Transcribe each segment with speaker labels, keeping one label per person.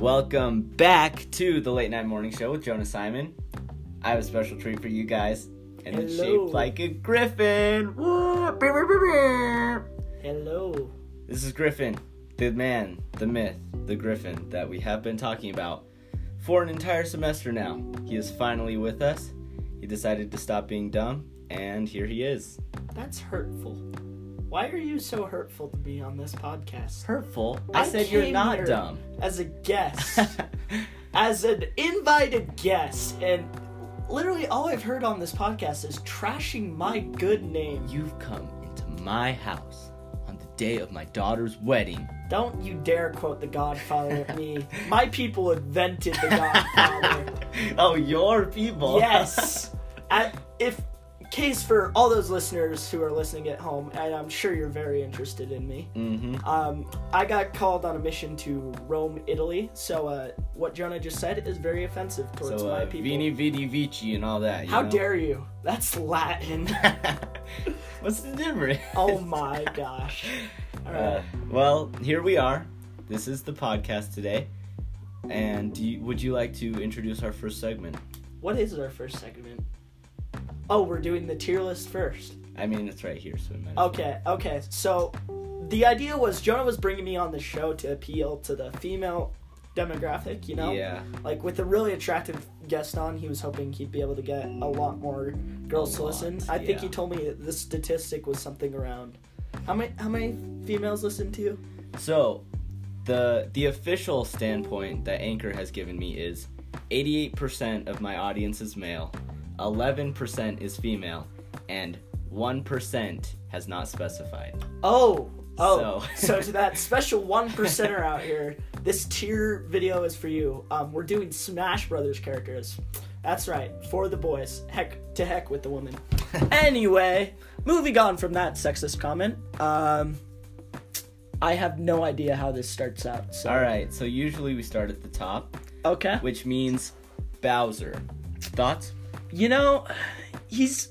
Speaker 1: Welcome back to the Late Night Morning Show with Jonah Simon. I have a special treat for you guys, and it's
Speaker 2: Hello.
Speaker 1: shaped like a griffin. Woo! Beep, beep, beep, beep.
Speaker 2: Hello.
Speaker 1: This is Griffin, the man, the myth, the griffin that we have been talking about for an entire semester now. He is finally with us. He decided to stop being dumb, and here he is.
Speaker 2: That's hurtful. Why are you so hurtful to be on this podcast?
Speaker 1: Hurtful. I,
Speaker 2: I
Speaker 1: said you're
Speaker 2: came
Speaker 1: not
Speaker 2: here-
Speaker 1: dumb.
Speaker 2: As a guest, as an invited guest, and literally all I've heard on this podcast is trashing my good name.
Speaker 1: You've come into my house on the day of my daughter's wedding.
Speaker 2: Don't you dare quote The Godfather at me. My people invented The Godfather.
Speaker 1: oh, your people.
Speaker 2: yes. I, if case for all those listeners who are listening at home, and I'm sure you're very interested in me.
Speaker 1: hmm
Speaker 2: Um, I got called on a mission to Rome, Italy. So uh, what Jonah just said is very offensive
Speaker 1: So,
Speaker 2: towards my
Speaker 1: uh,
Speaker 2: people.
Speaker 1: Vini Vidi Vici and all that. you
Speaker 2: How
Speaker 1: know?
Speaker 2: dare you? That's Latin.
Speaker 1: What's the difference?
Speaker 2: oh my gosh. All right.
Speaker 1: Uh, well, here we are. This is the podcast today. And do you, would you like to introduce our first segment?
Speaker 2: what is our first segment? Oh, we're doing the tier list first.
Speaker 1: I mean, it's right here, so we might as well.
Speaker 2: Okay, okay. So the idea was Jonah was bringing me on the show to appeal to the female demographic, you know?
Speaker 1: Yeah.
Speaker 2: Like with a really attractive guest on, he was hoping he'd be able to get a lot more girls
Speaker 1: A
Speaker 2: to listen.
Speaker 1: lot,
Speaker 2: I think
Speaker 1: yeah.
Speaker 2: he told me that the statistic was something around how many how many females listen to you?
Speaker 1: So, the the official standpoint that Anchor has given me is 88% of my audience is male, 11% is female, and 1% has not specified.
Speaker 2: Oh, oh.
Speaker 1: So-
Speaker 2: So, to that special one percenter out here, this tier video is for you. Um, we're doing Smash Brothers characters. That's right, for the boys. Heck to heck with the woman. anyway, moving on from that sexist comment. Um, I have no idea how this starts out. So
Speaker 1: All right, so usually we start at the top,
Speaker 2: okay,
Speaker 1: which means Bowser. Thoughts?
Speaker 2: you know, he's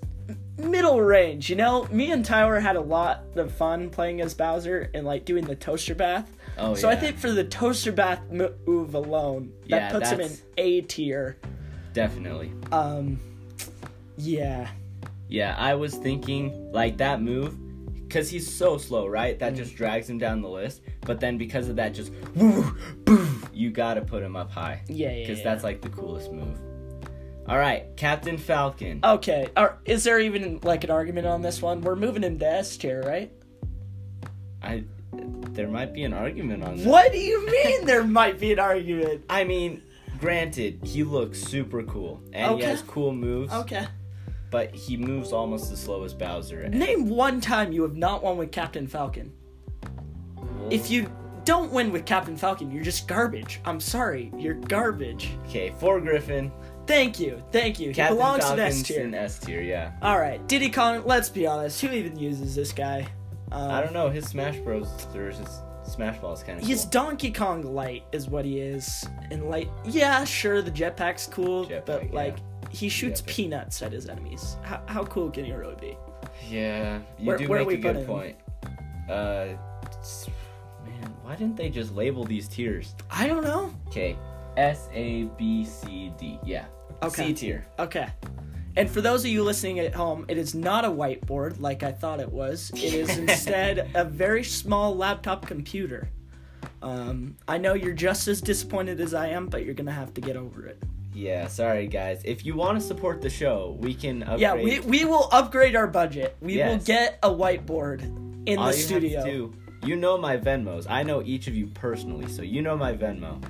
Speaker 2: middle range. You know, me and Tyler had a lot of fun playing as Bowser and like doing the toaster bath.
Speaker 1: Oh,
Speaker 2: so I
Speaker 1: yeah.
Speaker 2: think for the toaster bath mo- move alone, that
Speaker 1: Yeah,
Speaker 2: puts him in
Speaker 1: that's-
Speaker 2: A tier.
Speaker 1: Definitely.
Speaker 2: Um, yeah,
Speaker 1: Yeah, I was thinking like that move cuz he's so slow, right? That just drags him down the list, but then because of that just woo, boo, you got to put him up high.
Speaker 2: yeah, yeah.
Speaker 1: because
Speaker 2: yeah.
Speaker 1: that's like the coolest move. All right, Captain Falcon.
Speaker 2: okay. Are, is there even like an argument on this one? We're moving him to S tier, right?
Speaker 1: I there might be an argument on that.
Speaker 2: What do you mean there might be an argument?
Speaker 1: I mean, granted, he looks super cool and he
Speaker 2: Okay.
Speaker 1: has cool moves,
Speaker 2: Okay.
Speaker 1: but he moves almost as slow as Bowser. And
Speaker 2: Name one time you have not won with Captain Falcon. If you don't win with Captain Falcon, you're just garbage. I'm sorry, you're garbage.
Speaker 1: okay, for Griffin,
Speaker 2: Thank you, thank you.
Speaker 1: Captain
Speaker 2: he belongs
Speaker 1: Falcon's
Speaker 2: in S tier.
Speaker 1: in S tier. Yeah,
Speaker 2: All right, Diddy Kong. Let's be honest. Who even uses this guy? Um,
Speaker 1: I don't know his Smash Bros. or his Smash Ball is kind of
Speaker 2: He's
Speaker 1: cool.
Speaker 2: Donkey Kong light, is what he is. And like, yeah, sure, the jetpack's cool,
Speaker 1: Jetpack,
Speaker 2: but
Speaker 1: yeah.
Speaker 2: like, he shoots
Speaker 1: Jetpack.
Speaker 2: peanuts at his enemies. How, how cool can he really be?
Speaker 1: Yeah, you
Speaker 2: Where-
Speaker 1: do
Speaker 2: where do
Speaker 1: make a
Speaker 2: we put
Speaker 1: good
Speaker 2: him?
Speaker 1: point. Uh, s- man, why didn't they just label these tiers?
Speaker 2: I don't know.
Speaker 1: Okay. S A B C D. Yeah.
Speaker 2: Okay.
Speaker 1: C tier.
Speaker 2: Okay. And for those of you listening at home, it is not a whiteboard like I thought it was. It is instead a very small laptop computer. Um, I know you're just as disappointed as I am, but you're gonna have to get over it.
Speaker 1: Yeah, sorry guys. If you want to support the show, we can upgrade.
Speaker 2: Yeah, we, we will upgrade our budget. We
Speaker 1: Yes.
Speaker 2: will get a whiteboard in
Speaker 1: All
Speaker 2: the
Speaker 1: you
Speaker 2: studio.
Speaker 1: Have to do, you know my Venmos. I know each of you personally, so you know my Venmo.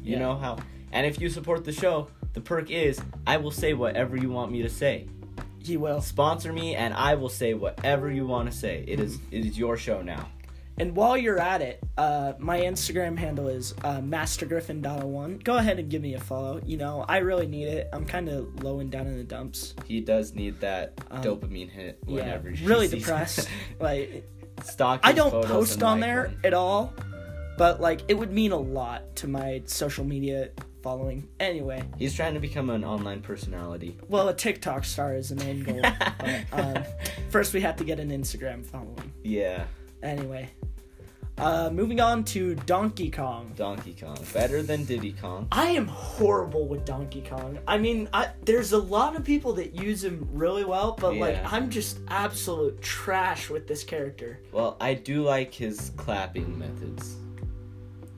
Speaker 1: You
Speaker 2: Yeah.
Speaker 1: know how. And if you support the show, the perk is I will say whatever you want me to say.
Speaker 2: He will.
Speaker 1: Sponsor me, and I will say whatever you want to say. It is
Speaker 2: Mm-hmm.
Speaker 1: it is your show now.
Speaker 2: And while you're at it, uh, my Instagram handle is uh, mastergriffin.01. Go ahead and give me a follow. You know, I really need it. I'm kind of low and down in the dumps.
Speaker 1: He does need that
Speaker 2: Um,
Speaker 1: dopamine hit whenever.
Speaker 2: yeah,
Speaker 1: he
Speaker 2: really
Speaker 1: sees-
Speaker 2: depressed. like,
Speaker 1: Stalk
Speaker 2: I
Speaker 1: his
Speaker 2: don't
Speaker 1: photos
Speaker 2: post
Speaker 1: and
Speaker 2: on
Speaker 1: like
Speaker 2: there
Speaker 1: them.
Speaker 2: at all, but like it would mean a lot to my social media following. Anyway,
Speaker 1: He's trying to become an online personality.
Speaker 2: well, a TikTok star is the main goal. but, um, first, we have to get an Instagram following.
Speaker 1: Yeah.
Speaker 2: Anyway, Uh, moving on to Donkey Kong.
Speaker 1: Donkey Kong. Better than Diddy Kong.
Speaker 2: I am horrible with Donkey Kong. I mean, I, there's a lot of people that use him really well, but like
Speaker 1: Yeah.
Speaker 2: I'm just absolute trash with this character.
Speaker 1: Well, I do like his clapping methods.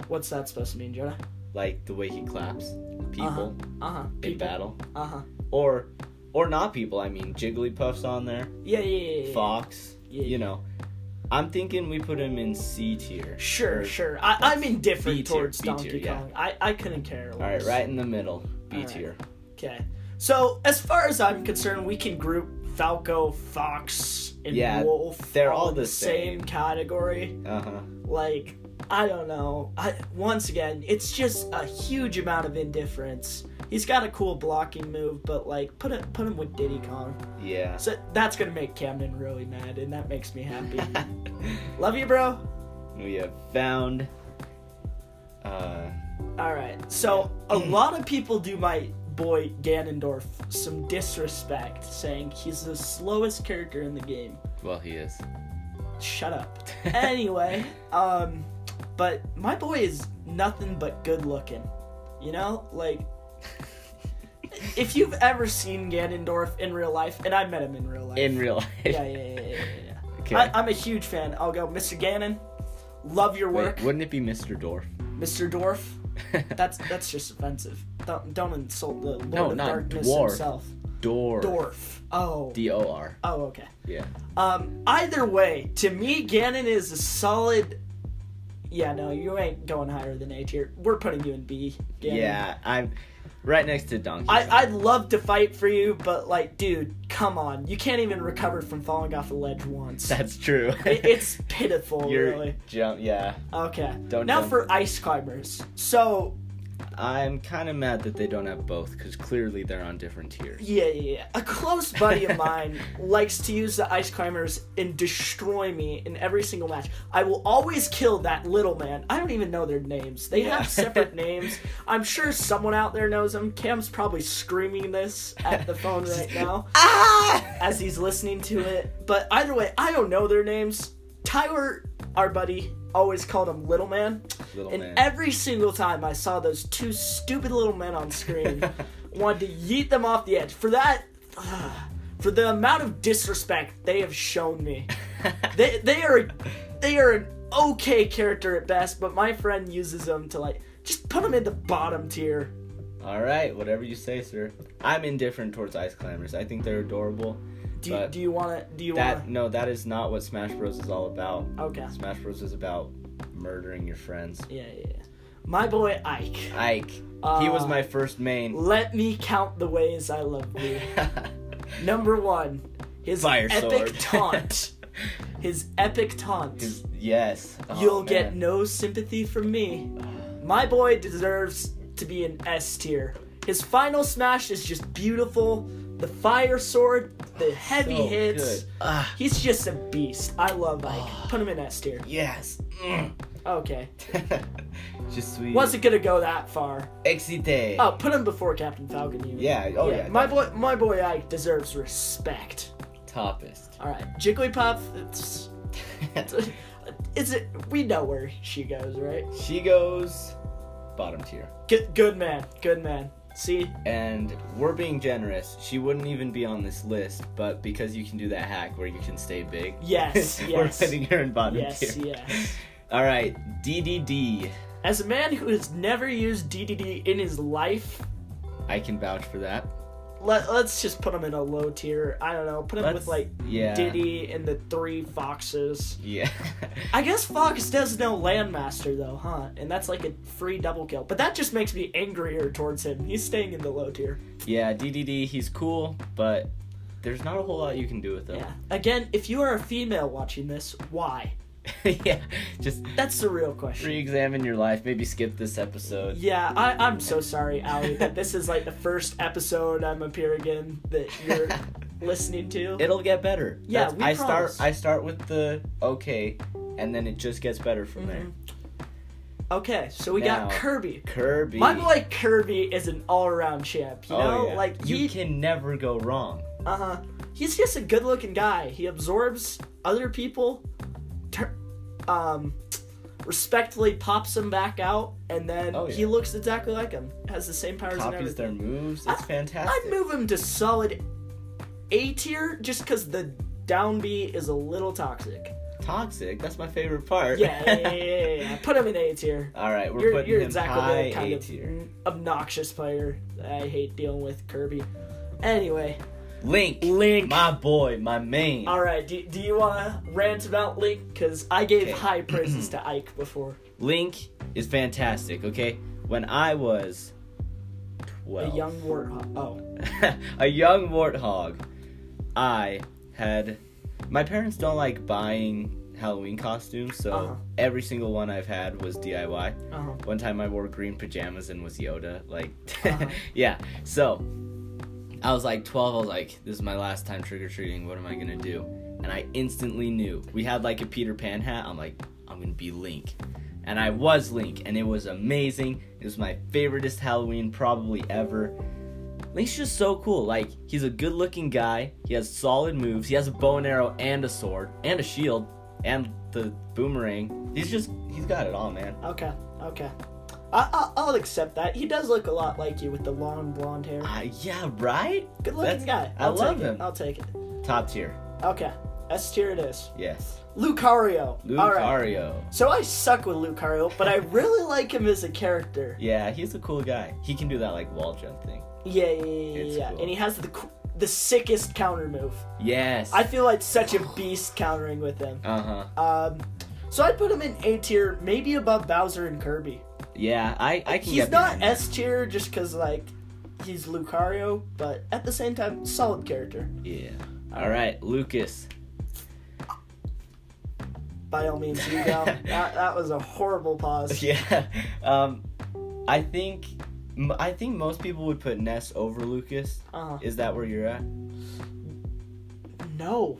Speaker 2: What's that supposed to mean, Jonah?
Speaker 1: Like the way he claps people
Speaker 2: Uh huh.
Speaker 1: in battle.
Speaker 2: Uh huh.
Speaker 1: Or or not people, I mean Jigglypuff's on there.
Speaker 2: Yeah, yeah, yeah. yeah, yeah.
Speaker 1: Fox.
Speaker 2: Yeah.
Speaker 1: You know. I'm thinking we put him in C tier.
Speaker 2: Sure,
Speaker 1: Or-
Speaker 2: sure. I, I'm indifferent
Speaker 1: B tier,
Speaker 2: towards
Speaker 1: B tier,
Speaker 2: Donkey
Speaker 1: yeah.
Speaker 2: Kong. I, I couldn't care less.
Speaker 1: Alright, right in the middle. B
Speaker 2: Alright.
Speaker 1: tier.
Speaker 2: Okay. So as far as I'm concerned, we can group Falco, Fox, and
Speaker 1: Yeah,
Speaker 2: Wolf.
Speaker 1: they're all
Speaker 2: in
Speaker 1: the
Speaker 2: same
Speaker 1: same.
Speaker 2: category.
Speaker 1: Uh huh.
Speaker 2: Like I don't know. I once again, it's just a huge amount of indifference. He's got a cool blocking move, but like put him put him with Diddy Kong.
Speaker 1: Yeah.
Speaker 2: So that's gonna make Camden really mad, and that makes me happy. Love you, bro.
Speaker 1: we have found uh
Speaker 2: All right. So a
Speaker 1: Hmm.
Speaker 2: lot of people do my boy Ganondorf some disrespect, saying he's the slowest character in the game.
Speaker 1: well he is.
Speaker 2: Shut up. anyway, um, but my boy is nothing but good looking. You know, like if you've ever seen Ganondorf in real life, and I met him in real life.
Speaker 1: in real life.
Speaker 2: yeah, yeah, yeah, yeah, yeah. yeah.
Speaker 1: Okay.
Speaker 2: I, I'm a huge fan. I'll go, Mr. Ganon. Love your work,
Speaker 1: Wait, wouldn't it be Mr. Dorf?
Speaker 2: Mr. Dorf. That's that's just offensive. Don't don't insult the Lord
Speaker 1: No,
Speaker 2: of
Speaker 1: not
Speaker 2: Darkness
Speaker 1: dwarf.
Speaker 2: himself.
Speaker 1: Dorf.
Speaker 2: Dwarf. Oh.
Speaker 1: D O R.
Speaker 2: oh, okay.
Speaker 1: Yeah.
Speaker 2: Um. Either way, to me, Ganon is a solid. Yeah, no, you ain't going higher than A tier. We're putting you in B. Ganon.
Speaker 1: Yeah, I'm right next to Donkey. Kong.
Speaker 2: I I'd love to fight for you, but like, dude, come on, you can't even recover from falling off a ledge once. It-
Speaker 1: That's true.
Speaker 2: It's pitiful,
Speaker 1: your
Speaker 2: really.
Speaker 1: jump. Yeah,
Speaker 2: Okay.
Speaker 1: Don't
Speaker 2: now
Speaker 1: jump.
Speaker 2: for ice climbers. So
Speaker 1: I'm kind of mad that they don't have both because clearly they're on different tiers.
Speaker 2: Yeah, yeah, yeah. A close buddy of mine likes to use the ice climbers and destroy me in every single match. I will always kill that little man. I don't even know their names. They
Speaker 1: Yeah.
Speaker 2: have separate names. I'm sure someone out there knows them. Cam's probably screaming this at the phone right now
Speaker 1: Ah!
Speaker 2: as he's listening to it. But either way, I don't know their names. Tyler, our buddy, always called him Little Man.
Speaker 1: Little
Speaker 2: and
Speaker 1: Oh, man.
Speaker 2: every single time I saw those two stupid little men on screen, wanted to yeet them off the edge. For that, for the amount of disrespect they have shown me, they they are they are an okay character at best. But my friend uses them to like just put them in the bottom tier.
Speaker 1: All right, whatever you say, sir. I'm indifferent towards ice climbers. I think they're adorable.
Speaker 2: Do you,
Speaker 1: But
Speaker 2: do you want to? Do you want
Speaker 1: That
Speaker 2: to?
Speaker 1: no, that is not what Smash Bros is all about.
Speaker 2: Okay.
Speaker 1: Smash Bros is about murdering your friends.
Speaker 2: Yeah, yeah. yeah. My boy Ike.
Speaker 1: Ike, he was
Speaker 2: Uh,
Speaker 1: my first main.
Speaker 2: Let me count the ways I love you. Number one, his
Speaker 1: Fire
Speaker 2: Uh, epic
Speaker 1: sword.
Speaker 2: taunt. His epic taunt.
Speaker 1: His- yes. Oh,
Speaker 2: You'll get
Speaker 1: man.
Speaker 2: no sympathy from me. My boy deserves to be an S tier. His final smash is just beautiful. The fire sword, the heavy
Speaker 1: Oh, So
Speaker 2: hits.
Speaker 1: good. Ah,
Speaker 2: He's just a beast. I love Ike. Put him in S tier.
Speaker 1: yes. Mm.
Speaker 2: Okay.
Speaker 1: Just sweet.
Speaker 2: Wasn't gonna go that far.
Speaker 1: Excite.
Speaker 2: Oh, put him before Captain Falcon. Even.
Speaker 1: Yeah. Oh yeah.
Speaker 2: my boy, my boy Ike deserves respect.
Speaker 1: Toppest.
Speaker 2: All right, Jigglypuff. It's, it's it. We know where she goes, right?
Speaker 1: she goes bottom tier,
Speaker 2: Good, good man, good man. See,
Speaker 1: and we're being generous. She wouldn't even be on this list, but because you can do that hack where you can stay big.
Speaker 2: Yes,
Speaker 1: we're
Speaker 2: yes.
Speaker 1: putting her in bottom
Speaker 2: yes,
Speaker 1: tier.
Speaker 2: yes.
Speaker 1: All right. DDD.
Speaker 2: As a man who has never used DDD in his life,
Speaker 1: I can vouch for that.
Speaker 2: let, let's just put him in a low tier. I don't know. Put him
Speaker 1: Let's-
Speaker 2: with like
Speaker 1: yeah.
Speaker 2: Diddy and the three foxes.
Speaker 1: Yeah.
Speaker 2: I guess Fox does know Landmaster though, huh? And that's like a free double kill. But that just makes me angrier towards him. He's staying in the low tier.
Speaker 1: yeah. DDD. He's cool, but there's not a whole lot you can do with him.
Speaker 2: Yeah. Again, if you are a female watching this, why?
Speaker 1: yeah. Just
Speaker 2: That's the real question.
Speaker 1: re-examine your life. Maybe skip this episode.
Speaker 2: Yeah, I, I'm so sorry, Allie, that this is like the first episode I'm appearing in that you're listening to.
Speaker 1: It'll get better.
Speaker 2: Yeah,
Speaker 1: That's-
Speaker 2: we
Speaker 1: I
Speaker 2: promise.
Speaker 1: start. I start with the okay, and then it just gets better from there.
Speaker 2: Mm-hmm. Okay, so we got
Speaker 1: Now-
Speaker 2: Kirby.
Speaker 1: Kirby.
Speaker 2: My boy Kirby is an all-around champ. You
Speaker 1: Oh,
Speaker 2: know,
Speaker 1: yeah.
Speaker 2: like
Speaker 1: you
Speaker 2: he,
Speaker 1: can never go wrong.
Speaker 2: uh huh. He's just a good-looking guy. He absorbs other people. Tur- um, respectfully pops him back out, and then
Speaker 1: Oh, yeah.
Speaker 2: he looks exactly like him. Has the same powers and
Speaker 1: copies
Speaker 2: everything.
Speaker 1: their moves. It's fantastic.
Speaker 2: I'd move him to solid A tier just because the down B is a little toxic.
Speaker 1: Toxic. That's my favorite part.
Speaker 2: Yeah, yeah, yeah, yeah, yeah. Put him in A tier.
Speaker 1: All right, we're
Speaker 2: You're,
Speaker 1: putting
Speaker 2: you're
Speaker 1: him
Speaker 2: exactly
Speaker 1: high
Speaker 2: the kind
Speaker 1: A
Speaker 2: of
Speaker 1: tier.
Speaker 2: obnoxious player that I hate dealing with, Kirby. Anyway,
Speaker 1: Link,
Speaker 2: Link.
Speaker 1: my boy, my main.
Speaker 2: all right. Do, do you want to rant about Link? Because I gave
Speaker 1: Okay.
Speaker 2: high praises to Ike before.
Speaker 1: Link is fantastic. Okay, when I was
Speaker 2: A
Speaker 1: twelve,
Speaker 2: young warthog. Oh,
Speaker 1: a young warthog, I had. My parents don't like buying Halloween costumes, so
Speaker 2: Uh-huh.
Speaker 1: every single one I've had was DIY.
Speaker 2: uh-huh.
Speaker 1: One time I wore green pajamas and was Yoda. Like,
Speaker 2: Uh-huh.
Speaker 1: yeah. So I was like 12. I was like, this is my last time trick or treating. What am I going to do? And I instantly knew. We had like a Peter Pan hat. I'm like, I'm going to be Link. And I was Link, and it was amazing. It was my favoriteest Halloween probably ever. Link's just so cool. Like, he's a good looking guy. He has solid moves. He has a bow and arrow and a sword and a shield and the boomerang. He's just, he's got it all, man.
Speaker 2: okay, okay. I, I, I'll accept that. He does look a lot like you with the long blonde hair.
Speaker 1: Uh, yeah, right?
Speaker 2: Good looking guy.
Speaker 1: That's- I
Speaker 2: I'll
Speaker 1: love
Speaker 2: take
Speaker 1: him.
Speaker 2: It. I'll take it.
Speaker 1: Top tier.
Speaker 2: Okay. S tier it is.
Speaker 1: Yes.
Speaker 2: Lucario. All right.
Speaker 1: Lucario.
Speaker 2: So I suck with Lucario, but I really like him as a character.
Speaker 1: Yeah, he's a cool guy. He can do that like wall jump thing.
Speaker 2: Yeah, yeah, yeah,
Speaker 1: It's
Speaker 2: yeah. yeah.
Speaker 1: cool.
Speaker 2: And he has the cou- the sickest counter move.
Speaker 1: Yes.
Speaker 2: I feel like such a beast countering with him.
Speaker 1: Uh huh.
Speaker 2: Um, so I'd put him in A tier, maybe above Bowser and Kirby.
Speaker 1: Yeah, I I can.
Speaker 2: He's
Speaker 1: get
Speaker 2: not
Speaker 1: behind
Speaker 2: S tier just because like he's Lucario, but at the same time, solid character.
Speaker 1: that. Yeah. All right, Lucas.
Speaker 2: By all means, you go. that, that was a horrible pause.
Speaker 1: Yeah. Um, I think, m- I think most people would put Ness over Lucas.
Speaker 2: Uh,
Speaker 1: Is that where you're at?
Speaker 2: no,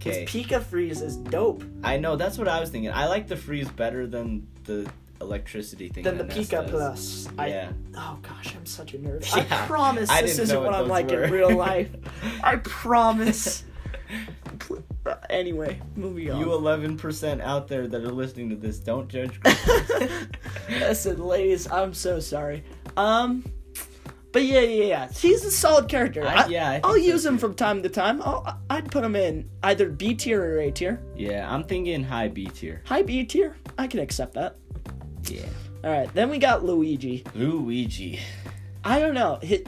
Speaker 1: Okay.
Speaker 2: his Pika freeze is dope.
Speaker 1: I know that's what I was thinking. I like the freeze better than the electricity thing.
Speaker 2: Then the
Speaker 1: that Ness
Speaker 2: Pika
Speaker 1: does.
Speaker 2: plus. I,
Speaker 1: Yeah.
Speaker 2: Oh gosh, I'm such a nerd.
Speaker 1: Yeah.
Speaker 2: I promise
Speaker 1: I
Speaker 2: this
Speaker 1: didn't
Speaker 2: isn't
Speaker 1: know
Speaker 2: what I'm
Speaker 1: those
Speaker 2: like
Speaker 1: were.
Speaker 2: in real life. I promise. Pl- uh, anyway, moving on.
Speaker 1: You 11% out there that are listening to this, don't judge. Christmas.
Speaker 2: Listen, ladies, I'm so sorry. Um, but yeah, yeah, yeah. He's a solid character.
Speaker 1: I-
Speaker 2: I,
Speaker 1: yeah, I think
Speaker 2: will
Speaker 1: so,
Speaker 2: use him
Speaker 1: too.
Speaker 2: from time to time. I'll, I'd put him in either B tier or A tier.
Speaker 1: yeah, I'm thinking high B tier.
Speaker 2: High B tier, I can accept that.
Speaker 1: Yeah.
Speaker 2: All right, then we got Luigi.
Speaker 1: Luigi.
Speaker 2: I don't know. Hi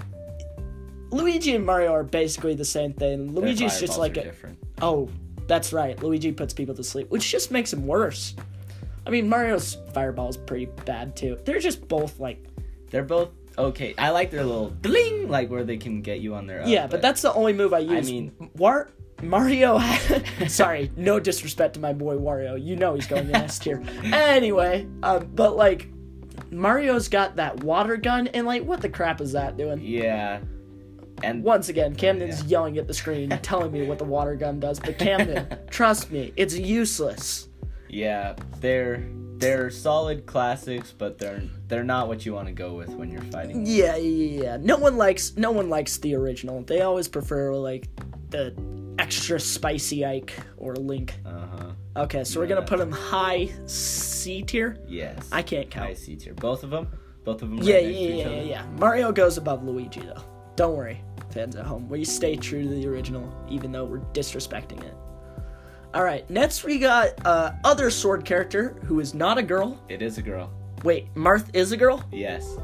Speaker 2: Luigi and Mario are basically the same thing.
Speaker 1: Their
Speaker 2: Luigi's
Speaker 1: fireballs
Speaker 2: just like
Speaker 1: are
Speaker 2: a,
Speaker 1: different.
Speaker 2: oh, that's right. Luigi puts people to sleep, which just makes him worse. I mean, Mario's fireball's pretty bad too. They're just both like
Speaker 1: They're both okay. I like their little bling, like where they can get you on their own.
Speaker 2: yeah, but that's the only move I use.
Speaker 1: mean-
Speaker 2: War- Mario. Sorry, no disrespect to my boy Wario. You know he's going in S tier. Anyway, um, but like Mario's got that water gun, and like what the crap is that doing?
Speaker 1: Yeah. And
Speaker 2: Once again, Camden's yelling at the screen, telling me what the water gun does. But Camden, trust me, it's useless.
Speaker 1: yeah, they're they're solid classics, but they're they're not what you want to go with when you're fighting.
Speaker 2: Yeah, yeah, yeah, yeah. No one likes no one likes the original. They always prefer like the extra spicy Ike or Link.
Speaker 1: Uh huh.
Speaker 2: Okay, so we're
Speaker 1: Yeah,
Speaker 2: gonna put
Speaker 1: that's-
Speaker 2: him high C tier.
Speaker 1: Yes.
Speaker 2: I can't
Speaker 1: High
Speaker 2: count.
Speaker 1: C tier. Both of them. Both of them.
Speaker 2: Yeah,
Speaker 1: right next to
Speaker 2: yeah,
Speaker 1: each
Speaker 2: yeah,
Speaker 1: other?
Speaker 2: yeah, yeah. Mario goes above Luigi though. Don't worry, fans at home. We stay true to the original, even though we're disrespecting it. All right, next we got uh, other sword character who is not a girl.
Speaker 1: It is a girl.
Speaker 2: Wait, Marth is a girl?
Speaker 1: Yes.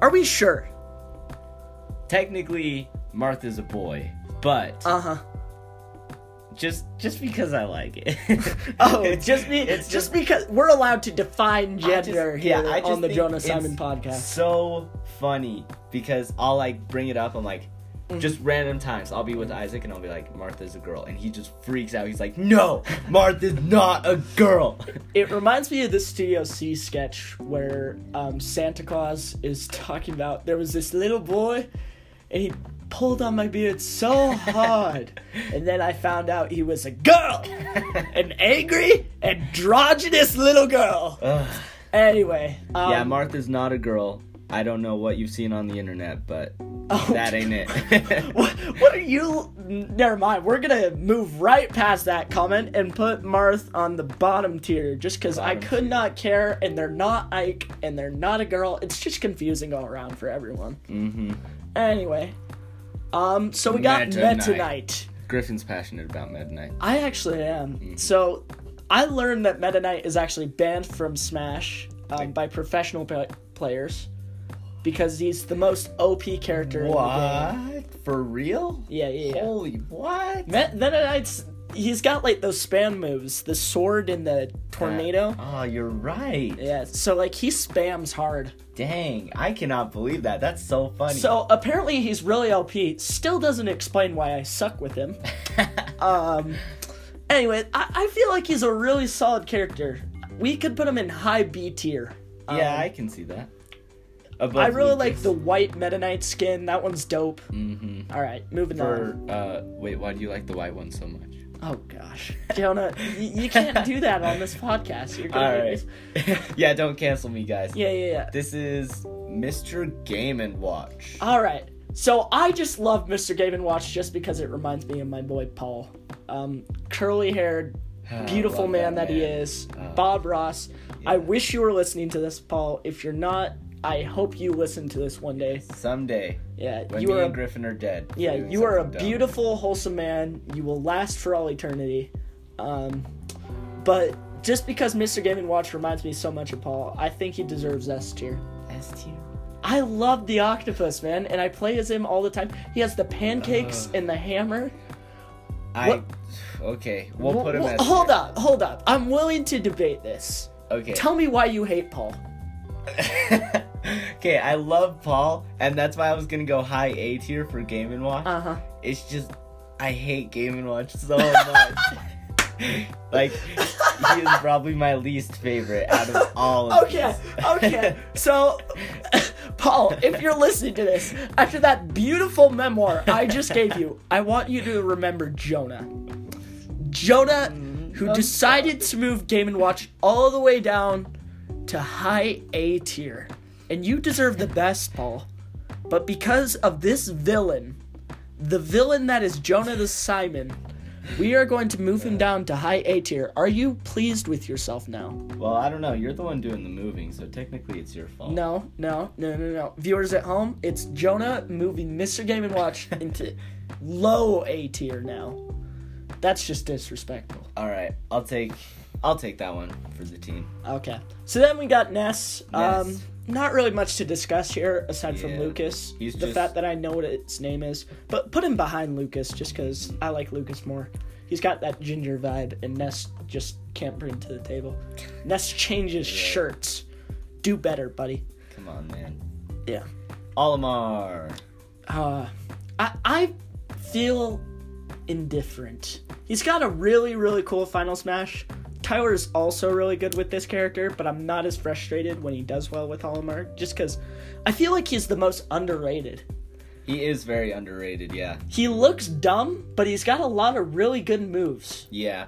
Speaker 2: Are we sure?
Speaker 1: Technically, Martha's a boy, but
Speaker 2: Uh huh.
Speaker 1: just just because I like it.
Speaker 2: Oh,
Speaker 1: It's
Speaker 2: just me.
Speaker 1: it's
Speaker 2: It's just, because we're allowed to define gender
Speaker 1: just- yeah,
Speaker 2: here
Speaker 1: I
Speaker 2: on
Speaker 1: just
Speaker 2: the
Speaker 1: think
Speaker 2: Jonas
Speaker 1: it's
Speaker 2: Simon podcast.
Speaker 1: so funny because I'll like bring it up. I'm like,
Speaker 2: Mm.
Speaker 1: just random times I'll be with Isaac and I'll be like, Martha's a girl, and he just freaks out. He's like, No, Martha's not a girl.
Speaker 2: It reminds me of the Studio C sketch where um, Santa Claus is talking about there was this little boy and he pulled on my beard so hard. and then I found out he was a girl! An angry, androgynous little girl!
Speaker 1: Ugh.
Speaker 2: Anyway. Um,
Speaker 1: yeah, Martha's not a girl. I don't know what you've seen on the internet, but
Speaker 2: Oh.
Speaker 1: that ain't it.
Speaker 2: what, what are you? Never mind. We're gonna move right past that comment and put Marth on the bottom tier, just because I
Speaker 1: Bottom
Speaker 2: could not care, and they're not Ike, and they're not a girl. It's just confusing all around for everyone.
Speaker 1: mm-hmm.
Speaker 2: Anyway, um, so we got
Speaker 1: Meta
Speaker 2: Met
Speaker 1: Knight.
Speaker 2: tonight.
Speaker 1: Griffin's passionate about Meta Knight.
Speaker 2: I actually am.
Speaker 1: Mm-hmm.
Speaker 2: So, I learned that Meta Knight is actually banned from Smash um, by professional pa- players because he's the most OP character in the game.
Speaker 1: For real?
Speaker 2: Yeah, yeah, yeah.
Speaker 1: Holy what?
Speaker 2: Met, then it's he's got like those spam moves, the sword and the tornado.
Speaker 1: Oh, you're right.
Speaker 2: Yeah, so like he spams hard.
Speaker 1: Dang, I cannot believe that. That's so funny.
Speaker 2: So apparently he's really LP. Still doesn't explain why I suck with him. um, anyway, I, I feel like he's a really solid character. We could put him in high B tier. Um,
Speaker 1: yeah, I can see that. Above
Speaker 2: I really like the white Meta Knight skin. That one's dope.
Speaker 1: Mm-hmm.
Speaker 2: All right, moving
Speaker 1: For
Speaker 2: on.
Speaker 1: uh, wait, why do you like the white one so much?
Speaker 2: Oh gosh, Jonah, you, you can't do that on this podcast. You're gonna
Speaker 1: All
Speaker 2: make me
Speaker 1: right. yeah, don't cancel me, guys.
Speaker 2: Yeah, yeah, yeah.
Speaker 1: This is Mr. Game and Watch.
Speaker 2: All right. So I just love Mr. Game and Watch just because it reminds me of my boy Paul. Um, curly haired,
Speaker 1: Ah,
Speaker 2: beautiful
Speaker 1: love
Speaker 2: man that, he
Speaker 1: man.
Speaker 2: is.
Speaker 1: Ah.
Speaker 2: Bob Ross. I wish you were listening to this, Paul. If you're not, I hope you listen to this one day.
Speaker 1: Someday,
Speaker 2: Yeah,
Speaker 1: when
Speaker 2: you
Speaker 1: me
Speaker 2: are.
Speaker 1: and
Speaker 2: A,
Speaker 1: Griffin are dead.
Speaker 2: yeah,
Speaker 1: doing
Speaker 2: you are a
Speaker 1: something dumb.
Speaker 2: beautiful, wholesome man. You will last for all eternity. Um, but just because Mr. Game and Watch reminds me so much of Paul, I think he deserves S tier.
Speaker 1: S tier.
Speaker 2: I love the octopus, man, and I play as him all the time. He has the pancakes
Speaker 1: Ah.
Speaker 2: and the hammer.
Speaker 1: I. Okay, we'll put him
Speaker 2: Well,
Speaker 1: as.
Speaker 2: hold up, hold up. I'm willing to debate this.
Speaker 1: Okay.
Speaker 2: Tell me why you hate Paul.
Speaker 1: okay, I love Paul, and that's why I was gonna go high A tier for Game and Watch.
Speaker 2: Uh huh.
Speaker 1: It's just I hate Game and Watch so much. like he is probably my least favorite out of all of
Speaker 2: Okay,
Speaker 1: these.
Speaker 2: okay. So, Paul, if you're listening to this, after that beautiful memoir I just gave you, I want you to remember Jonah. Jonah,
Speaker 1: Um,
Speaker 2: who decided to move Game and Watch all the way down to high A tier, and you deserve the best, Paul. But because of this villain, the villain that is Jonah the Simon, we are going to move him down to high A tier. Are you pleased with yourself now?
Speaker 1: Well, I don't know. You're the one doing the moving, so technically it's your fault.
Speaker 2: No, no, no, no, no. Viewers at home, it's Jonah moving Mr. Game and Watch into low A tier now. That's just disrespectful.
Speaker 1: All right, I'll take, I'll take that one for the team.
Speaker 2: Okay. So then we got Ness. Um,
Speaker 1: Ness.
Speaker 2: not really much to discuss here aside from
Speaker 1: Yeah.
Speaker 2: Lucas.
Speaker 1: He's
Speaker 2: the
Speaker 1: just-
Speaker 2: fact that I know what its name is, but put him behind Lucas just because I like Lucas more. He's got that ginger vibe, and Ness just can't bring to the table. Ness changes shirts. Do better, buddy.
Speaker 1: Come on, man.
Speaker 2: Yeah.
Speaker 1: Olimar.
Speaker 2: uh, I, I feel indifferent. He's got a really, really cool Final Smash. Tyler's also really good with this character, but I'm not as frustrated when he does well with Olimar, just because I feel like he's the most underrated.
Speaker 1: He is very underrated. Yeah,
Speaker 2: He looks dumb, but he's got a lot of really good moves.
Speaker 1: yeah.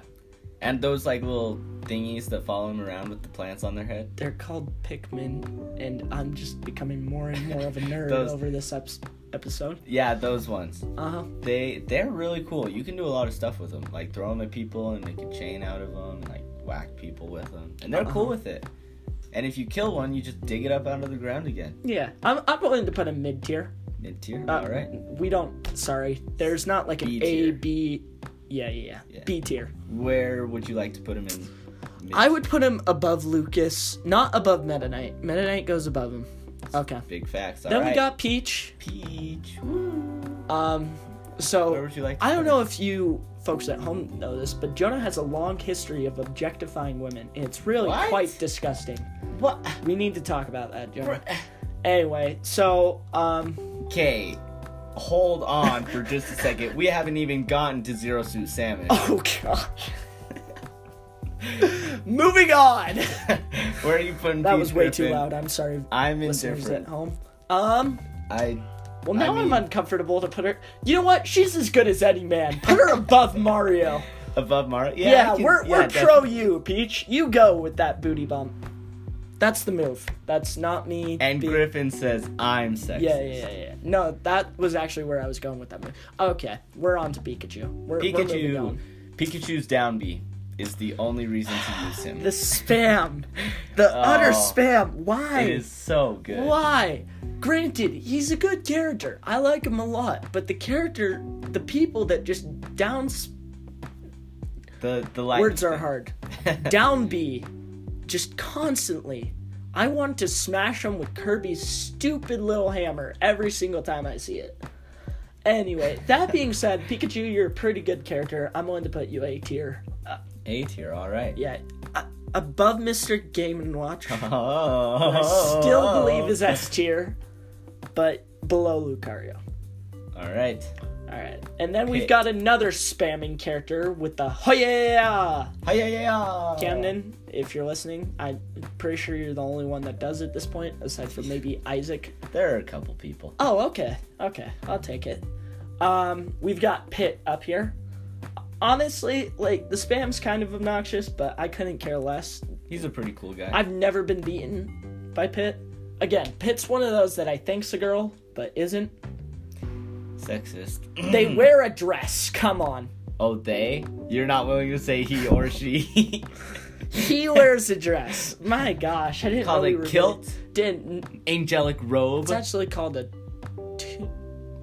Speaker 1: And those like little thingies that follow him around with the plants on their head.
Speaker 2: They're called Pikmin, and I'm just becoming more and more of a nerd
Speaker 1: Those-
Speaker 2: over this eps episode.
Speaker 1: Yeah, those ones.
Speaker 2: Uh huh.
Speaker 1: They they're really cool. You can do a lot of stuff with them. Like throw them at people and make a chain out of them, and like whack people with them. And they're cool
Speaker 2: Uh-huh.
Speaker 1: with it. And if you kill one, you just dig it up out of the ground again.
Speaker 2: Yeah, I'm, I'm willing to put him mid tier.
Speaker 1: Mid tier.
Speaker 2: Uh,
Speaker 1: All right.
Speaker 2: We don't. Sorry. There's not like an
Speaker 1: B
Speaker 2: A,
Speaker 1: tier.
Speaker 2: B. Yeah, yeah, yeah.
Speaker 1: Yeah.
Speaker 2: B tier.
Speaker 1: Where would you like to put him in? Mid-
Speaker 2: I would put him above Lucas, not above Meta Knight. Meta Knight goes above him. Okay.
Speaker 1: Big facts.
Speaker 2: then we
Speaker 1: alright.
Speaker 2: got Peach.
Speaker 1: Peach. Woo.
Speaker 2: Um.
Speaker 1: Where
Speaker 2: So
Speaker 1: would you like? To
Speaker 2: I don't
Speaker 1: put
Speaker 2: know if you folks at home know this, but Jonah has a long history of objectifying women, and it's really
Speaker 1: What?
Speaker 2: quite disgusting.
Speaker 1: him? What?
Speaker 2: We need to talk about that, Jonah. Anyway, so um.
Speaker 1: Okay, hold on for just a second. We haven't even gotten to Zero Suit Salmon.
Speaker 2: Oh gosh. Moving on.
Speaker 1: Where are you putting?
Speaker 2: That
Speaker 1: Peach
Speaker 2: was way too
Speaker 1: Griffin?
Speaker 2: loud. I'm sorry,
Speaker 1: I'm
Speaker 2: listeners uh, at
Speaker 1: indifferent.
Speaker 2: home. Um.
Speaker 1: I
Speaker 2: Well, now I
Speaker 1: mean-
Speaker 2: am uncomfortable to put her. You know what? She's as good as any man. Put her above Mario.
Speaker 1: above Mario. Yeah, I
Speaker 2: Yeah,
Speaker 1: can-
Speaker 2: we're
Speaker 1: yeah,
Speaker 2: we're
Speaker 1: definitely.
Speaker 2: pro you, Peach. You go with that booty bump. That's the move. That's not me.
Speaker 1: And
Speaker 2: being-
Speaker 1: Griffin says, I'm sexist.
Speaker 2: Yeah, yeah, yeah, yeah. No, that was actually where I was going with that move. Okay, we're on to Pikachu. We're, We're moving
Speaker 1: Pikachu,
Speaker 2: on.
Speaker 1: Pikachu's down B is the only reason to use him.
Speaker 2: The spam. The utter
Speaker 1: Oh.
Speaker 2: spam. Why?
Speaker 1: it is so good.
Speaker 2: Why? Granted, he's a good character. I like him a lot. But the character, the people that just down
Speaker 1: The the lightning
Speaker 2: words are
Speaker 1: thing.
Speaker 2: hard. Down B, just constantly. I want to smash him with Kirby's stupid little hammer every single time I see it. Anyway, that being said, Pikachu, you're a pretty good character. I'm willing to put you A tier. uh,
Speaker 1: A tier, all right.
Speaker 2: Yeah, a- above Mr. Game and Watch.
Speaker 1: Oh.
Speaker 2: I still believe is S tier, but below Lucario.
Speaker 1: All right.
Speaker 2: All right, and then we've
Speaker 1: Pick.
Speaker 2: got another spamming character with the Hoya
Speaker 1: Hi yeah yeah.
Speaker 2: Camden. If you're listening, I'm pretty sure you're the only one that does at this point, aside from maybe Isaac.
Speaker 1: There are a couple people.
Speaker 2: Oh, okay, okay, I'll take it. Um, we've got Pitt up here. Honestly, like the spam's kind of obnoxious, but I couldn't care less.
Speaker 1: He's a pretty cool guy.
Speaker 2: I've never been beaten by Pitt. Again, Pitt's one of those that I think's a girl but isn't.
Speaker 1: Sexist.
Speaker 2: They wear a dress. Come on.
Speaker 1: oh they? You're not willing to say he or she.
Speaker 2: He wears a dress. My gosh, I didn't
Speaker 1: Called
Speaker 2: really
Speaker 1: a
Speaker 2: remember-
Speaker 1: kilt,
Speaker 2: Didn't.
Speaker 1: angelic robe,
Speaker 2: It's actually called a tu-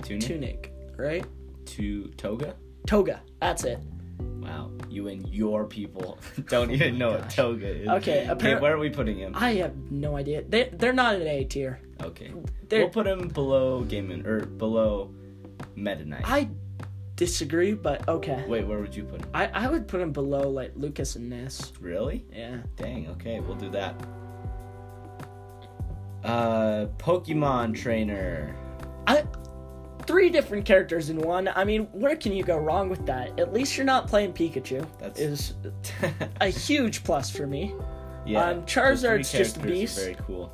Speaker 1: tunic,
Speaker 2: tunic, right?
Speaker 1: to toga.
Speaker 2: Toga. That's it.
Speaker 1: Wow, you and your people don't even know what
Speaker 2: Oh gosh.
Speaker 1: toga is.
Speaker 2: Okay, appar-
Speaker 1: where are we putting him?
Speaker 2: I have no idea. They they're not an A tier.
Speaker 1: Okay,
Speaker 2: They're-
Speaker 1: we'll put him below Gaiman or below Meta Knight.
Speaker 2: I disagree, but okay.
Speaker 1: Wait, where would you put him?
Speaker 2: I I would put him below like Lucas and Ness.
Speaker 1: Really?
Speaker 2: Yeah.
Speaker 1: Dang. Okay, we'll do that. Uh, Pokemon trainer.
Speaker 2: I three different characters in one. I mean, where can you go wrong with that? At least you're not playing Pikachu.
Speaker 1: That's-
Speaker 2: is a huge plus for me.
Speaker 1: yeah.
Speaker 2: Um,
Speaker 1: the three
Speaker 2: Charizard's just a
Speaker 1: characters are
Speaker 2: beast.
Speaker 1: Very cool.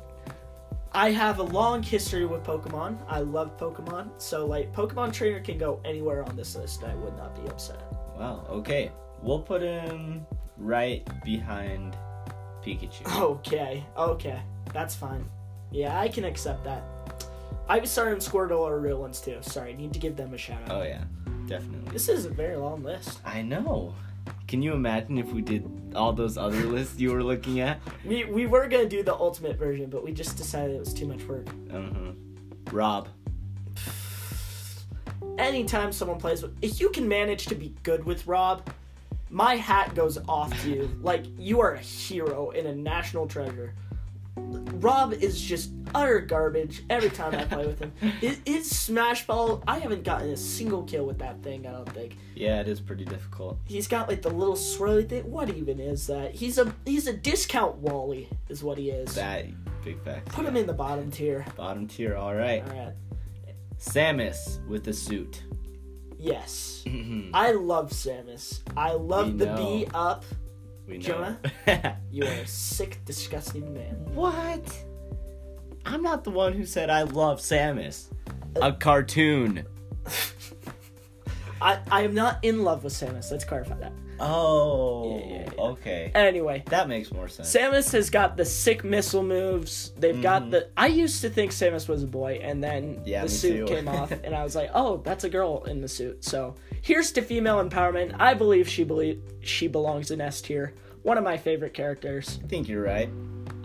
Speaker 2: I have a long history with Pokemon. I love Pokemon. So, like, Pokemon Trainer can go anywhere on this list. I would not be upset.
Speaker 1: Wow. Okay, we'll put him right behind Pikachu.
Speaker 2: Okay, okay. That's fine. Yeah, I can accept that. Ivysaur and Squirtle are real ones, too. Sorry, need to give them a shout out.
Speaker 1: Oh yeah, definitely.
Speaker 2: This is a very long list.
Speaker 1: I know. Can you imagine if we did all those other lists you were looking at?
Speaker 2: We, we were going to do the ultimate version, but we just decided it was too much work.
Speaker 1: Uh-huh. Rob.
Speaker 2: Anytime someone plays with. If you can manage to be good with Rob, my hat goes off to you. like, you are a hero and a national treasure. Rob is just utter garbage every time I play with him. It is Smash Ball. I haven't gotten a single kill with that thing, I don't think.
Speaker 1: Yeah, it is pretty difficult.
Speaker 2: He's got like the little swirly thing. What even is that? He's a he's a discount Wally, is what he is.
Speaker 1: That big facts.
Speaker 2: Put him in the bottom tier.
Speaker 1: Bottom tier, all right.
Speaker 2: Alright.
Speaker 1: Samus with the suit.
Speaker 2: Yes. I love Samus. I love
Speaker 1: We
Speaker 2: the
Speaker 1: know.
Speaker 2: B up.
Speaker 1: We know.
Speaker 2: Jonah? You are a sick, disgusting man.
Speaker 1: what? I'm not the one who said I love Samus. A cartoon.
Speaker 2: I, I am not in love with Samus. Let's clarify that.
Speaker 1: Oh,
Speaker 2: Yeah, yeah, yeah.
Speaker 1: okay.
Speaker 2: Anyway,
Speaker 1: That makes more sense.
Speaker 2: Samus has got the sick missile moves. They've got the. I used to think Samus was a boy, and then
Speaker 1: Mm-hmm. Yeah,
Speaker 2: the
Speaker 1: me
Speaker 2: suit
Speaker 1: too.
Speaker 2: came off, and I was like, "Oh, that's a girl in the suit." So here's to female empowerment. I believe she believe she belongs in S tier. One of my favorite characters.
Speaker 1: I think you're right.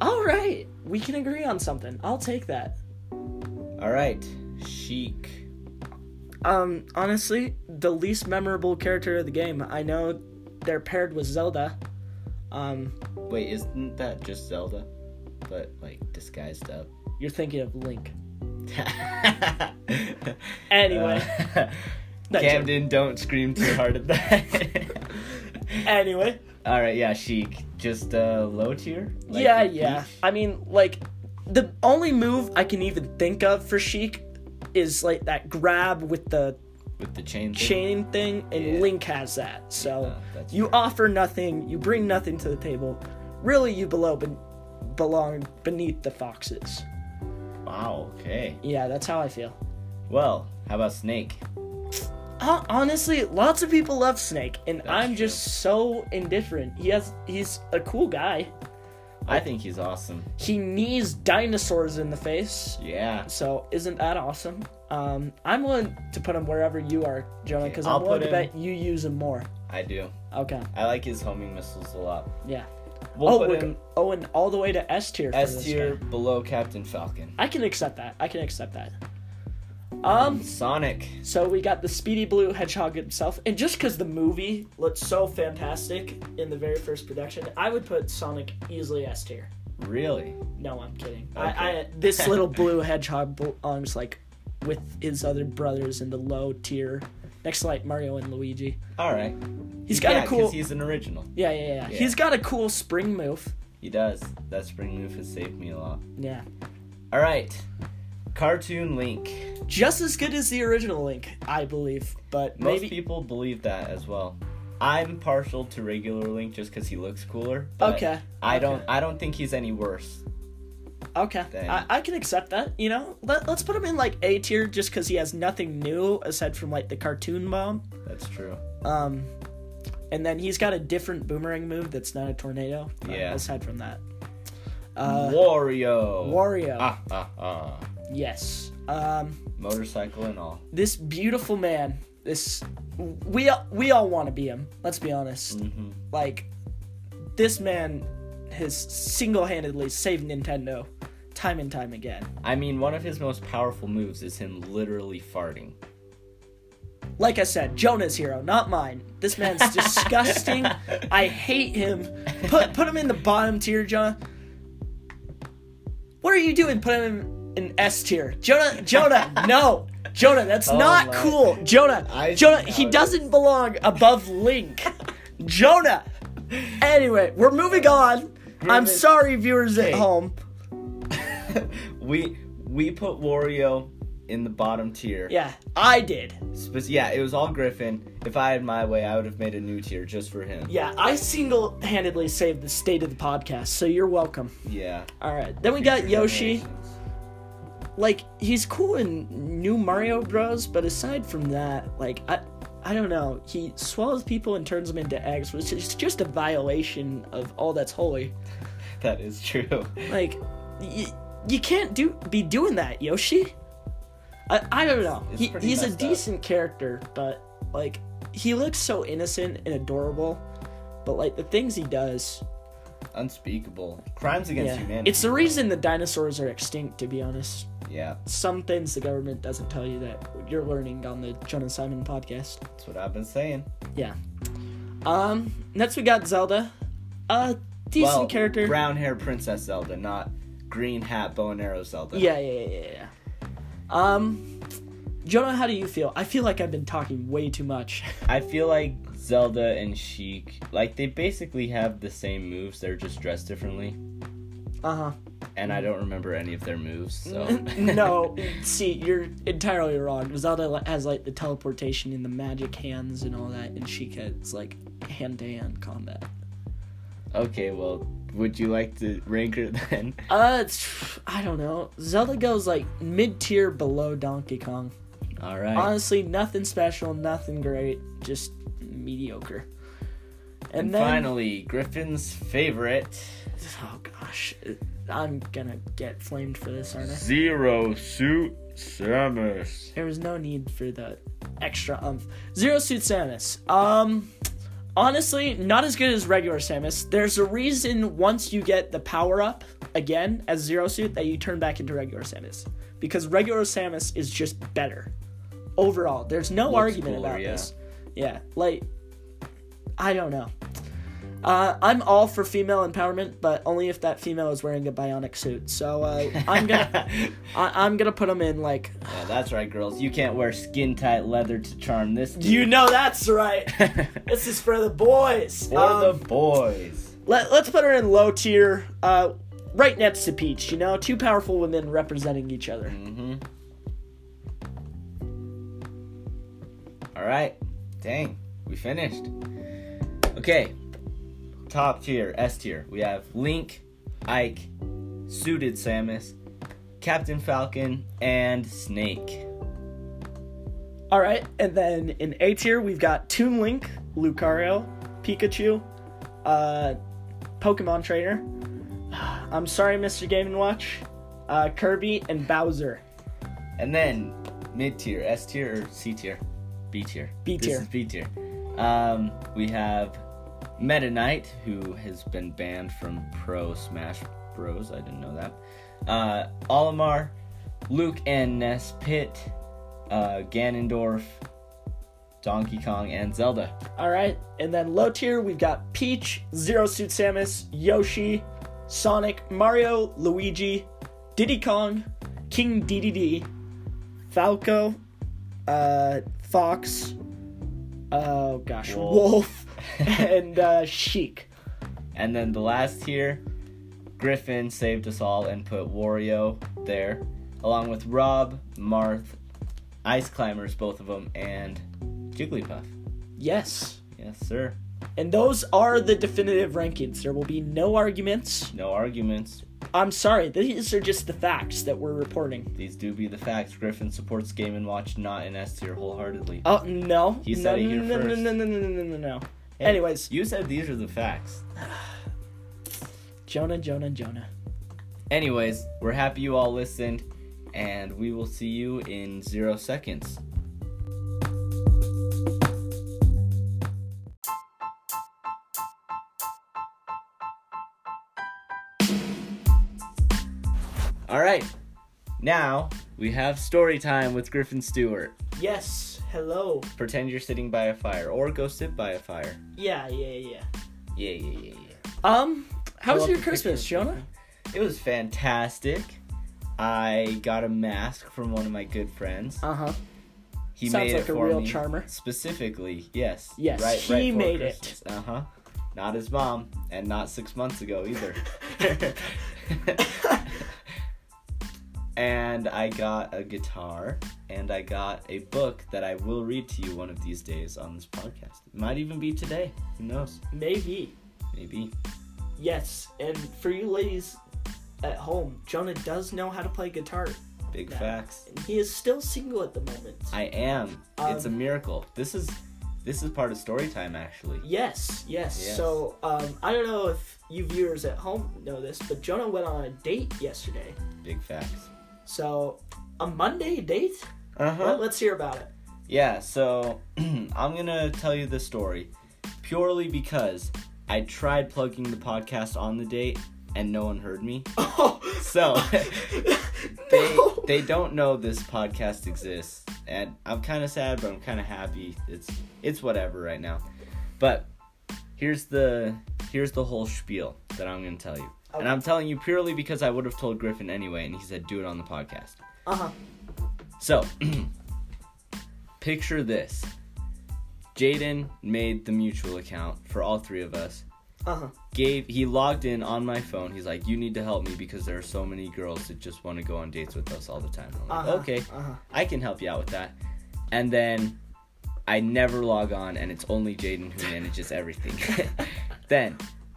Speaker 2: All right, we can agree on something. I'll take that.
Speaker 1: All right. Chic.
Speaker 2: Um, honestly, the least memorable character of the game. I know they're paired with Zelda. Um,
Speaker 1: Wait, isn't that just Zelda? But like disguised up.
Speaker 2: You're thinking of Link. Anyway,
Speaker 1: Uh,
Speaker 2: That
Speaker 1: Camden, don't scream too hard at that.
Speaker 2: anyway,
Speaker 1: All right, yeah, chic. Just uh, low tier. Like
Speaker 2: yeah,
Speaker 1: the
Speaker 2: yeah.
Speaker 1: beach?
Speaker 2: I mean, like, the only move I can even think of for Sheik is like that grab with the
Speaker 1: With the chain. thing?
Speaker 2: chain thing, and
Speaker 1: Yeah.
Speaker 2: Link has that. So
Speaker 1: Uh, that's
Speaker 2: you
Speaker 1: true.
Speaker 2: offer nothing, you bring nothing to the table. Really, you below ben- belong beneath the foxes.
Speaker 1: Wow. Okay.
Speaker 2: Yeah, that's how I feel.
Speaker 1: Well, how about Snake?
Speaker 2: Hon- honestly, lots of people love Snake, and I'm
Speaker 1: true.
Speaker 2: just so indifferent. He has he's a cool guy.
Speaker 1: I think he's awesome.
Speaker 2: He knees dinosaurs in the face.
Speaker 1: Yeah.
Speaker 2: So isn't that awesome? Um, I'm willing to put him wherever you are, Jonah, because
Speaker 1: Okay, I'll
Speaker 2: I'm willing
Speaker 1: put
Speaker 2: to
Speaker 1: him-
Speaker 2: bet you use him more.
Speaker 1: I do.
Speaker 2: Okay.
Speaker 1: I like his homing missiles a lot.
Speaker 2: Yeah.
Speaker 1: We'll
Speaker 2: oh,
Speaker 1: put
Speaker 2: we're-
Speaker 1: him
Speaker 2: oh, and all the way to S tier. for
Speaker 1: S
Speaker 2: this
Speaker 1: tier
Speaker 2: guy.
Speaker 1: below Captain Falcon.
Speaker 2: I can accept that. I can accept that. Um.
Speaker 1: Sonic.
Speaker 2: So we got the Speedy Blue Hedgehog himself, and just because the movie looked so fantastic in the very first production, I would put Sonic easily S tier.
Speaker 1: Really?
Speaker 2: No, I'm kidding.
Speaker 1: Okay.
Speaker 2: I, I this little blue hedgehog belongs like with his other brothers in the low tier, next to like Mario and Luigi.
Speaker 1: All right.
Speaker 2: He's got
Speaker 1: yeah,
Speaker 2: a
Speaker 1: 'cause
Speaker 2: cool.
Speaker 1: he's an original.
Speaker 2: Yeah, yeah, yeah,
Speaker 1: Yeah.
Speaker 2: He's got a cool spring move.
Speaker 1: He does. That spring move has saved me a lot.
Speaker 2: Yeah,
Speaker 1: All right. Cartoon Link.
Speaker 2: just as good as the original Link, I believe. But
Speaker 1: Most
Speaker 2: maybe
Speaker 1: people believe that as well. I'm partial to regular Link just because he looks cooler. But
Speaker 2: okay,
Speaker 1: I don't.
Speaker 2: okay.
Speaker 1: I don't think he's any worse.
Speaker 2: okay,
Speaker 1: Dang.
Speaker 2: I, I can accept that. You know, Let, let's put him in like A tier just because he has nothing new aside from like the cartoon bomb.
Speaker 1: That's true.
Speaker 2: Um, and then he's got a different boomerang move that's not a tornado. but
Speaker 1: Yeah.
Speaker 2: Aside from that, uh,
Speaker 1: Wario.
Speaker 2: Wario.
Speaker 1: Ah ah ah.
Speaker 2: Yes. Um,
Speaker 1: Motorcycle and all.
Speaker 2: this beautiful man. This we all- we all want to be him. Let's be honest.
Speaker 1: hmm
Speaker 2: Like this man has single-handedly saved Nintendo time and time again.
Speaker 1: I mean, one of his most powerful moves is him literally farting.
Speaker 2: Like I said, Jonah's hero, not mine. This man's disgusting. I hate him. Put put him in the bottom tier, Jonah. What are you doing? Put him in, in S tier, Jonah. Jonah, no, Jonah, that's
Speaker 1: Oh
Speaker 2: not
Speaker 1: my-
Speaker 2: cool, Jonah.
Speaker 1: I see
Speaker 2: Jonah,
Speaker 1: how
Speaker 2: he
Speaker 1: it
Speaker 2: doesn't belong above Link, Jonah. Anyway, we're moving on. I'm
Speaker 1: Moving-
Speaker 2: sorry, viewers at
Speaker 1: Hey.
Speaker 2: home.
Speaker 1: we we put Wario in the bottom tier.
Speaker 2: Yeah, I did.
Speaker 1: Spe- yeah, it was all Griffin. If I had my way, I would have made a new tier just for him.
Speaker 2: Yeah, I single-handedly saved the state of the podcast, so you're welcome.
Speaker 1: Yeah.
Speaker 2: All right, then we got
Speaker 1: Future
Speaker 2: Yoshi.
Speaker 1: generations.
Speaker 2: like he's cool in new Mario Bros, but aside from that, like I I don't know, he swallows people and turns them into eggs, which is just a violation of all that's holy.
Speaker 1: That is true.
Speaker 2: Like y- you can't do be doing that, Yoshi. I, I don't know.
Speaker 1: It's
Speaker 2: He,
Speaker 1: pretty
Speaker 2: he's a
Speaker 1: messed up.
Speaker 2: decent character, but like he looks so innocent and adorable, but like the things he does,
Speaker 1: Unspeakable. Crimes against
Speaker 2: yeah,
Speaker 1: humanity.
Speaker 2: it's the reason the dinosaurs are extinct. To be honest,
Speaker 1: Yeah,
Speaker 2: some things the government doesn't tell you that you're learning on the John and Simon podcast.
Speaker 1: that's what I've been saying.
Speaker 2: Yeah. Um. Next we got Zelda, a decent
Speaker 1: well,
Speaker 2: character.
Speaker 1: Brown hair Princess Zelda, not green hat bow and arrow Zelda.
Speaker 2: yeah, yeah, yeah, yeah, yeah. Um, Jonah, how do you feel? I feel like I've been talking way too much.
Speaker 1: I feel like Zelda and Sheik, like they basically have the same moves. They're just dressed differently,
Speaker 2: Uh huh.
Speaker 1: and I don't remember any of their moves. So
Speaker 2: no, see, you're entirely wrong. Zelda li- has like the teleportation and the magic hands and all that, and she gets like hand to hand combat.
Speaker 1: okay, well, would you like to rank her then?
Speaker 2: Uh, it's, I don't know. Zelda goes like mid tier below Donkey Kong.
Speaker 1: All right.
Speaker 2: Honestly, nothing special, nothing great, just mediocre. And,
Speaker 1: and
Speaker 2: then,
Speaker 1: finally, Griffin's favorite,
Speaker 2: oh gosh, I'm gonna get flamed for this, aren't I?
Speaker 1: Zero Suit Samus.
Speaker 2: There was no need for the extra umph. Zero Suit Samus. Um, honestly, not as good as regular Samus. There's a reason once you get the power up again as Zero Suit that you turn back into regular Samus because regular Samus is just better overall. There's no argument
Speaker 1: cooler,
Speaker 2: about
Speaker 1: yeah.
Speaker 2: this. Yeah, like I don't know. Uh, I'm all for female empowerment, but only if that female is wearing a bionic suit. So uh, I'm gonna, I, I'm gonna put them in like
Speaker 1: Yeah, that's right, girls. You can't wear skin tight leather to charm this. Dude.
Speaker 2: You know that's right.
Speaker 1: For
Speaker 2: this is for the boys.
Speaker 1: the
Speaker 2: Um,
Speaker 1: boys.
Speaker 2: let, us put her in low tier, uh, right next to Peach. You know, two powerful women representing each other.
Speaker 1: Mm-hmm. All right. Dang, we finished. Okay. Top tier, S tier. We have Link, Ike, Suited Samus, Captain Falcon, and Snake.
Speaker 2: All right, and then in A tier we've got Toon Link, Lucario, Pikachu, uh, Pokemon Trainer. I'm sorry, Mr. Game and Watch, uh, Kirby and Bowser.
Speaker 1: And then mid tier, S tier or C tier, B tier.
Speaker 2: B tier.
Speaker 1: This is B tier. Um, we have Meta Knight, who has been banned from Pro Smash Bros. I didn't know that. Uh, Olimar, Luke and Ness Pit, uh, Ganondorf, Donkey Kong, and Zelda.
Speaker 2: All right, and then low tier we've got Peach, Zero Suit Samus, Yoshi, Sonic, Mario, Luigi, Diddy Kong, King DDD, Falco, uh, Fox, oh gosh,
Speaker 1: Wolf.
Speaker 2: Wolf, and uh, Sheik.
Speaker 1: And then the last tier, Griffin saved us all and put Wario there, along with Rob, Marth, Ice Climbers, both of them, and Jigglypuff.
Speaker 2: Yes,
Speaker 1: Yes, sir.
Speaker 2: and those are the definitive rankings. There will be no arguments.
Speaker 1: No arguments.
Speaker 2: I'm sorry, these are just the facts that we're reporting.
Speaker 1: These do be the facts. Griffin supports Game and Watch, not in S tier wholeheartedly.
Speaker 2: Oh no!
Speaker 1: He
Speaker 2: no,
Speaker 1: said it
Speaker 2: no,
Speaker 1: here
Speaker 2: no,
Speaker 1: first.
Speaker 2: no, no, no, no, no, no, no.
Speaker 1: Hey,
Speaker 2: Anyways,
Speaker 1: you said these are the facts.
Speaker 2: Jonah, Jonah, Jonah.
Speaker 1: Anyways, we're happy you all listened, and we will see you in zero seconds. All right, now we have story time with Griffin Stewart.
Speaker 2: Yes. Hello.
Speaker 1: Pretend you're sitting by a fire, or go sit by a fire.
Speaker 2: Yeah, yeah, yeah.
Speaker 1: Yeah, yeah, yeah, yeah.
Speaker 2: Um, how
Speaker 1: Pull
Speaker 2: was
Speaker 1: up
Speaker 2: your
Speaker 1: the picture
Speaker 2: Christmas,
Speaker 1: of
Speaker 2: Jonah?
Speaker 1: It was fantastic. I got a mask from one of my good friends.
Speaker 2: Uh huh.
Speaker 1: He
Speaker 2: Sounds
Speaker 1: made
Speaker 2: like
Speaker 1: it
Speaker 2: a
Speaker 1: for
Speaker 2: real
Speaker 1: me
Speaker 2: charmer.
Speaker 1: Specifically, yes.
Speaker 2: Yes, he made it.
Speaker 1: it. Uh huh. Not his mom, and not six months ago either. and I got a guitar, and I got a book that I will read to you one of these days on this podcast. It might even be today. Who knows?
Speaker 2: Maybe.
Speaker 1: Maybe.
Speaker 2: Yes. And for you ladies at home, Jonah does know how to play guitar.
Speaker 1: Big
Speaker 2: Yeah.
Speaker 1: facts.
Speaker 2: And he is still single at the moment.
Speaker 1: I am. it's a
Speaker 2: Um,
Speaker 1: miracle. This is this is part of story time actually.
Speaker 2: Yes, yes.
Speaker 1: Yes.
Speaker 2: So, um, I don't know if you viewers at home know this, but Jonah went on a date yesterday.
Speaker 1: Big facts.
Speaker 2: So, a Monday date? Let,
Speaker 1: Uh-huh.
Speaker 2: let's hear about it.
Speaker 1: Yeah, so I'm going to tell you the story purely because I tried plugging the podcast on the date and no one heard me.
Speaker 2: Oh.
Speaker 1: So they
Speaker 2: No.
Speaker 1: they don't know this podcast exists and I'm kind of sad but I'm kind of happy. It's it's whatever right now. But here's the here's the whole spiel that I'm going to tell you. And
Speaker 2: Okay.
Speaker 1: I'm telling you purely because I would have told Griffin anyway and he said do it on the podcast.
Speaker 2: Uh-huh.
Speaker 1: So, picture this. Jaden made the mutual account for all three of us.
Speaker 2: Uh-huh.
Speaker 1: Gave he logged in on my phone. He's like, "You need to help me because there are so many girls that just want to go on dates with us all the time." I'm like,
Speaker 2: Uh-huh.
Speaker 1: "Okay,
Speaker 2: Uh-huh.
Speaker 1: I can help you out with that." And then I never log on, and it's only Jaden who manages everything. then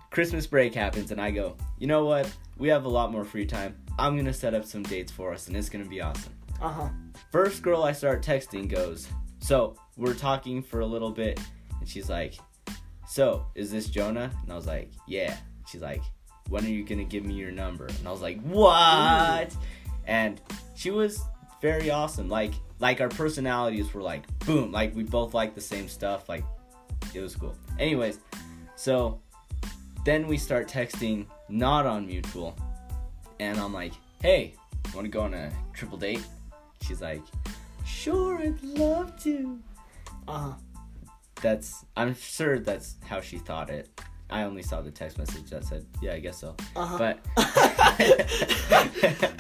Speaker 1: Christmas break happens, and I go, "You know what? We have a lot more free time. I'm gonna set up some dates for us, and it's gonna be awesome."
Speaker 2: Uh-huh.
Speaker 1: First girl I start texting goes, So we're talking for a little bit, and she's like, So is this Jonah? And I was like, Yeah. She's like, When are you gonna give me your number? And I was like, What? And she was very awesome. Like, like our personalities were like, boom. Like we both like the same stuff. Like, it was cool. Anyways, so then we start texting, not on mutual, and I'm like, Hey, want to go on a triple date? She's like, Sure, I'd love to.
Speaker 2: Uh-huh.
Speaker 1: That's, I'm sure that's how she thought it. I only saw the text message that said, Yeah, I guess so.
Speaker 2: Uh-huh.
Speaker 1: But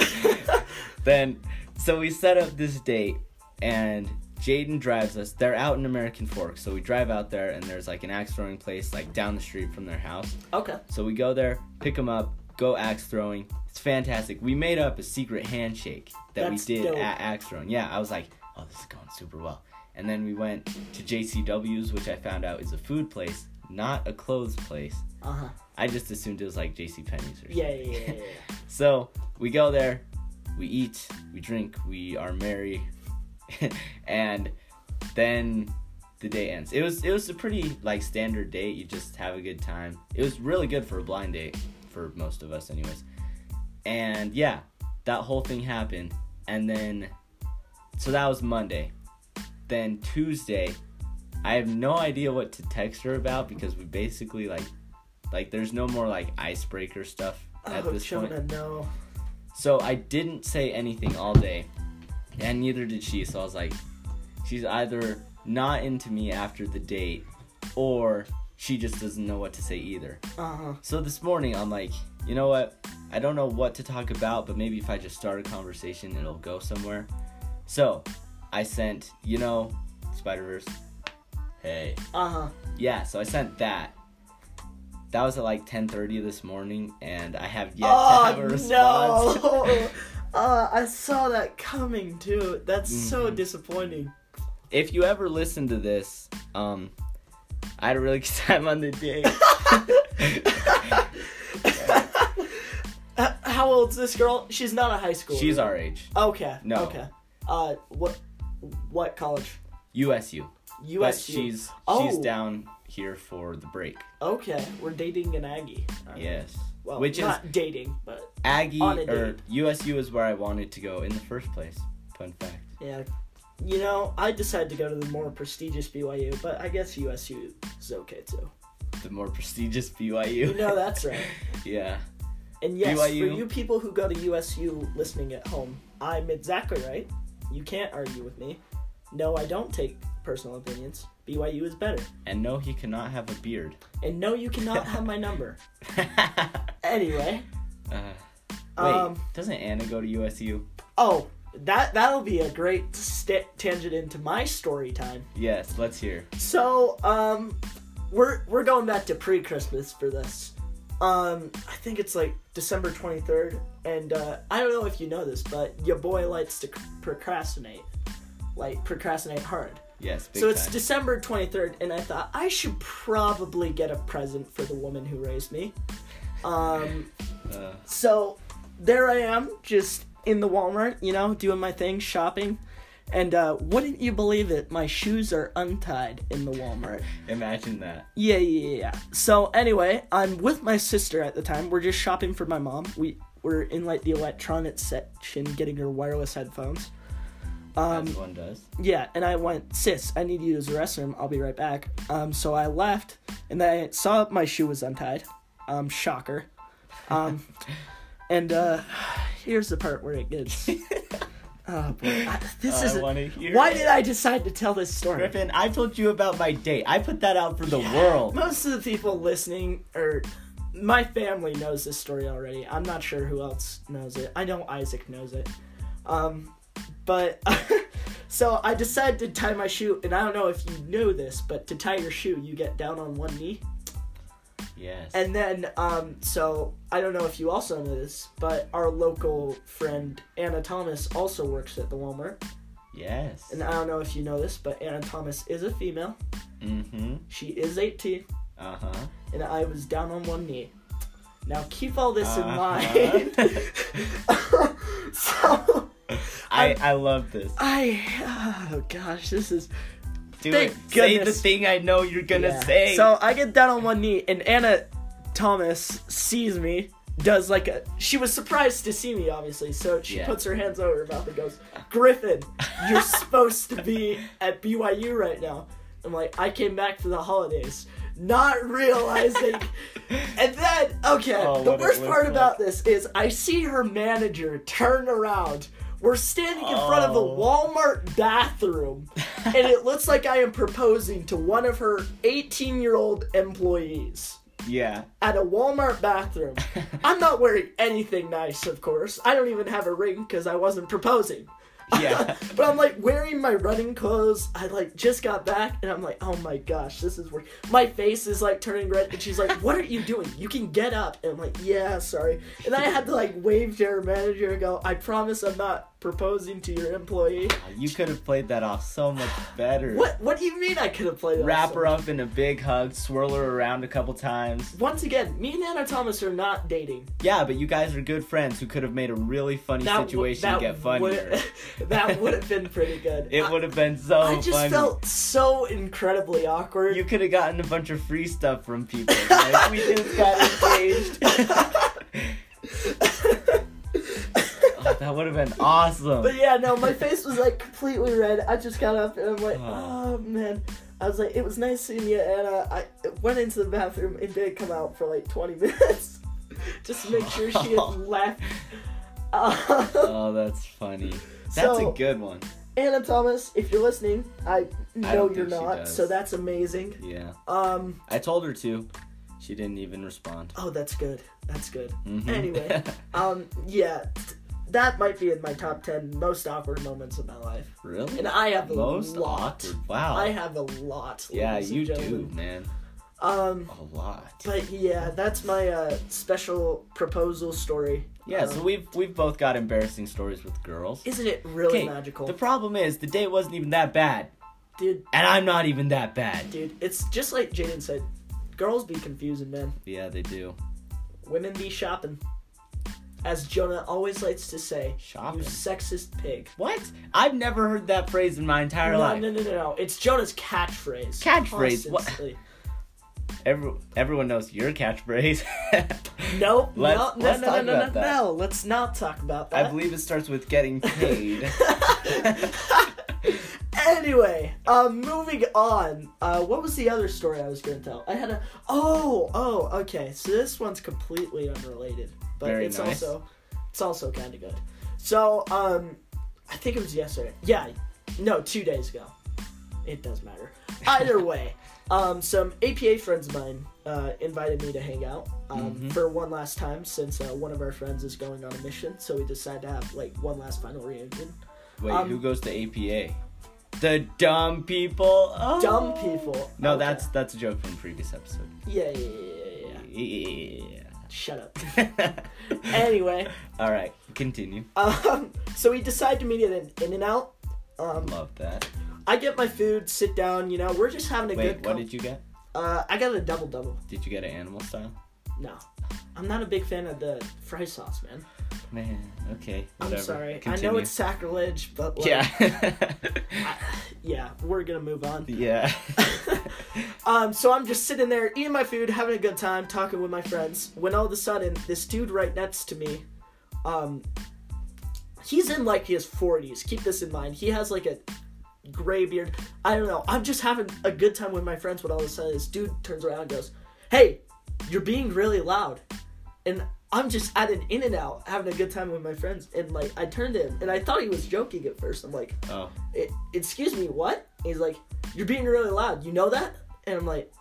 Speaker 1: then, so we set up this date, and Jaden drives us. They're out in American Forks, so we drive out there, and there's like an axe throwing place like down the street from their house.
Speaker 2: Okay.
Speaker 1: So we go there, pick them up, go axe throwing. It's fantastic. We made up a secret handshake that
Speaker 2: That's
Speaker 1: we did
Speaker 2: dope.
Speaker 1: at axe throwing. Yeah, I was like, oh, this is going super well. And then we went to JCW's, which I found out is a food place, not a clothes place.
Speaker 2: Uh-huh.
Speaker 1: I just assumed it was like JCPenney's or
Speaker 2: Yeah, yeah, yeah, yeah, yeah.
Speaker 1: so we go there, we eat, we drink, we are merry, and then the day ends. It was it was a pretty like standard date. You just have a good time. It was really good for a blind date for most of us, anyways. And yeah, that whole thing happened. And then, so that was Monday. Then Tuesday, I have no idea what to text her about because we basically like, like there's no more like icebreaker stuff at
Speaker 2: oh,
Speaker 1: this point.
Speaker 2: Jonah, no.
Speaker 1: So I didn't say anything all day, and neither did she. So I was like, she's either not into me after the date, or she just doesn't know what to say either.
Speaker 2: Uh huh.
Speaker 1: So this morning, I'm like, you know what? I don't know what to talk about, but maybe if I just start a conversation, it'll go somewhere. So I sent, you know, Spider Verse, hey.
Speaker 2: Uh huh.
Speaker 1: Yeah, so I sent that. That was at like 10:30 this morning, and I have yet to have a
Speaker 2: oh
Speaker 1: response.
Speaker 2: no! uh, I saw that coming too. That's so
Speaker 1: Mhm.
Speaker 2: disappointing.
Speaker 1: if you ever listen to this, um, I had a really good time on the date.
Speaker 2: Oh, H- Uh, How old's this girl? She's not a high school.
Speaker 1: She's our age.
Speaker 2: okay.
Speaker 1: No.
Speaker 2: Okay. Uh, what? What college?
Speaker 1: USU.
Speaker 2: USU.
Speaker 1: But she's she's
Speaker 2: Oh.
Speaker 1: down here for the break.
Speaker 2: Okay, we're dating an Aggie. Uh,
Speaker 1: Yes.
Speaker 2: Well,
Speaker 1: Which is
Speaker 2: not dating, but
Speaker 1: Aggie
Speaker 2: on a
Speaker 1: or
Speaker 2: date.
Speaker 1: USU is where I wanted to go in the first place. Fun fact.
Speaker 2: yeah. You know, I decided to go to the more prestigious BYU, but I guess USU is okay too.
Speaker 1: The more prestigious BYU.
Speaker 2: You know that's right.
Speaker 1: yeah.
Speaker 2: And yes, for
Speaker 1: BYU.
Speaker 2: you people who go to USU listening at home, I'm exactly right. You can't argue with me. No, I don't take personal opinions. BYU is better.
Speaker 1: And no, he cannot have a beard.
Speaker 2: And no, you cannot have my number. Anyway,
Speaker 1: Uh, wait,
Speaker 2: um,
Speaker 1: doesn't Anna go to USU?
Speaker 2: oh, that that'll be a great st- tangent into my story time.
Speaker 1: Yes, let's hear.
Speaker 2: So, um, we're we're going back to pre-Christmas for this. Um, I think it's like December 23rd, and uh, I don't know if you know this, but your boy likes to c- procrastinate, like procrastinate hard.
Speaker 1: Yes, big
Speaker 2: so it's
Speaker 1: time.
Speaker 2: December 23rd, and I thought I should probably get a present for the woman who raised me. Um,
Speaker 1: Uh,
Speaker 2: so there I am, just in the Walmart, you know, doing my thing, shopping. And uh, wouldn't you believe it? My shoes are untied in the Walmart.
Speaker 1: imagine that.
Speaker 2: Yeah, yeah, yeah, yeah. So anyway, I'm with my sister at the time. We're just shopping for my mom. We we're in like the electronics section, getting her wireless headphones. Um,
Speaker 1: as one does.
Speaker 2: Yeah, and I went, sis, I need you to use the restroom. I'll be right back. Um, so I left, and then I saw my shoe was untied. Um, shocker. Um, and uh, here's the part where it gets. oh boy, I, this
Speaker 1: I
Speaker 2: is.
Speaker 1: wanna hear
Speaker 2: Why
Speaker 1: it.
Speaker 2: did I decide to tell this story?
Speaker 1: Griffin, I told you about my date. I put that out for the world.
Speaker 2: Most of the people listening or my family knows this story already. I'm not sure who else knows it. I know Isaac knows it. Um, but so I decided to tie my shoe, and I don't know if you knew this, but to tie your shoe, you get down on one knee.
Speaker 1: Yes.
Speaker 2: And then, um, so I don't know if you also know this, but our local friend Anna Thomas also works at the Walmart.
Speaker 1: yes.
Speaker 2: And I don't know if you know this, but Anna Thomas is a female.
Speaker 1: Mm-hmm.
Speaker 2: She is 18.
Speaker 1: Uh-huh.
Speaker 2: and I was down on one knee. Now keep all this in
Speaker 1: Uh-huh.
Speaker 2: mind. so
Speaker 1: I, I love this.
Speaker 2: I oh gosh, this is
Speaker 1: Do
Speaker 2: thank
Speaker 1: it. Say the
Speaker 2: goodness.
Speaker 1: thing I know you're gonna
Speaker 2: yeah.
Speaker 1: say.
Speaker 2: So I get down on one knee and Anna Thomas sees me, does like a she was surprised to see me obviously, so she
Speaker 1: Yeah.
Speaker 2: puts her hands over her mouth and goes, Griffin, you're supposed to be at BYU right now. I'm like, I came back for the holidays, not realizing And then, okay,
Speaker 1: Oh,
Speaker 2: the
Speaker 1: what it
Speaker 2: worst part
Speaker 1: looks
Speaker 2: about this is I see her manager turn around. We're standing in front of the
Speaker 1: Oh.
Speaker 2: Walmart bathroom, and it looks like I am proposing to one of her 18 year old employees
Speaker 1: yeah.
Speaker 2: at a Walmart bathroom. I'm not wearing anything nice, of course. I don't even have a ring because I wasn't proposing.
Speaker 1: Yeah.
Speaker 2: but I'm like wearing my running clothes. I like just got back and I'm like, oh my gosh, this is work. My face is like turning red and she's like, what are you doing? You can get up. And I'm like, yeah, sorry. And I had to like wave to her manager and go, I promise I'm not proposing to your employee.
Speaker 1: You could have played that off so much better.
Speaker 2: What What do you mean I could have played that
Speaker 1: Wrap
Speaker 2: song?
Speaker 1: her up in a big hug, swirl her around a couple times.
Speaker 2: Once again, me and Anna Thomas are not dating.
Speaker 1: Yeah, but you guys are good friends who could have made a really funny
Speaker 2: w-
Speaker 1: situation get funnier.
Speaker 2: Would, that would have been pretty good.
Speaker 1: it
Speaker 2: I-
Speaker 1: would have been so
Speaker 2: I just
Speaker 1: funny.
Speaker 2: felt so incredibly awkward.
Speaker 1: You could have gotten a bunch of free stuff from people. Like, we just got engaged. That would have been awesome.
Speaker 2: But yeah, no, my face was like completely red. I just got up and I'm like, oh,
Speaker 1: Oh.
Speaker 2: man. I was like, it was nice seeing you, Anna. I went into the bathroom and did come out for like 20 minutes just to make sure she had left. Uh,
Speaker 1: Oh, that's funny. That's
Speaker 2: So-
Speaker 1: a good one.
Speaker 2: Anna Thomas, if you're listening, I know
Speaker 1: don't
Speaker 2: you're
Speaker 1: think she
Speaker 2: not,
Speaker 1: does.
Speaker 2: so that's amazing.
Speaker 1: Yeah.
Speaker 2: Um,
Speaker 1: I told her to. She didn't even respond.
Speaker 2: oh, that's good. That's good.
Speaker 1: Mhm.
Speaker 2: Anyway, um, yeah, t- that might be in my top 10 most awkward moments of my life.
Speaker 1: really?
Speaker 2: And I have a
Speaker 1: Most
Speaker 2: lot.
Speaker 1: awkward. Wow.
Speaker 2: I have a lot.
Speaker 1: yeah,
Speaker 2: ladies and
Speaker 1: you do,
Speaker 2: gentlemen.
Speaker 1: man.
Speaker 2: Um,
Speaker 1: A lot.
Speaker 2: but yeah, that's my uh, special proposal story.
Speaker 1: Yeah,
Speaker 2: Um,
Speaker 1: so we've we've both got embarrassing stories with girls.
Speaker 2: isn't it really
Speaker 1: Okay,
Speaker 2: magical,
Speaker 1: The problem is the date wasn't even that bad,
Speaker 2: dude?
Speaker 1: and I'm not even that bad.
Speaker 2: Dude, it's just like Jaden said. Girls be confusing, man.
Speaker 1: Yeah, they do.
Speaker 2: Women be shopping, as Jonah always likes to say.
Speaker 1: Shopping.
Speaker 2: You sexist pig.
Speaker 1: What? I've never heard that phrase in my entire
Speaker 2: No, no,
Speaker 1: life.
Speaker 2: no, no, no. It's Jonah's catchphrase.
Speaker 1: Catchphrase, what-
Speaker 2: Constantly.
Speaker 1: Every, everyone knows your catchphrase.
Speaker 2: Nope.
Speaker 1: Let's-
Speaker 2: no, no,
Speaker 1: let's
Speaker 2: no,
Speaker 1: talk
Speaker 2: no, no,
Speaker 1: about
Speaker 2: no,
Speaker 1: that.
Speaker 2: no. Let's not talk about that.
Speaker 1: I believe it starts with getting paid.
Speaker 2: Anyway, um, moving on. Uh, what was the other story I was going to tell? I had a. Oh, oh, okay. So this one's completely unrelated, but
Speaker 1: Very
Speaker 2: it's
Speaker 1: nice.
Speaker 2: also, it's also kind of good. So, um, I think it was yesterday. Yeah, no, two days ago. It does matter. Either way, um, some APA friends of mine uh, invited me to hang out um,
Speaker 1: Mm-hmm.
Speaker 2: for one last time since uh, one of our friends is going on a mission. So we decided to have like one last final reunion.
Speaker 1: Wait,
Speaker 2: Um,
Speaker 1: who goes to APA? The dumb people. Oh.
Speaker 2: Dumb people.
Speaker 1: No,
Speaker 2: Okay.
Speaker 1: that's that's a joke from a previous episode.
Speaker 2: Yeah, yeah, yeah, yeah, yeah. Shut up.
Speaker 1: Yeah.
Speaker 2: anyway,
Speaker 1: All right, continue.
Speaker 2: um, so we decide to meet at an In and Out. Um,
Speaker 1: Love that.
Speaker 2: I get my food, sit down. You know, we're just having a
Speaker 1: Wait,
Speaker 2: good.
Speaker 1: what did you get?
Speaker 2: Uh, I got a double double.
Speaker 1: Did you get an animal style?
Speaker 2: No, I'm not a big fan of the fry sauce, man.
Speaker 1: Man, okay. Whatever.
Speaker 2: I'm sorry.
Speaker 1: Continue.
Speaker 2: I know it's sacrilege, but like,
Speaker 1: Yeah.
Speaker 2: yeah, we're gonna move on.
Speaker 1: yeah.
Speaker 2: Um, so I'm just sitting there eating my food, having a good time, talking with my friends. When all of a sudden, this dude right next to me, um, he's in like his 40s. Keep this in mind. He has like a gray beard. I don't know. I'm just having a good time with my friends. When all of a sudden, this dude turns around and goes, "Hey, you're being really loud," and I'm just at an in and out having a good time with my friends. And like, I turned to him, and I thought he was joking at first. I'm like,
Speaker 1: oh,
Speaker 2: it, excuse me, what? He's like, you're being really loud. You know that? And I'm like,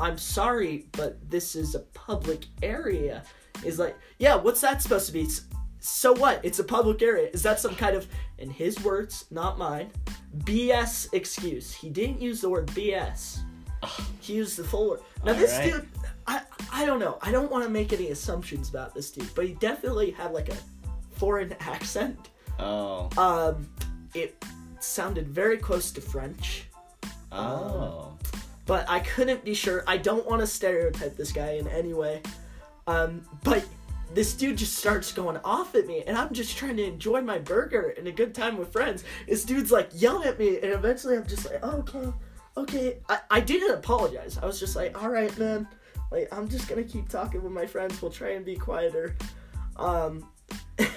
Speaker 2: I'm sorry, but this is a public area. He's like, yeah, what's that supposed to be? S- So what? It's a public area. Is that some kind of, in his words, not mine, BS excuse? He didn't use the word BS. He used the full word. Now this
Speaker 1: Alright.
Speaker 2: dude, I I don't know. I don't want to make any assumptions about this dude, but he definitely had like a foreign accent.
Speaker 1: oh,
Speaker 2: Um, it sounded very close to French,
Speaker 1: oh.
Speaker 2: but I couldn't be sure. I don't want to stereotype this guy in any way. Um, but this dude just starts going off at me, and I'm just trying to enjoy my burger and a good time with friends. This dude's like yelling at me, and eventually I'm just like, oh, okay, okay. I, I didn't apologize. I was just like, all right, man. Like, I'm just gonna keep talking with my friends. We'll try and be quieter. Um,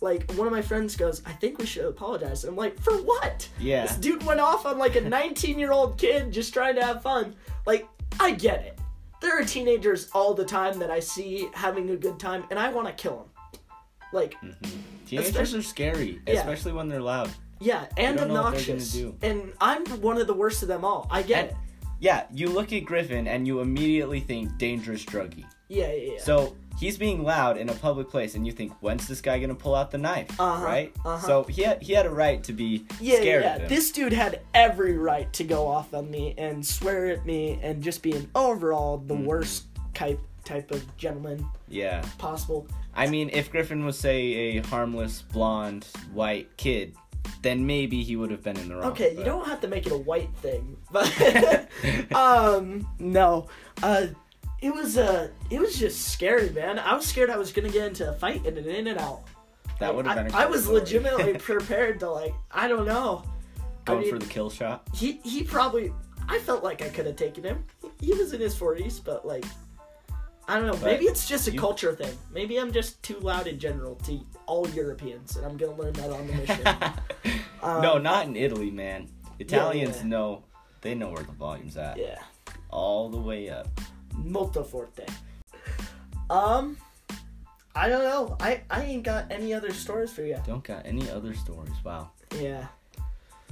Speaker 2: like one of my friends goes, I think we should apologize. And I'm like, for what?
Speaker 1: Yeah.
Speaker 2: This dude went off on like a 19 year old kid just trying to have fun. Like, I get it. There are teenagers all the time that I see having a good time, and I want to kill them. Like,
Speaker 1: Mm-hmm. Teenagers
Speaker 2: especially-
Speaker 1: are scary,
Speaker 2: Yeah.
Speaker 1: especially when they're loud.
Speaker 2: yeah, and
Speaker 1: You don't know what they're gonna
Speaker 2: obnoxious.
Speaker 1: do.
Speaker 2: And I'm one of the worst of them all. I get
Speaker 1: And-
Speaker 2: it.
Speaker 1: Yeah, you look at Griffin and you immediately think dangerous druggie.
Speaker 2: Yeah, yeah, yeah.
Speaker 1: So he's being loud in a public place, and you think, when's this guy gonna pull out the knife?
Speaker 2: Uh-huh,
Speaker 1: right?
Speaker 2: uh-huh.
Speaker 1: So he had, he had a right to be
Speaker 2: yeah,
Speaker 1: scared
Speaker 2: yeah.
Speaker 1: of him.
Speaker 2: This dude had every right to go off on me and swear at me and just be an overall
Speaker 1: Mm.
Speaker 2: the worst type type of gentleman
Speaker 1: yeah.
Speaker 2: possible.
Speaker 1: I mean, if Griffin was say a harmless blonde white kid, then maybe he would have been in the wrong.
Speaker 2: Okay, you
Speaker 1: but-
Speaker 2: don't have to make it a white thing, but um, no, uh, it was uh, it was just scary, man. I was scared I was gonna get into a fight and an in and out.
Speaker 1: That would have been. a
Speaker 2: I, I
Speaker 1: great
Speaker 2: was
Speaker 1: story.
Speaker 2: legitimately prepared to like, I don't know. I
Speaker 1: going
Speaker 2: mean,
Speaker 1: for the kill shot.
Speaker 2: he he probably. I felt like I could have taken him. He was in his forties, but like, I don't know.
Speaker 1: But
Speaker 2: maybe it's just a
Speaker 1: you-
Speaker 2: culture thing. Maybe I'm just too loud in general to all Europeans, and I'm gonna learn that on the mission. Um,
Speaker 1: no, not in Italy, man. Italians
Speaker 2: yeah.
Speaker 1: know they know where the volume's at.
Speaker 2: Yeah,
Speaker 1: All the way up.
Speaker 2: molto forte. Um, I don't know. I I ain't got any other stories for you.
Speaker 1: Don't got any other stories. Wow.
Speaker 2: Yeah.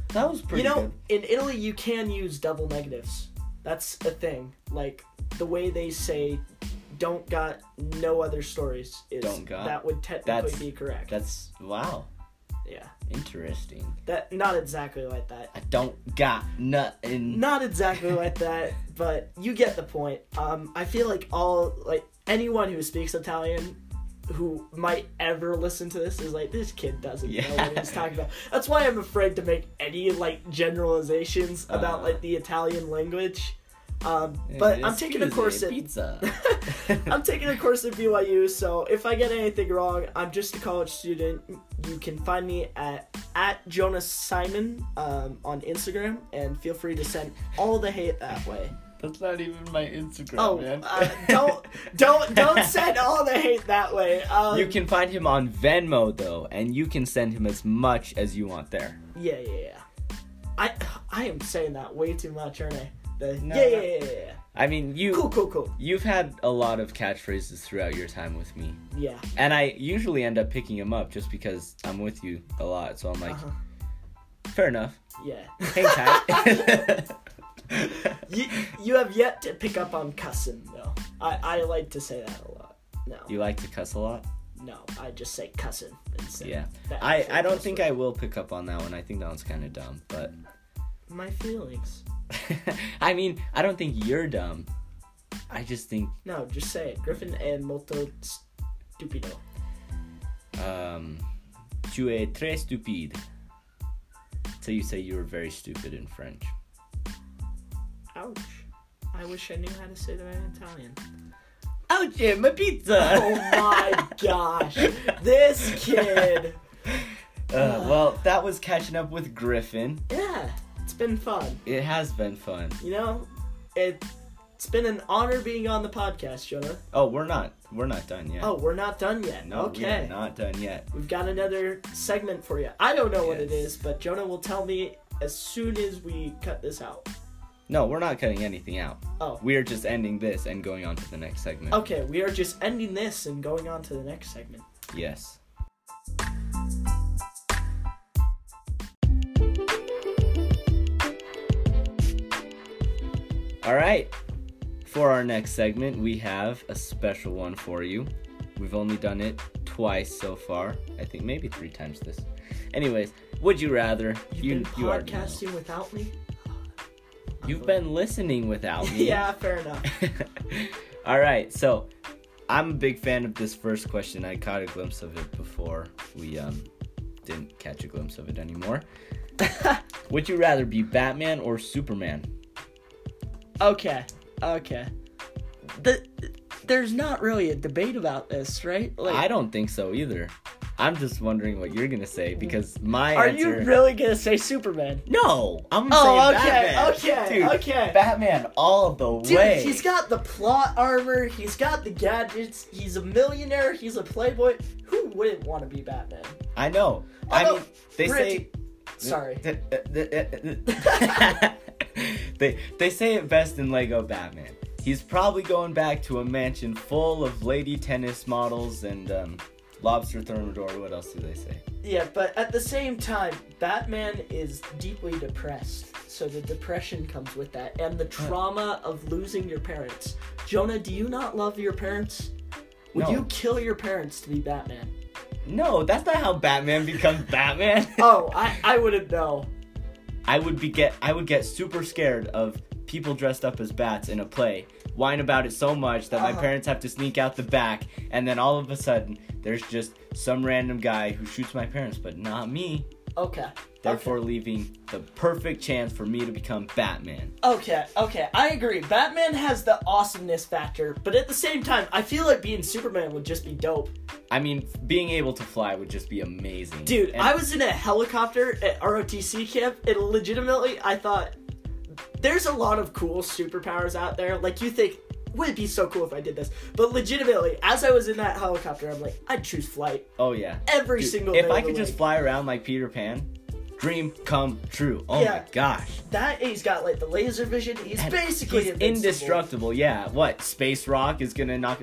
Speaker 1: That was pretty
Speaker 2: you know,
Speaker 1: good.
Speaker 2: in Italy, you can use double negatives. That's a thing. Like the way they say, "Don't got no other stories." Is
Speaker 1: Don't got.
Speaker 2: that would technically
Speaker 1: That's-
Speaker 2: be correct.
Speaker 1: That's wow.
Speaker 2: yeah,
Speaker 1: Interesting.
Speaker 2: that not exactly like that.
Speaker 1: I don't got nothing.
Speaker 2: Not exactly like that, but you get the point. Um, I feel like all like anyone who speaks Italian. Who might ever listen to this is like this kid doesn't know what
Speaker 1: Yeah.
Speaker 2: he's talking about. That's why I'm afraid to make any like generalizations about
Speaker 1: Uh.
Speaker 2: like the Italian language. Um,
Speaker 1: Eh,
Speaker 2: but I'm taking a
Speaker 1: excuse
Speaker 2: course
Speaker 1: me,
Speaker 2: at
Speaker 1: pizza.
Speaker 2: I'm taking a course at BYU, so if I get anything wrong, I'm just a college student. You can find me at at Jonas Simon um, on Instagram, and feel free to send all the hate that way.
Speaker 1: That's not even my Instagram,
Speaker 2: Oh,
Speaker 1: man.
Speaker 2: uh, don't don't don't send all the hate that way. Um,
Speaker 1: You can find him on Venmo though, and you can send him as much as you want there.
Speaker 2: Yeah, yeah, yeah. I I am saying that way too much, aren't I? The-
Speaker 1: No,
Speaker 2: yeah,
Speaker 1: no.
Speaker 2: yeah, yeah, yeah, yeah.
Speaker 1: I mean, you
Speaker 2: Cool, cool, cool.
Speaker 1: you've had a lot of catchphrases throughout your time with me,
Speaker 2: Yeah.
Speaker 1: and I usually end up picking them up just because I'm with you a lot. So I'm like,
Speaker 2: Uh-huh.
Speaker 1: fair enough.
Speaker 2: Yeah.
Speaker 1: Hang tight.
Speaker 2: you, you have yet to pick up on cussing, though. I, I like to say that a lot. No,
Speaker 1: you like to cuss a lot.
Speaker 2: no, I just say cussing instead.
Speaker 1: Yeah.
Speaker 2: That
Speaker 1: I
Speaker 2: actual
Speaker 1: I don't
Speaker 2: cuss
Speaker 1: think
Speaker 2: word.
Speaker 1: I will pick up on that one. I think that one's kind of dumb, but
Speaker 2: My feelings.
Speaker 1: I mean, I don't think you're dumb. I just think
Speaker 2: No, just say it. Griffin and molto stupido.
Speaker 1: um, tu es très stupide. So you say you were very stupid in French.
Speaker 2: Ouch. I wish I knew how to say that in Italian.
Speaker 1: Ouch, my pizza!
Speaker 2: Oh my gosh. This kid.
Speaker 1: Uh, well, that was catching up with Griffin.
Speaker 2: Yeah, it's been fun.
Speaker 1: It has been fun.
Speaker 2: You know, it, it's been an honor being on the podcast, Jonah.
Speaker 1: Oh, we're not we're not done yet.
Speaker 2: Oh, we're not done yet.
Speaker 1: no,
Speaker 2: okay.
Speaker 1: we are not done yet.
Speaker 2: We've got another segment for you. I don't know what it
Speaker 1: Yes.
Speaker 2: is, but Jonah will tell me as soon as we cut this out.
Speaker 1: No, we're not cutting anything out.
Speaker 2: Oh.
Speaker 1: We're just ending this and going on to the next segment.
Speaker 2: Okay, we are just ending this and going on to the next segment.
Speaker 1: Yes. All right. For our next segment, we have a special one for you. We've only done it twice so far. I think maybe three times this. Anyways, would you rather
Speaker 2: You've been
Speaker 1: already know.
Speaker 2: podcasting without me?
Speaker 1: You've been listening without me.
Speaker 2: yeah, fair enough.
Speaker 1: All right, so I'm a big fan of this first question. I caught a glimpse of it before. We um, didn't catch a glimpse of it anymore. Would you rather be Batman or Superman?
Speaker 2: Okay, okay. The, there's not really a debate about this, right? Like,
Speaker 1: I don't think so either. I'm just wondering what you're gonna say because my
Speaker 2: are you
Speaker 1: answer.
Speaker 2: really gonna say Superman?
Speaker 1: no, I'm
Speaker 2: Oh,
Speaker 1: saying
Speaker 2: okay,
Speaker 1: Batman.
Speaker 2: okay,
Speaker 1: Dude,
Speaker 2: okay.
Speaker 1: Batman all the
Speaker 2: Dude,
Speaker 1: way.
Speaker 2: he's got the plot armor, he's got the gadgets, he's a millionaire, he's a playboy. Who wouldn't want to be Batman?
Speaker 1: I know. I
Speaker 2: Although,
Speaker 1: mean, they
Speaker 2: Rich-
Speaker 1: say
Speaker 2: Sorry.
Speaker 1: they they say it best in Lego Batman. He's probably going back to a mansion full of lady tennis models and um, lobster thermidor. What else do they say?
Speaker 2: Yeah, but at the same time, Batman is deeply depressed. So the depression comes with that and the trauma of losing your parents. Jonah, do you not love your parents? Would
Speaker 1: No.
Speaker 2: you kill your parents to be Batman?
Speaker 1: No, that's not how Batman becomes Batman.
Speaker 2: Oh, I, I wouldn't know.
Speaker 1: I would be get I would get super scared of people dressed up as bats in a play. Whine about it so much that my
Speaker 2: Uh-huh.
Speaker 1: parents have to sneak out the back, and then all of a sudden there's just some random guy who shoots my parents, but not me.
Speaker 2: Okay.
Speaker 1: Therefore, leaving the perfect chance for me to become Batman.
Speaker 2: Okay, okay, I agree. Batman has the awesomeness factor, but at the same time, I feel like being Superman would just be dope.
Speaker 1: I mean, being able to fly would just be amazing.
Speaker 2: Dude,
Speaker 1: And-
Speaker 2: I was in a helicopter at ROTC camp, and legitimately, I thought there's a lot of cool superpowers out there. Like, you think would it be so cool if I did this? But legitimately, as I was in that helicopter, I'm like, I'd choose flight
Speaker 1: Oh yeah.
Speaker 2: every
Speaker 1: Dude,
Speaker 2: single day.
Speaker 1: if
Speaker 2: of
Speaker 1: I
Speaker 2: the
Speaker 1: could just
Speaker 2: week.
Speaker 1: fly around like Peter Pan, dream come true. Oh my
Speaker 2: Yeah.
Speaker 1: gosh.
Speaker 2: that, he's got like the laser vision. He's
Speaker 1: And
Speaker 2: basically
Speaker 1: he's
Speaker 2: invincible.
Speaker 1: indestructible. Yeah. What? Space rock is gonna knock.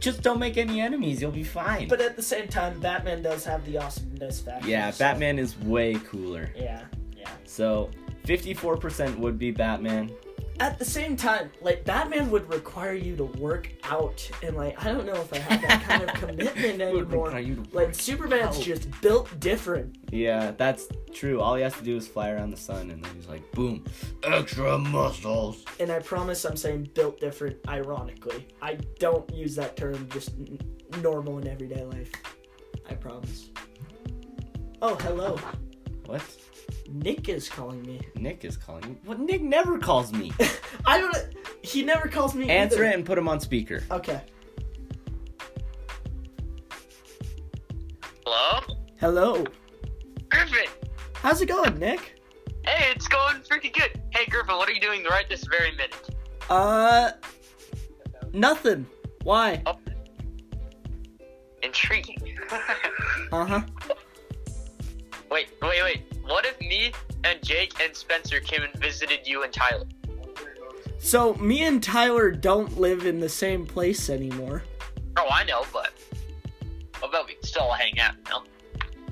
Speaker 1: Just don't make any enemies. You'll be fine.
Speaker 2: But at the same time, Batman does have the awesomeness factor.
Speaker 1: yeah,
Speaker 2: so-
Speaker 1: Batman is way cooler.
Speaker 2: Yeah, yeah.
Speaker 1: So, 54% would be Batman.
Speaker 2: At the same time, like Batman would require you to work out, and like I don't know if I have that kind of commitment
Speaker 1: It would
Speaker 2: anymore.
Speaker 1: require you to
Speaker 2: Like
Speaker 1: work
Speaker 2: Superman's
Speaker 1: out.
Speaker 2: just built different.
Speaker 1: Yeah, that's true. All he has to do is fly around the sun, and then he's like, boom, extra muscles.
Speaker 2: and I promise I'm saying built different ironically. I don't use that term just n- normal in everyday life. I promise. Oh, hello.
Speaker 1: What?
Speaker 2: Nick is calling me.
Speaker 1: Nick is calling you. What? Nick never calls me.
Speaker 2: I don't. He never calls me.
Speaker 1: Answer
Speaker 2: either.
Speaker 1: it and put him on speaker.
Speaker 2: Okay.
Speaker 3: Hello?
Speaker 2: Hello.
Speaker 3: Um, Griffin!
Speaker 2: How's it going, Nick?
Speaker 3: Hey, it's going freaking good. Hey, Griffin, what are you doing right this very minute?
Speaker 2: Uh, nothing. Why?
Speaker 3: Oh. Intriguing.
Speaker 2: Uh huh.
Speaker 3: wait, wait, wait. What if me and Jake and Spencer came and visited you and Tyler?
Speaker 2: So me and Tyler don't live in the same place anymore.
Speaker 3: Oh, I know, but. I bet we can still hang out, you know?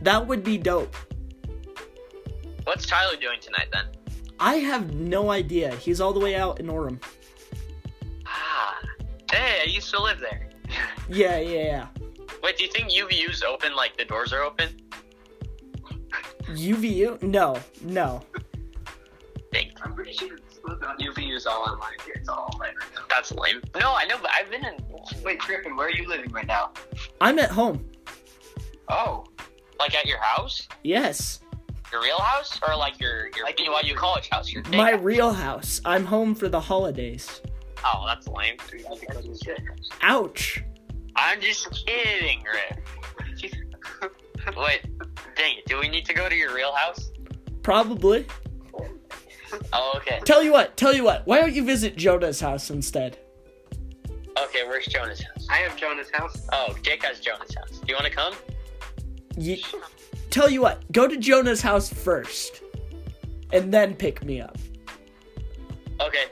Speaker 2: That would be dope.
Speaker 3: What's Tyler doing tonight then?
Speaker 2: I have no idea. He's all the way out in Orem.
Speaker 3: Ah. Hey, I used to live there.
Speaker 2: Yeah, yeah, yeah.
Speaker 3: Wait, do you think UVU's open like the doors are open?
Speaker 2: UVU? No, no.
Speaker 3: Thank I'm pretty sure UVU's all online here. It's all online right now. That's lame. No, I know, but I've been in. Wait, Griffin, where are you living right now?
Speaker 2: I'm at home.
Speaker 3: Oh. Like at your house?
Speaker 2: Yes,
Speaker 3: Your real house? Or like your, your like BYU college house? Your
Speaker 2: my
Speaker 3: fake
Speaker 2: real house. I'm home for the holidays.
Speaker 3: house? Oh, that's lame.
Speaker 2: Ouch.
Speaker 3: I'm just kidding, Griff. Wait, dang it. Do we need to go to your real house?
Speaker 2: Probably.
Speaker 3: Oh, okay.
Speaker 2: Tell you what, tell you what. Why don't you visit Jonah's house instead?
Speaker 3: Okay, where's Jonah's house? I have Jonah's house. Oh, Jake has Jonah's house. Do you want to come?
Speaker 2: You, tell you what, go to Jonah's house first. And then pick me up.
Speaker 3: Okay.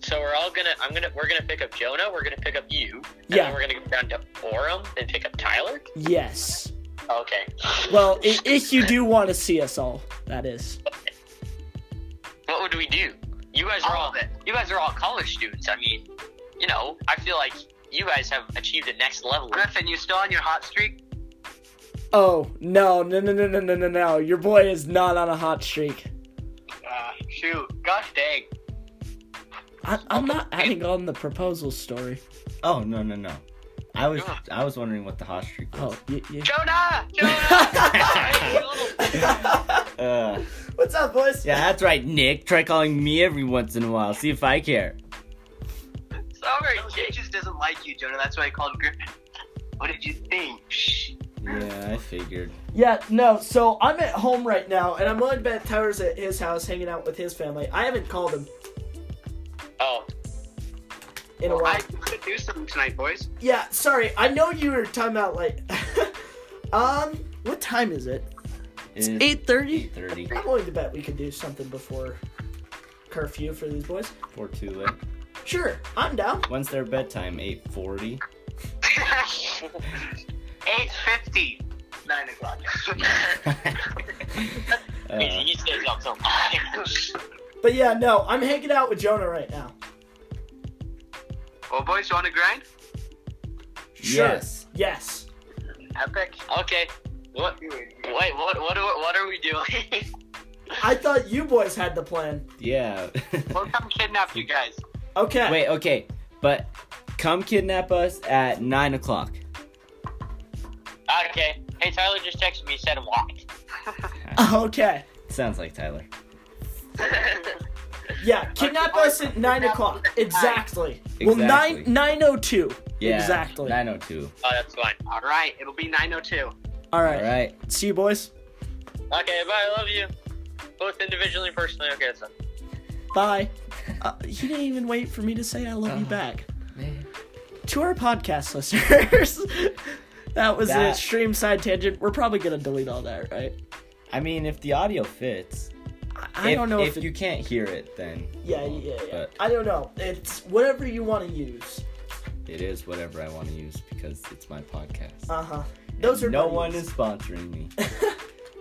Speaker 3: So we're all gonna. I'm gonna. We're gonna pick up Jonah. We're gonna pick up you. And
Speaker 2: Yeah.
Speaker 3: Then we're gonna go down to Orem and pick up Tyler.
Speaker 2: Yes.
Speaker 3: Okay.
Speaker 2: Well, i- if you do want to see us all, that is.
Speaker 3: What would we do? You guys are all. You guys are all college students. I mean, you know. I feel like you guys have achieved a next level. Griffin, you still on your hot streak?
Speaker 2: Oh, no, no, no, no, no, no, no, no. Your boy is not on a hot streak.
Speaker 3: Uh, shoot. Gosh dang.
Speaker 2: I, I'm not adding on the proposal story.
Speaker 1: Oh no no no! I was I was wondering what the hot streak was.
Speaker 2: Oh, you, you...
Speaker 3: Jonah. Jonah.
Speaker 1: Uh,
Speaker 2: What's up, boys?
Speaker 1: yeah, that's right, Nick. Try calling me every once in a while. See if I care.
Speaker 3: Sorry, Jake just doesn't like you, Jonah. That's why I called Griffin. What did you think?
Speaker 1: Yeah, I figured.
Speaker 2: Yeah, no, so I'm at home right now, and I'm willing to bet Tyler's at his house hanging out with his family. I haven't called him
Speaker 3: Oh.
Speaker 2: in a while.
Speaker 3: could do something tonight, boys.
Speaker 2: Yeah, sorry, I know you were talking about, like, um, what time is it?
Speaker 1: It's
Speaker 2: 8.30?
Speaker 1: eight thirty.
Speaker 2: I'm willing to bet we could do something before curfew for these boys.
Speaker 1: Or too late.
Speaker 2: Sure, I'm down.
Speaker 1: When's their bedtime? Eight forty.
Speaker 3: Eight fifty. Nine o'clock.
Speaker 1: Uh,
Speaker 3: he stays up till
Speaker 2: But yeah, no, I'm hanging out with Jonah right now.
Speaker 3: Well, boys, you want to grind?
Speaker 2: Sure.
Speaker 1: Yes.
Speaker 2: Yes.
Speaker 3: Epic. Okay. What? Wait. What? What? Are, what are we doing?
Speaker 2: I thought you boys had the plan.
Speaker 1: Yeah.
Speaker 3: we'll come kidnap you guys.
Speaker 2: Okay.
Speaker 1: Wait. Okay. But come kidnap us at nine o'clock.
Speaker 3: Okay. Hey, Tyler just texted me. Said walk.
Speaker 2: Okay.
Speaker 1: Sounds like Tyler.
Speaker 2: Yeah, kidnap us at nine o'clock. Exactly. Well, nine
Speaker 1: Exactly.
Speaker 2: nine o two.
Speaker 1: Yeah.
Speaker 2: Exactly.
Speaker 1: Nine o two.
Speaker 3: oh, that's fine. All right. It'll be nine oh two.
Speaker 2: All
Speaker 1: All
Speaker 2: right.
Speaker 1: right.
Speaker 2: See you, boys.
Speaker 3: Okay. Bye. I love you. Both individually, and personally. Okay. That's fine.
Speaker 1: Uh-huh.
Speaker 2: Bye. Uh, he didn't even wait for me to say I love you back. to our podcast listeners, that was an
Speaker 1: That-
Speaker 2: extreme side tangent. We're probably gonna delete all that, right?
Speaker 1: I mean, if the audio fits.
Speaker 2: I, I
Speaker 1: if,
Speaker 2: don't know if,
Speaker 1: if
Speaker 2: it-
Speaker 1: you can't hear it, then
Speaker 2: Yeah,
Speaker 1: it
Speaker 2: yeah,
Speaker 1: won't,
Speaker 2: yeah.
Speaker 1: But
Speaker 2: I don't know. It's whatever you want to use.
Speaker 1: it is whatever I want to use because it's my podcast.
Speaker 2: Uh huh. Those are
Speaker 1: no
Speaker 2: buddies.
Speaker 1: one is sponsoring me.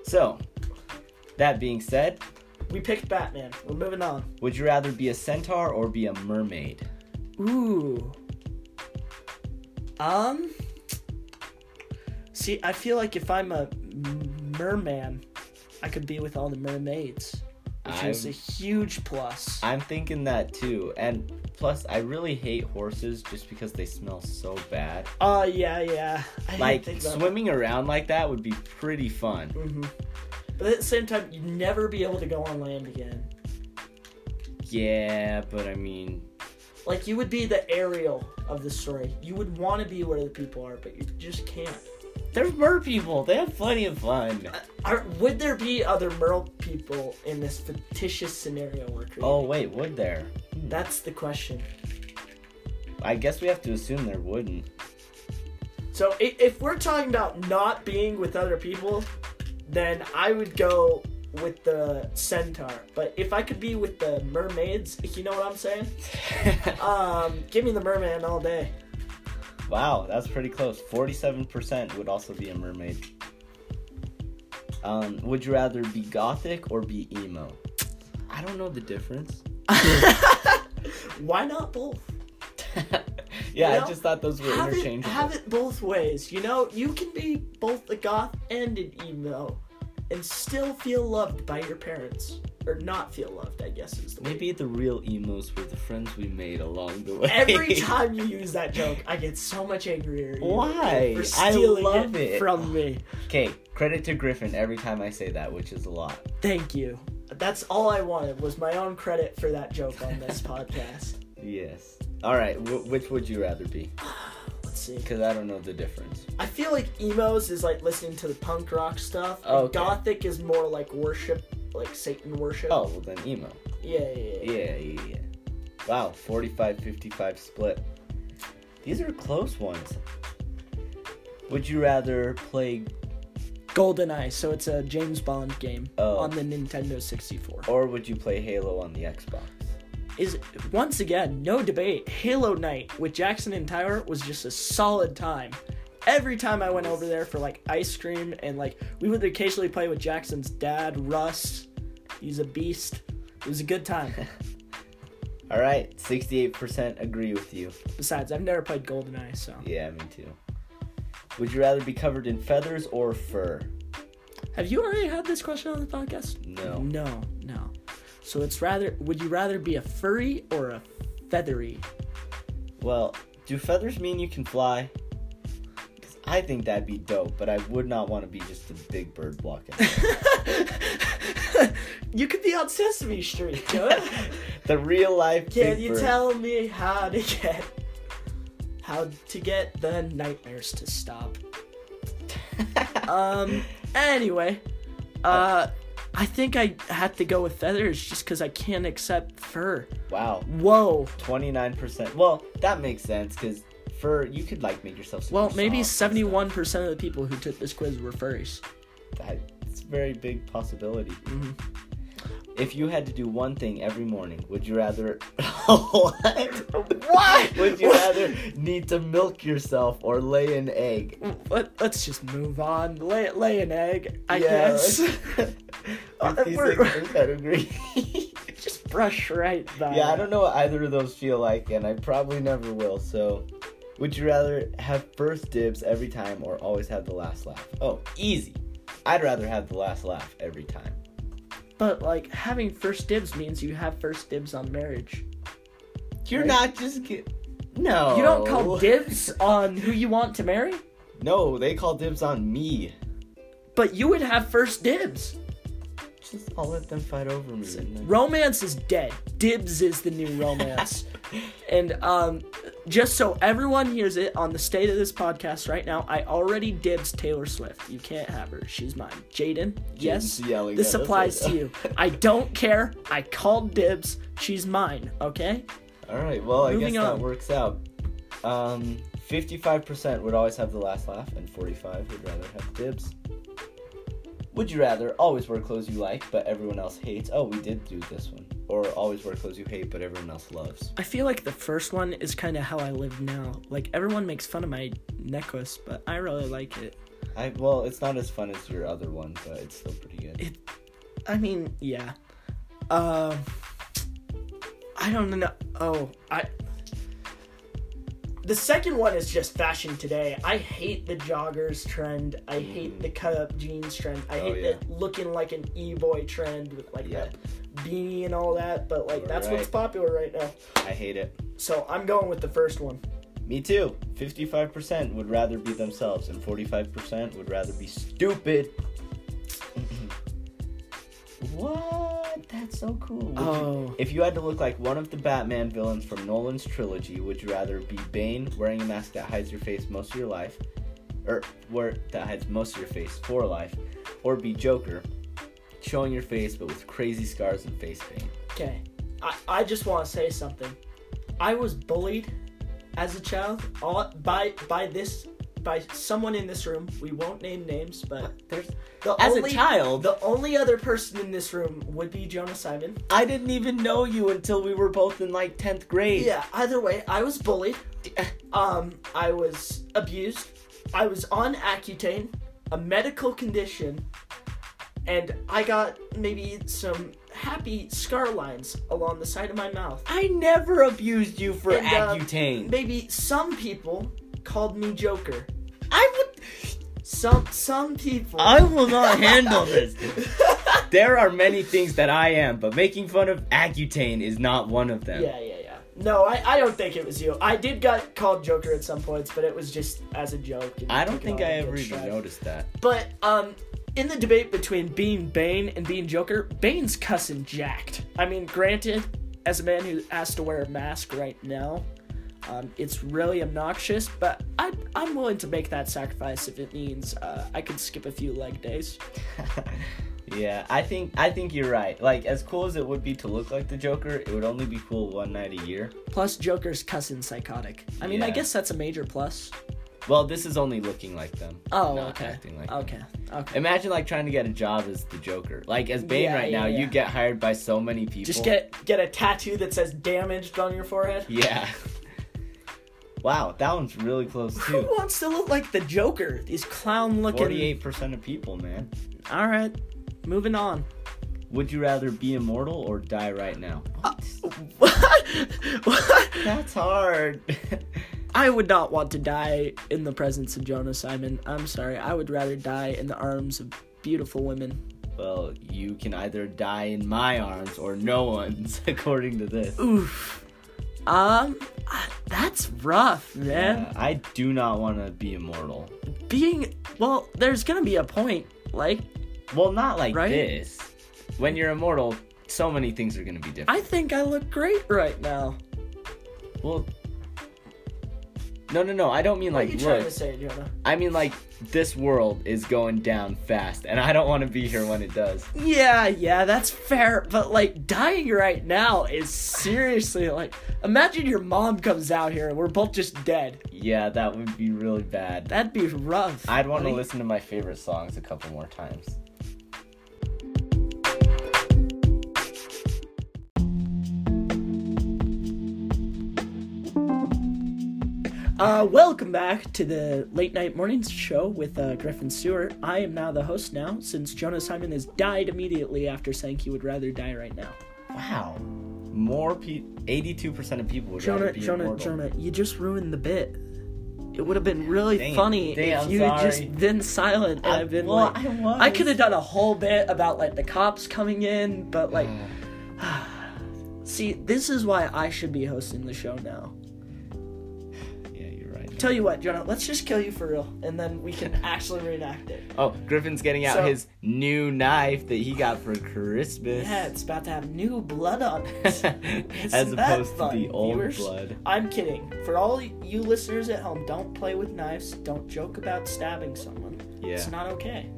Speaker 1: so, that being said,
Speaker 2: We picked Batman. We're moving on.
Speaker 1: would you rather be a centaur or be a mermaid?
Speaker 2: Ooh. Um. See, I feel like if I'm a m- merman, I could be with all the mermaids, which is a
Speaker 1: I'm-
Speaker 2: huge plus.
Speaker 1: I'm thinking that too. And plus, I really hate horses just because they smell so bad.
Speaker 2: Oh yeah, yeah. I
Speaker 1: Like
Speaker 2: think about-
Speaker 1: swimming around like that would be pretty fun.
Speaker 2: Mhm. But at the same time, you'd never be able to go on land again.
Speaker 1: Yeah, but I mean,
Speaker 2: Like you would be the aerial of the story. You would want to be where the people are, but you just can't.
Speaker 1: they're mer people. They have plenty of fun.
Speaker 2: Are, would there be other Merle people in this fictitious scenario we're creating?
Speaker 1: Oh wait, would there?
Speaker 2: that's the question.
Speaker 1: I guess we have to assume there wouldn't.
Speaker 2: So i- if we're talking about not being with other people, then I would go with the centaur. But if I could be with the mermaids, if you know what I'm saying,
Speaker 1: Uh,
Speaker 2: um, give me the merman all day.
Speaker 1: Wow, that's pretty close. Forty-seven percent would also be a mermaid. Um, would you rather be gothic or be emo? I don't know the difference.
Speaker 2: Why not both?
Speaker 1: yeah,
Speaker 2: Well,
Speaker 1: I just thought those were
Speaker 2: have it,
Speaker 1: interchangeable.
Speaker 2: have it both ways. You know, you can be both a goth and an emo, and still feel loved by your parents, or not feel loved. I guess is the way.
Speaker 1: Maybe the real emos were the friends we made along the way.
Speaker 2: Every time you use that joke, I get so much angrier. at you
Speaker 1: Why?
Speaker 2: For
Speaker 1: I
Speaker 2: stealing
Speaker 1: love
Speaker 2: it
Speaker 1: it.
Speaker 2: from me.
Speaker 1: Okay, credit to Griffin every time I say that, which is a lot.
Speaker 2: Thank you. That's all I wanted was my own credit for that joke on this podcast.
Speaker 1: Yes. All right, wh- which would you rather be?
Speaker 2: Let's see.
Speaker 1: Because I don't know the difference.
Speaker 2: I feel like emos is like listening to the punk rock stuff. and
Speaker 1: Okay.
Speaker 2: Gothic is more like worship, like Satan worship.
Speaker 1: Oh, well then emo.
Speaker 2: Yeah, yeah, yeah.
Speaker 1: Yeah, yeah, yeah. Wow, 45 55 split. These are close ones. Would you rather play
Speaker 2: GoldenEye, so it's a James Bond game
Speaker 1: Oh.
Speaker 2: on the Nintendo 64.
Speaker 1: or would you play Halo on the Xbox?
Speaker 2: Is once again, no debate, Halo Night with Jackson and Tyler was just a solid time. Every time I went over there for like ice cream and like we would occasionally play with Jackson's dad, Russ. He's a beast. It was a good time.
Speaker 1: All right, 68% agree with you.
Speaker 2: Besides, I've never played GoldenEye, so
Speaker 1: Yeah, me too. Would you rather be covered in feathers or fur?
Speaker 2: have you already had this question on the podcast?
Speaker 1: No.
Speaker 2: No, no. So it's rather would you rather be a furry or a feathery?
Speaker 1: Well, do feathers mean you can fly? 'Cause I think that'd be dope, but I would not want to be just a big bird walking.
Speaker 2: you could be on Sesame Street, dude.
Speaker 1: the real life.
Speaker 2: Can
Speaker 1: big
Speaker 2: you
Speaker 1: bird.
Speaker 2: tell me how to get how to get the nightmares to stop? um. Anyway, uh, I think I had to go with feathers just because I can't accept fur.
Speaker 1: Wow,
Speaker 2: Whoa.
Speaker 1: twenty nine percent. Well, that makes sense because fur you could like make yourself. super
Speaker 2: Well,
Speaker 1: soft
Speaker 2: maybe
Speaker 1: and stuff.
Speaker 2: seventy-one percent of the people who took this quiz were furries.
Speaker 1: That, it's a very big possibility.
Speaker 2: Mm-hmm.
Speaker 1: If you had to do one thing every morning, would you rather what?
Speaker 2: What?
Speaker 1: Would you rather need to milk yourself or lay an egg?
Speaker 2: Let, let's just move on. Lay lay an egg. I
Speaker 1: Yes.
Speaker 2: guess. We're- just brush right by.
Speaker 1: yeah, I don't know what either of those feel like, and I probably never will. So, would you rather have first dibs every time or always have the last laugh? Oh, easy. I'd rather have the last laugh every time.
Speaker 2: But like having first dibs means you have first dibs on marriage.
Speaker 1: You're
Speaker 2: Right.
Speaker 1: not just ki- no.
Speaker 2: You don't
Speaker 1: Oh.
Speaker 2: call dibs on who you want to marry,
Speaker 1: No, they call dibs on me.
Speaker 2: but you would have first dibs.
Speaker 1: Just I'll let them fight over me. and then-
Speaker 2: Romance is dead. Dibs is the new romance. and um just so everyone hears it on the state of this podcast right now, I already dibs Taylor Swift. You can't have her. She's mine. Jaden, yes.
Speaker 1: yelling
Speaker 2: This
Speaker 1: at us
Speaker 2: applies
Speaker 1: right
Speaker 2: to you. I don't care. I called dibs. She's mine, okay?
Speaker 1: All right. Well, I
Speaker 2: Moving
Speaker 1: guess that
Speaker 2: on.
Speaker 1: works out. Um, 55% would always have the last laugh, and 45 would rather have dibs. Would you rather always wear clothes you like but everyone else hates? Oh, we did do this one. Or always wear clothes you hate but everyone else loves.
Speaker 2: I feel like the first one is kind of how I live now. Like everyone makes fun of my necklace, but I really like it.
Speaker 1: I well, it's not as fun as your other one, but it's still pretty good.
Speaker 2: I mean, yeah. Um, I don't know. Oh, I. The second one is just fashion today. I hate the joggers trend. I hate the cut up jeans trend. I
Speaker 1: Mm. Oh,
Speaker 2: hate
Speaker 1: yeah.
Speaker 2: the looking like an e boy trend with like
Speaker 1: Yeah.
Speaker 2: that beanie and all that. But like
Speaker 1: You're
Speaker 2: that's what's
Speaker 1: right.
Speaker 2: popular right now.
Speaker 1: I hate it.
Speaker 2: So I'm going with the first one.
Speaker 1: Me too. 55% would rather be themselves, and 45% would rather be stupid. what? That's so cool. Would you-
Speaker 2: Oh.
Speaker 1: if you had to look like one of the Batman villains from Nolan's trilogy, would you rather be Bane wearing a mask that hides your face most of your life, or where that hides most of your face for life, or be Joker, showing your face but with crazy scars and face paint?
Speaker 2: Okay. I, I just want to say something. I was bullied as a child all, by by this by someone in this room. We won't name names, but
Speaker 1: There's,
Speaker 2: the
Speaker 1: as
Speaker 2: only,
Speaker 1: a child,
Speaker 2: the only other person in this room would be Jonah Simon.
Speaker 1: I didn't even know you until we were both in like 10th grade.
Speaker 2: Yeah. Either way, I was bullied. Um, I was abused. I was on Accutane, a medical condition, and I got maybe some happy scar lines along the side of my mouth.
Speaker 1: I never abused you for
Speaker 2: And, uh,
Speaker 1: Accutane.
Speaker 2: maybe some people called me Joker.
Speaker 1: I would.
Speaker 2: Some some people.
Speaker 1: I will not handle this. There are many things that I am, but making fun of Accutane is not one of them.
Speaker 2: yeah, yeah, yeah. No, I, I don't think it was you. I did got called Joker at some points, but it was just as a joke. and
Speaker 1: I don't
Speaker 2: taken
Speaker 1: think
Speaker 2: on
Speaker 1: I
Speaker 2: in
Speaker 1: ever
Speaker 2: good
Speaker 1: even
Speaker 2: stride.
Speaker 1: noticed that.
Speaker 2: But um, in the debate between being Bane and being Joker, Bane's cussing jacked. I mean, granted, as a man who has to wear a mask right now, um, it's really obnoxious. But I I'm willing to make that sacrifice if it means uh, I could skip a few leg days.
Speaker 1: yeah, I think I think you're right. Like as cool as it would be to look like the Joker, it would only be cool one night a year.
Speaker 2: Plus, Joker's cussing psychotic. I mean, I
Speaker 1: Yeah.
Speaker 2: guess that's a major plus.
Speaker 1: Well, this is only looking like them.
Speaker 2: Oh,
Speaker 1: not
Speaker 2: okay.
Speaker 1: acting like them.
Speaker 2: okay. Okay.
Speaker 1: Imagine like trying to get a job as the Joker. Like as Bane
Speaker 2: Yeah,
Speaker 1: right
Speaker 2: yeah,
Speaker 1: now,
Speaker 2: yeah.
Speaker 1: you get hired by so many people.
Speaker 2: Just get get a tattoo that says "damaged" on your forehead.
Speaker 1: Yeah. wow, that one's really close
Speaker 2: Who
Speaker 1: too.
Speaker 2: wants to look like the Joker? These clown looking.
Speaker 1: Forty-eight percent of people, man.
Speaker 2: All right, moving on.
Speaker 1: Would you rather be immortal or die right now?
Speaker 2: Uh, What? what?
Speaker 1: That's hard.
Speaker 2: I would not want to die in the presence of Jonah Simon. I'm sorry. I would rather die in the arms of beautiful women.
Speaker 1: well, you can either die in my arms or no one's, according to this.
Speaker 2: Oof. Um, I- that's rough, man.
Speaker 1: Yeah, Uh, I do not want to be immortal.
Speaker 2: Being well, there's gonna be a point. Like,
Speaker 1: Well, not like
Speaker 2: Right?
Speaker 1: this. When you're immortal, so many things are going to be different.
Speaker 2: I think I look great right now.
Speaker 1: Well, no, no, no. I don't mean
Speaker 2: What are
Speaker 1: like
Speaker 2: you trying
Speaker 1: look.
Speaker 2: to say, Jonah?
Speaker 1: I mean like this world is going down fast, and I don't want to be here when it does.
Speaker 2: Yeah, yeah, that's fair. But like dying right now is seriously like imagine your mom comes out here and we're both just dead.
Speaker 1: Yeah, that would be really bad.
Speaker 2: That'd be rough.
Speaker 1: I'd want to
Speaker 2: Like,
Speaker 1: listen to my favorite songs a couple more times.
Speaker 2: Uh, welcome back to the late night morning show with uh, Griffin Stewart. I am now the host now since Jonah Simon has died immediately after saying he would rather die right now.
Speaker 1: Wow, more pe- eighty-two percent of people would rather
Speaker 2: Jonah,
Speaker 1: be
Speaker 2: Jonah,
Speaker 1: immortal.
Speaker 2: Jonah, you just ruined the bit. It would have been really
Speaker 1: Dang it.
Speaker 2: funny
Speaker 1: Dang,
Speaker 2: if
Speaker 1: I'm
Speaker 2: you had
Speaker 1: sorry.
Speaker 2: just been silent and
Speaker 1: I-
Speaker 2: I've been
Speaker 1: well,
Speaker 2: like,
Speaker 1: I was.
Speaker 2: could have done a whole bit about like the cops coming in, but like,
Speaker 1: Mm.
Speaker 2: see, this is why I should be hosting the show now.
Speaker 1: Yeah, you're right.
Speaker 2: Tell you what, Jonah, let's just kill you for real, and then we can actually reenact it.
Speaker 1: Oh, Griffin's getting out
Speaker 2: So-
Speaker 1: his new knife that he got for Christmas.
Speaker 2: Yeah, it's about to have new blood on it.
Speaker 1: As
Speaker 2: Isn't that
Speaker 1: opposed to
Speaker 2: fun,
Speaker 1: the old
Speaker 2: viewers?
Speaker 1: blood.
Speaker 2: I'm kidding. For all you listeners at home, don't play with knives. Don't joke about stabbing someone.
Speaker 1: Yeah.
Speaker 2: It's not okay.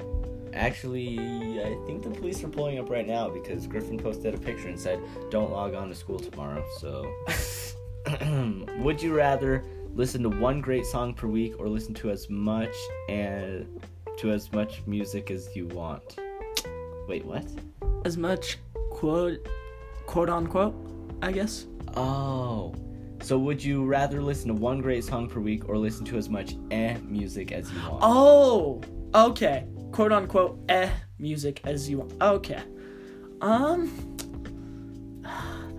Speaker 1: Actually, I think the police are pulling up right now because Griffin posted a picture and said, "Don't log on to school tomorrow." So, would you rather listen to one great song per week or listen to as much and to as much music as you want. Wait, what?
Speaker 2: As much quote, quote unquote, I guess.
Speaker 1: Oh. So would you rather listen to one great song per week or listen to as much eh music as you want?
Speaker 2: Oh, okay. Quote unquote, eh, music as you want. Okay. Um,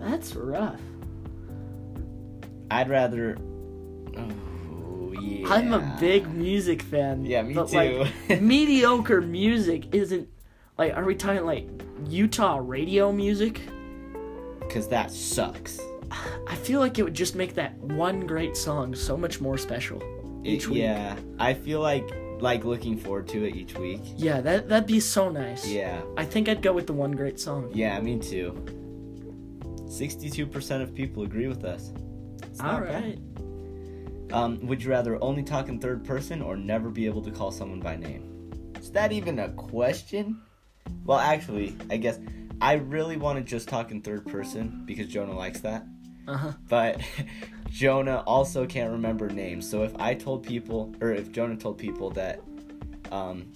Speaker 2: that's rough.
Speaker 1: I'd rather Oh, yeah.
Speaker 2: I'm a big music fan.
Speaker 1: Yeah, me
Speaker 2: but,
Speaker 1: too.
Speaker 2: Like, mediocre music isn't like. Are we talking like Utah radio music?
Speaker 1: cuz that sucks.
Speaker 2: I feel like it would just make that one great song so much more special each
Speaker 1: It-
Speaker 2: week.
Speaker 1: Yeah. I feel like like looking forward to it each week.
Speaker 2: Yeah, that that'd be so nice.
Speaker 1: Yeah.
Speaker 2: I think I'd go with the one great song.
Speaker 1: Yeah, me too. 62% of people agree with us. It's
Speaker 2: All
Speaker 1: not
Speaker 2: right.
Speaker 1: bad. Um, would you rather only talk in third person or never be able to call someone by name? Is that even a question? Well, actually, I guess I really want to just talk in third person because Jonah likes that.
Speaker 2: Uh huh.
Speaker 1: But Jonah also can't remember names. So if I told people, or if Jonah told people that um,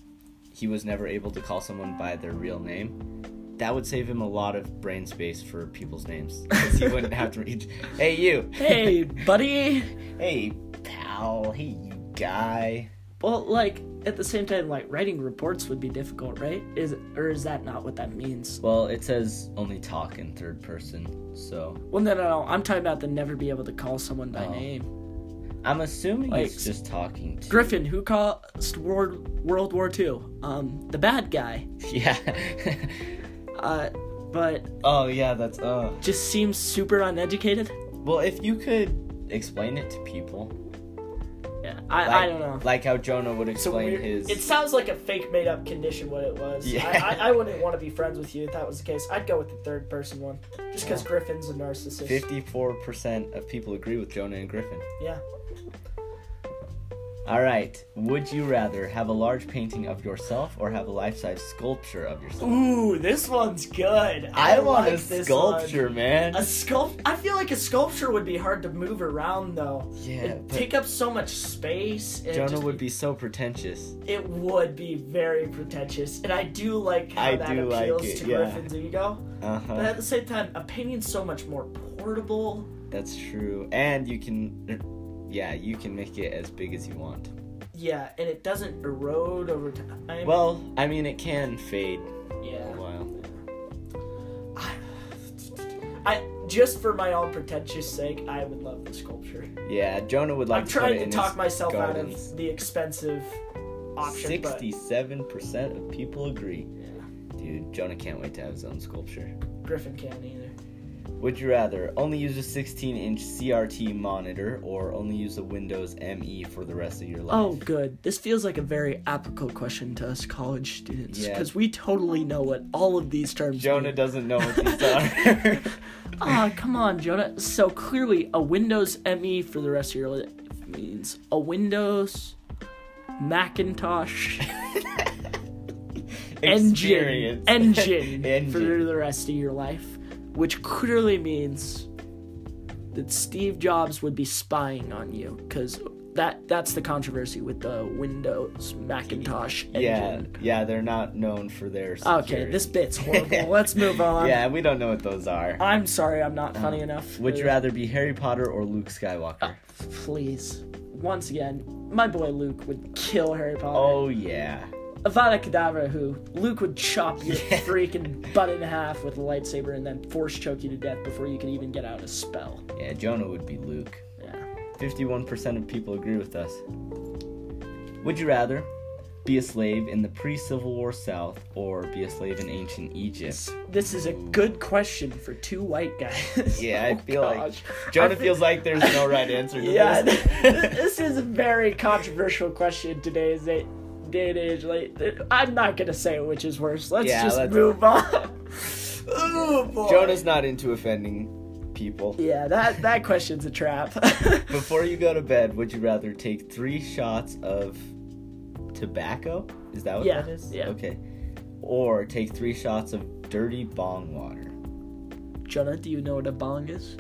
Speaker 1: he was never able to call someone by their real name, that would save him a lot of brain space for people's names. 'Cause he wouldn't have to read, hey, you.
Speaker 2: Hey, buddy.
Speaker 1: hey, pal. Hey, you guy.
Speaker 2: Well, like at the same time, like writing reports would be difficult, right? Is or is that not what that means?
Speaker 1: Well, it says only talk in third person. So
Speaker 2: Well, no, no, no. I'm talking about the never be able to call someone by
Speaker 1: Oh.
Speaker 2: name.
Speaker 1: I'm assuming
Speaker 2: Like,
Speaker 1: it's just talking to.
Speaker 2: Griffin, who caused World World War II? Um, the bad guy.
Speaker 1: Yeah.
Speaker 2: Uh, but
Speaker 1: oh, yeah, that's. Uh.
Speaker 2: just seems super uneducated.
Speaker 1: Well, if you could explain it to people.
Speaker 2: Yeah, I,
Speaker 1: Like-
Speaker 2: I don't know.
Speaker 1: Like how Jonah would explain his.
Speaker 2: It sounds like a fake made up condition. What it was.
Speaker 1: Yeah.
Speaker 2: I, I, I wouldn't want to be friends with you if that was the case. I'd go with the third person one, just because Griffin's a narcissist.
Speaker 1: Fifty-four percent of people agree with Jonah and Griffin.
Speaker 2: Yeah.
Speaker 1: All right. Would you rather have a large painting of yourself or have a life-size sculpture of yourself?
Speaker 2: Ooh, this one's good.
Speaker 1: I, want
Speaker 2: like
Speaker 1: a
Speaker 2: this
Speaker 1: sculpture, man.
Speaker 2: one. A sculpt. I feel like a sculpture would be hard to move around though.
Speaker 1: yeah,
Speaker 2: It'd
Speaker 1: but
Speaker 2: take up so much space. And
Speaker 1: Jonah
Speaker 2: just
Speaker 1: would be so pretentious.
Speaker 2: It would be very pretentious, and I do like how
Speaker 1: I
Speaker 2: that
Speaker 1: do like
Speaker 2: appeals
Speaker 1: it,
Speaker 2: to
Speaker 1: yeah.
Speaker 2: Griffin's ego.
Speaker 1: Uh
Speaker 2: But
Speaker 1: huh.
Speaker 2: at the same time, a painting's so much more portable.
Speaker 1: That's true. And you can, yeah, you can make it as big as you want.
Speaker 2: Yeah, and it doesn't erode over time.
Speaker 1: Well, I mean, it can fade for a
Speaker 2: yeah.
Speaker 1: while.
Speaker 2: I just for my own pretentious sake, I would love the sculpture.
Speaker 1: Yeah, Jonah would like
Speaker 2: I'm
Speaker 1: to
Speaker 2: trying
Speaker 1: put
Speaker 2: to
Speaker 1: it
Speaker 2: talk
Speaker 1: in
Speaker 2: myself out
Speaker 1: gardens.
Speaker 2: of the expensive option, but
Speaker 1: Sixty-seven percent of people agree.
Speaker 2: Yeah.
Speaker 1: Dude, Jonah can't wait to have his own sculpture.
Speaker 2: Griffin can't either.
Speaker 1: Would you rather only use a 16 inch CRT monitor or only use a Windows ME for the rest of your life?
Speaker 4: Oh, good. This feels like a very applicable question to us college students
Speaker 1: Yeah.
Speaker 4: because we totally know what all of these terms
Speaker 1: Jonah
Speaker 4: mean.
Speaker 1: doesn't know what these are.
Speaker 4: Ah, come on, Jonah. So clearly, a Windows ME for the rest of your life means a Windows, Macintosh, engine,
Speaker 1: Experience.
Speaker 4: engine,
Speaker 1: Engine.
Speaker 4: for the rest of your life, which clearly means that Steve Jobs would be spying on you because that that's the controversy with the Windows, Macintosh, engine.
Speaker 1: yeah, yeah, they're not known for their.
Speaker 4: Okay,
Speaker 1: security.
Speaker 4: this bit's horrible. Let's move on.
Speaker 1: Yeah, we don't know what those are.
Speaker 4: I'm sorry, I'm not funny enough.
Speaker 1: Would you rather be Harry Potter or Luke
Speaker 4: Oh.
Speaker 1: Skywalker?
Speaker 4: Please. Once again, my boy Luke would kill Harry Potter.
Speaker 1: Oh yeah,
Speaker 4: Avada Kedavra, who Luke would chop your freaking butt in half with a lightsaber and then force choke you to death before you could even get out a spell.
Speaker 1: yeah. Jonah would be Luke.
Speaker 4: Yeah.
Speaker 1: Fifty-one percent of people agree with us. Would you rather be a slave in the pre-Civil War South or be a slave in ancient Egypt?
Speaker 4: This is a good question for two white guys.
Speaker 1: Yeah, I
Speaker 4: Oh,
Speaker 1: feel
Speaker 4: gosh.
Speaker 1: like Jonah
Speaker 4: I fe-
Speaker 1: feels like there's no right answer to
Speaker 4: Yeah,
Speaker 1: this.
Speaker 4: this is a very controversial question in today's day, day and age. Like, I'm not gonna say which is worse. Let's
Speaker 1: Yeah,
Speaker 4: just
Speaker 1: let's-
Speaker 4: move on. oh boy.
Speaker 1: Jonah's not into offending people.
Speaker 4: Yeah, that that question's a trap.
Speaker 1: Before you go to bed, would you rather take three shots of tobacco? Is that what
Speaker 4: Yeah,
Speaker 1: that is?
Speaker 4: yeah.
Speaker 1: Okay. Or take three shots of dirty bong water.
Speaker 4: Jonah, do you know what a bong is?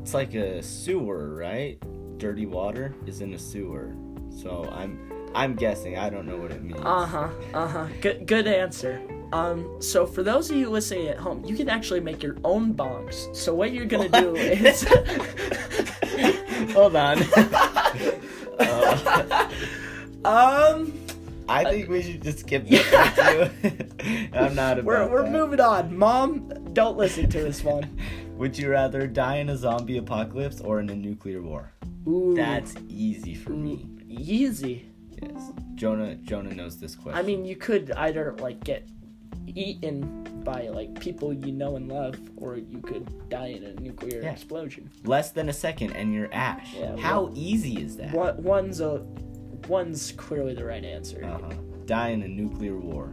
Speaker 1: It's like a sewer, right? dirty water is in a sewer. So I'm I'm guessing. I don't know what it means.
Speaker 2: Uh huh. Uh
Speaker 1: uh-huh.
Speaker 2: huh. Good. Good answer. Um. So for those of you listening at home, you can actually make your own bongs. So what you're gonna do is.
Speaker 1: Hold on. Uh,
Speaker 2: um.
Speaker 1: I think we should just skip this one too. I'm not about
Speaker 2: We're, we're
Speaker 1: that.
Speaker 2: moving on. Mom, don't listen to this one.
Speaker 1: Would you rather die in a zombie apocalypse or in a nuclear war?
Speaker 2: Ooh,
Speaker 1: That's easy for me.
Speaker 2: easy.
Speaker 1: Yes. Jonah Jonah knows this question.
Speaker 2: I mean, you could either like get eaten by like people you know and love, or you could die in a nuclear
Speaker 1: Yeah.
Speaker 2: explosion.
Speaker 1: less than a second and you're ash.
Speaker 2: Yeah,
Speaker 1: How easy is that?
Speaker 2: One, one's a, one's clearly the right answer.
Speaker 1: Uh-huh. Die in a nuclear war.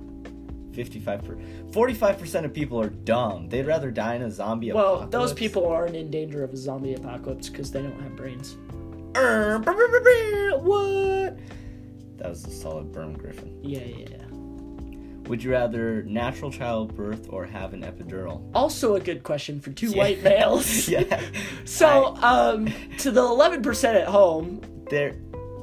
Speaker 1: 55 per- 45% of people are dumb. They'd rather die in a zombie
Speaker 2: Well,
Speaker 1: apocalypse.
Speaker 2: those people aren't in danger of a zombie apocalypse because they don't have brains.
Speaker 1: Err, brr, brr, brr, brr, what? That was a solid berm griffin.
Speaker 2: Yeah, yeah, yeah.
Speaker 1: Would you rather natural childbirth or have an epidural?
Speaker 2: Also, a good question for two
Speaker 1: Yeah.
Speaker 2: white males.
Speaker 1: yeah.
Speaker 2: So, um, to the eleven percent at home,
Speaker 1: There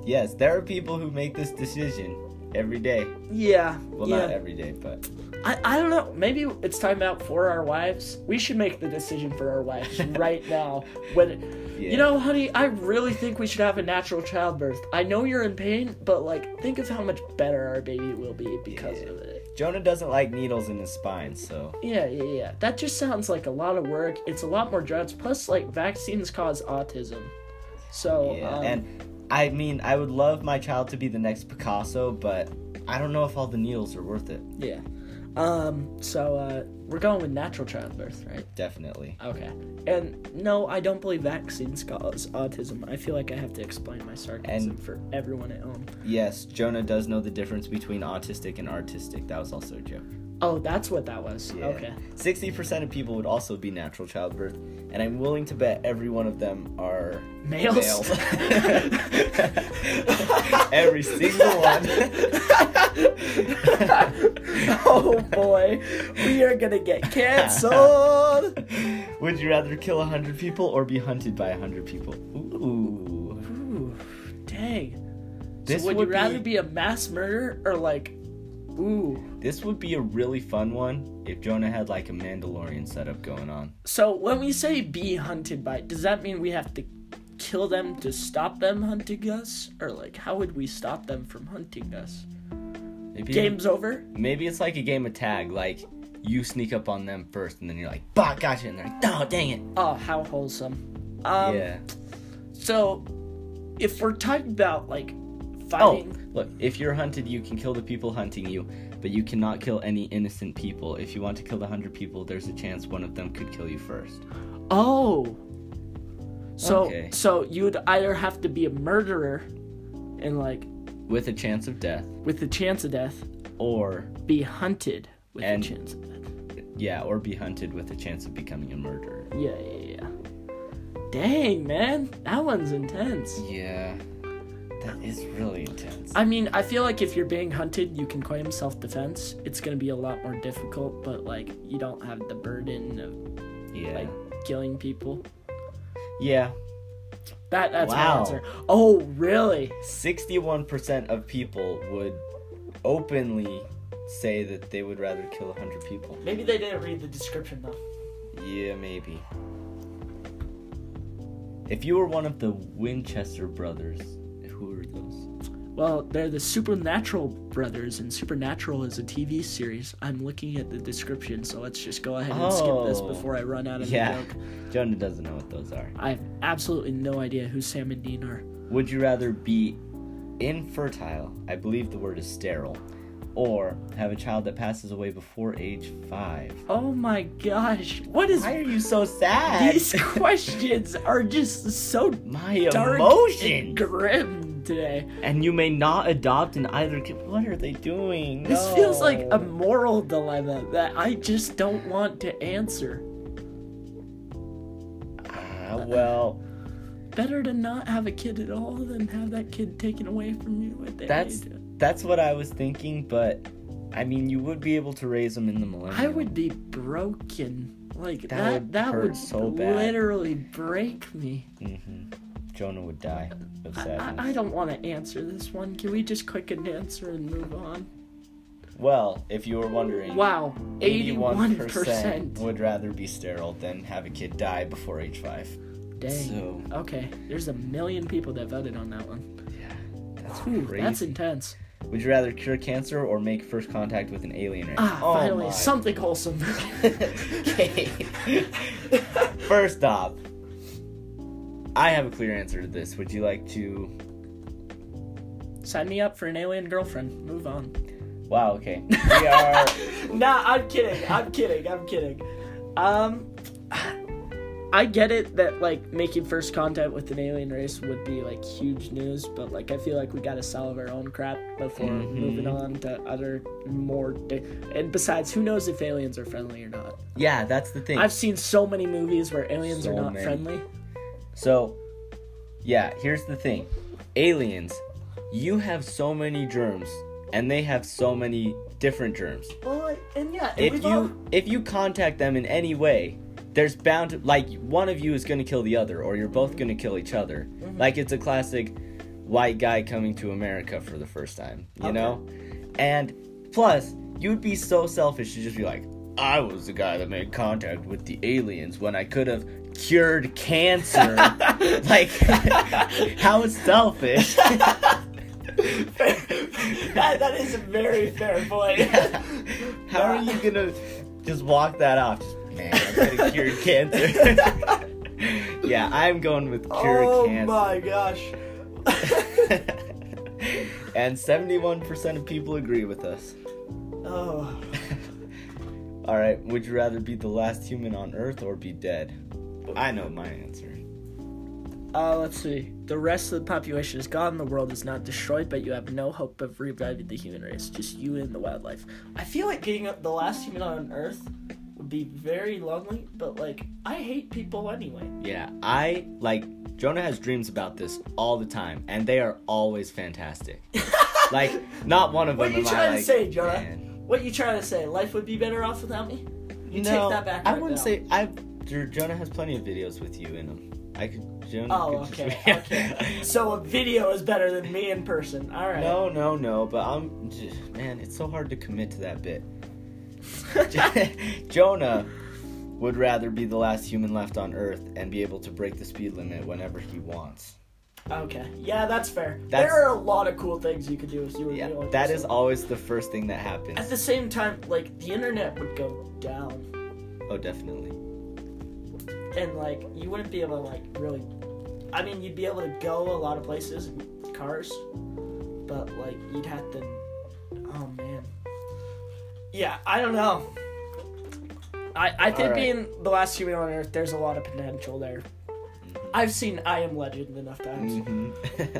Speaker 1: Yes, there are people who make this decision every day.
Speaker 2: yeah,
Speaker 1: Well,
Speaker 2: yeah.
Speaker 1: not every day, but
Speaker 2: I, I don't know. Maybe it's time out for our wives. We should make the decision for our wives right now. When
Speaker 1: yeah.
Speaker 2: you know, honey, I really think we should have a natural childbirth. I know you're in pain, but like, think of how much better our baby will be because
Speaker 1: Yeah.
Speaker 2: of it.
Speaker 1: Jonah doesn't like needles in his spine, so
Speaker 2: Yeah, yeah, yeah. That just sounds like a lot of work. It's a lot more drugs. Plus, like, vaccines cause autism. So,
Speaker 1: Yeah,
Speaker 2: um,
Speaker 1: and I mean, I would love my child to be the next Picasso, but I don't know if all the needles are worth it.
Speaker 2: yeah. Um, so uh, we're going with natural childbirth, right?
Speaker 1: Definitely.
Speaker 2: Okay. And no, I don't believe vaccines cause autism. I feel like I have to explain my sarcasm
Speaker 1: And-
Speaker 2: for everyone at home.
Speaker 1: Yes, Jonah does know the difference between autistic and artistic. That was also a joke.
Speaker 2: Oh, that's what that was.
Speaker 1: Yeah.
Speaker 2: Okay.
Speaker 1: 60% of people would also be natural childbirth, and I'm willing to bet every one of them are
Speaker 2: Males?
Speaker 1: males. every single one.
Speaker 2: oh boy, we are gonna get canceled.
Speaker 1: Would you rather kill 100 people or be hunted by 100 people? Ooh.
Speaker 2: Ooh, dang.
Speaker 1: This
Speaker 2: so would,
Speaker 1: would
Speaker 2: you rather
Speaker 1: be-
Speaker 2: be a mass murderer or like, ooh?
Speaker 1: This would be a really fun one if Jonah had like a Mandalorian setup going on.
Speaker 2: So when we say be hunted by, does that mean we have to kill them to stop them hunting us, or like how would we stop them from hunting us?
Speaker 1: Maybe,
Speaker 2: Game's over.
Speaker 1: maybe it's like a game of tag, like you sneak up on them first and then you're like, bah, gotcha, and they're like, oh, dang it.
Speaker 2: Oh, how wholesome. Um,
Speaker 1: yeah.
Speaker 2: So, if we're talking about like
Speaker 1: Oh,
Speaker 2: fighting,
Speaker 1: look, if you're hunted, you can kill the people hunting you, but you cannot kill any innocent people. If you want to kill the 100 people, there's a chance one of them could kill you first.
Speaker 2: oh, so
Speaker 1: Okay.
Speaker 2: so you would either have to be a murderer, and like
Speaker 1: With a chance of death,
Speaker 2: with the chance of death,
Speaker 1: or,
Speaker 2: be hunted with
Speaker 1: And-
Speaker 2: the chance of death.
Speaker 1: yeah, or be hunted with a chance of becoming a murderer.
Speaker 2: Yeah, yeah, yeah. Dang, man, that one's intense.
Speaker 1: Yeah. That is really intense.
Speaker 2: I mean, I feel like if you're being hunted, you can claim self defense. It's gonna be a lot more difficult, but like you don't have the burden of
Speaker 1: yeah.
Speaker 2: like killing people.
Speaker 1: yeah.
Speaker 2: That that's
Speaker 1: Wow.
Speaker 2: my answer. Oh, really?
Speaker 1: 61% of people would openly say that they would rather kill 100 people.
Speaker 5: Maybe they didn't read the description though.
Speaker 1: Yeah, maybe. If you were one of the Winchester brothers, who are those?
Speaker 2: Well, they're the Supernatural brothers, and Supernatural is a TV series. I'm looking at the description, so let's just go ahead and skip this
Speaker 1: Oh.
Speaker 2: before I run out of
Speaker 1: Yeah,
Speaker 2: the joke.
Speaker 1: Jonah doesn't know what those are.
Speaker 2: I have absolutely no idea who Sam and Dean are.
Speaker 1: Would you rather be infertile, I believe the word is sterile, or have a child that passes away before age five?
Speaker 2: Oh my gosh, what is?
Speaker 1: Why are you so sad?
Speaker 2: These questions are just so
Speaker 1: My
Speaker 2: dark
Speaker 1: emotions!
Speaker 2: and grim today.
Speaker 1: and you may not adopt in either ca- what are they doing
Speaker 2: This feels like
Speaker 1: No.
Speaker 2: a moral dilemma that I just don't want to answer.
Speaker 1: ah, well
Speaker 2: better to not have a kid at all than have that kid taken away from you at that
Speaker 1: That's-
Speaker 2: age.
Speaker 1: that's what i was thinking but i mean you would be able to raise them in the millennium
Speaker 2: I would be broken. Like
Speaker 1: That
Speaker 2: that that
Speaker 1: would
Speaker 2: would,
Speaker 1: hurt so bad.
Speaker 2: literally break me.
Speaker 1: Mhm. Jonah would die of sadness.
Speaker 4: I, I don't want to answer this one. Can we just click an answer and move on?
Speaker 1: Well, if you were wondering,
Speaker 4: Wow, 81%.
Speaker 1: 81% would rather be sterile than have a kid die before age five.
Speaker 4: Dang.
Speaker 1: So-
Speaker 4: Okay, there's a million people that voted on that one.
Speaker 1: That's
Speaker 4: Ooh,
Speaker 1: crazy.
Speaker 4: that's intense.
Speaker 1: Would you rather cure cancer or make first contact with an alien? race?
Speaker 4: Ah,
Speaker 1: Oh
Speaker 4: finally,
Speaker 1: my.
Speaker 4: something wholesome.
Speaker 1: okay. First off, I have a clear answer to this. Would you like to?
Speaker 4: Sign me up for an alien girlfriend. Move on.
Speaker 1: Wow. Okay. We are.
Speaker 2: Nah, I'm kidding. I'm kidding. I'm kidding.
Speaker 4: Um, I get it that like making first contact with an alien race would be like huge news, but like I feel like we gotta solve our own crap before
Speaker 1: Mm-hmm.
Speaker 4: moving on to other more. Di- and besides, who knows if aliens are friendly or not?
Speaker 1: yeah, that's the thing.
Speaker 4: I've seen so many movies where aliens
Speaker 1: So
Speaker 4: are not
Speaker 1: many.
Speaker 4: friendly.
Speaker 1: So, yeah, here's the thing aliens, you have so many germs, and they have so many different germs.
Speaker 2: Well, like, and yeah, and
Speaker 1: If
Speaker 2: we've all-
Speaker 1: you if you contact them in any way, there's bound to like one of you is gonna kill the other, or you're both gonna kill each other.
Speaker 2: Mm-hmm.
Speaker 1: Like it's a classic white guy coming to America for the first time, you know? And plus, you'd be so selfish to just be like, I was the guy that made contact with the aliens when I could have cured cancer. like, how selfish.
Speaker 2: that, that is a very fair point.
Speaker 1: How are you gonna just walk that off? Just, man, I'm gonna cure cancer. yeah, I'm going with cure
Speaker 2: oh
Speaker 1: cancer.
Speaker 2: my gosh.
Speaker 1: and 71% of people agree with us.
Speaker 2: Oh,
Speaker 1: All right, would you rather be the last human on Earth or be dead? I know my answer.
Speaker 4: Uh, let's see. The rest of the population is gone. The world is not destroyed, but you have no hope of reviving the human race. Just you and the wildlife.
Speaker 2: I feel like being the last human on Earth would be very lonely, but like I hate people anyway.
Speaker 1: Yeah, I like Jonah has dreams about this all the time, and they are always fantastic. like, not one of
Speaker 2: What
Speaker 1: them
Speaker 2: are you
Speaker 1: am I
Speaker 2: trying to
Speaker 1: like,
Speaker 2: say, Jonah?
Speaker 1: "Man,
Speaker 2: What you trying to say? Life would be better off without me? You take that back.
Speaker 1: I
Speaker 2: right
Speaker 1: wouldn't
Speaker 2: now.
Speaker 1: say I. J- Jonah has plenty of videos with you in them. I could. Jonah
Speaker 2: Oh,
Speaker 1: could
Speaker 2: okay,
Speaker 1: just-
Speaker 2: okay. So a video is better than me in person. All right.
Speaker 1: no, no, no. But I'm. j- Man, it's so hard to commit to that bit. Jonah would rather be the last human left on Earth and be able to break the speed limit whenever he wants.
Speaker 2: Okay. Yeah, that's fair.
Speaker 1: That's-
Speaker 2: There are a lot of cool things you could do if you were
Speaker 1: Yeah,
Speaker 2: the only
Speaker 1: that
Speaker 2: person.
Speaker 1: is always the first thing that
Speaker 2: At
Speaker 1: happens.
Speaker 2: the same time, like the internet would go down,
Speaker 1: Oh, definitely.
Speaker 2: and like you wouldn't be able to like really. I mean, you'd be able to go a lot of places in cars, but like you'd have to. Oh man. Yeah, I don't know. I I think
Speaker 1: Alright.
Speaker 2: being the last human on Earth, there's a lot of potential there.
Speaker 1: Mm-hmm.
Speaker 2: I've seen I Am Legend enough times.
Speaker 1: hmm
Speaker 2: Can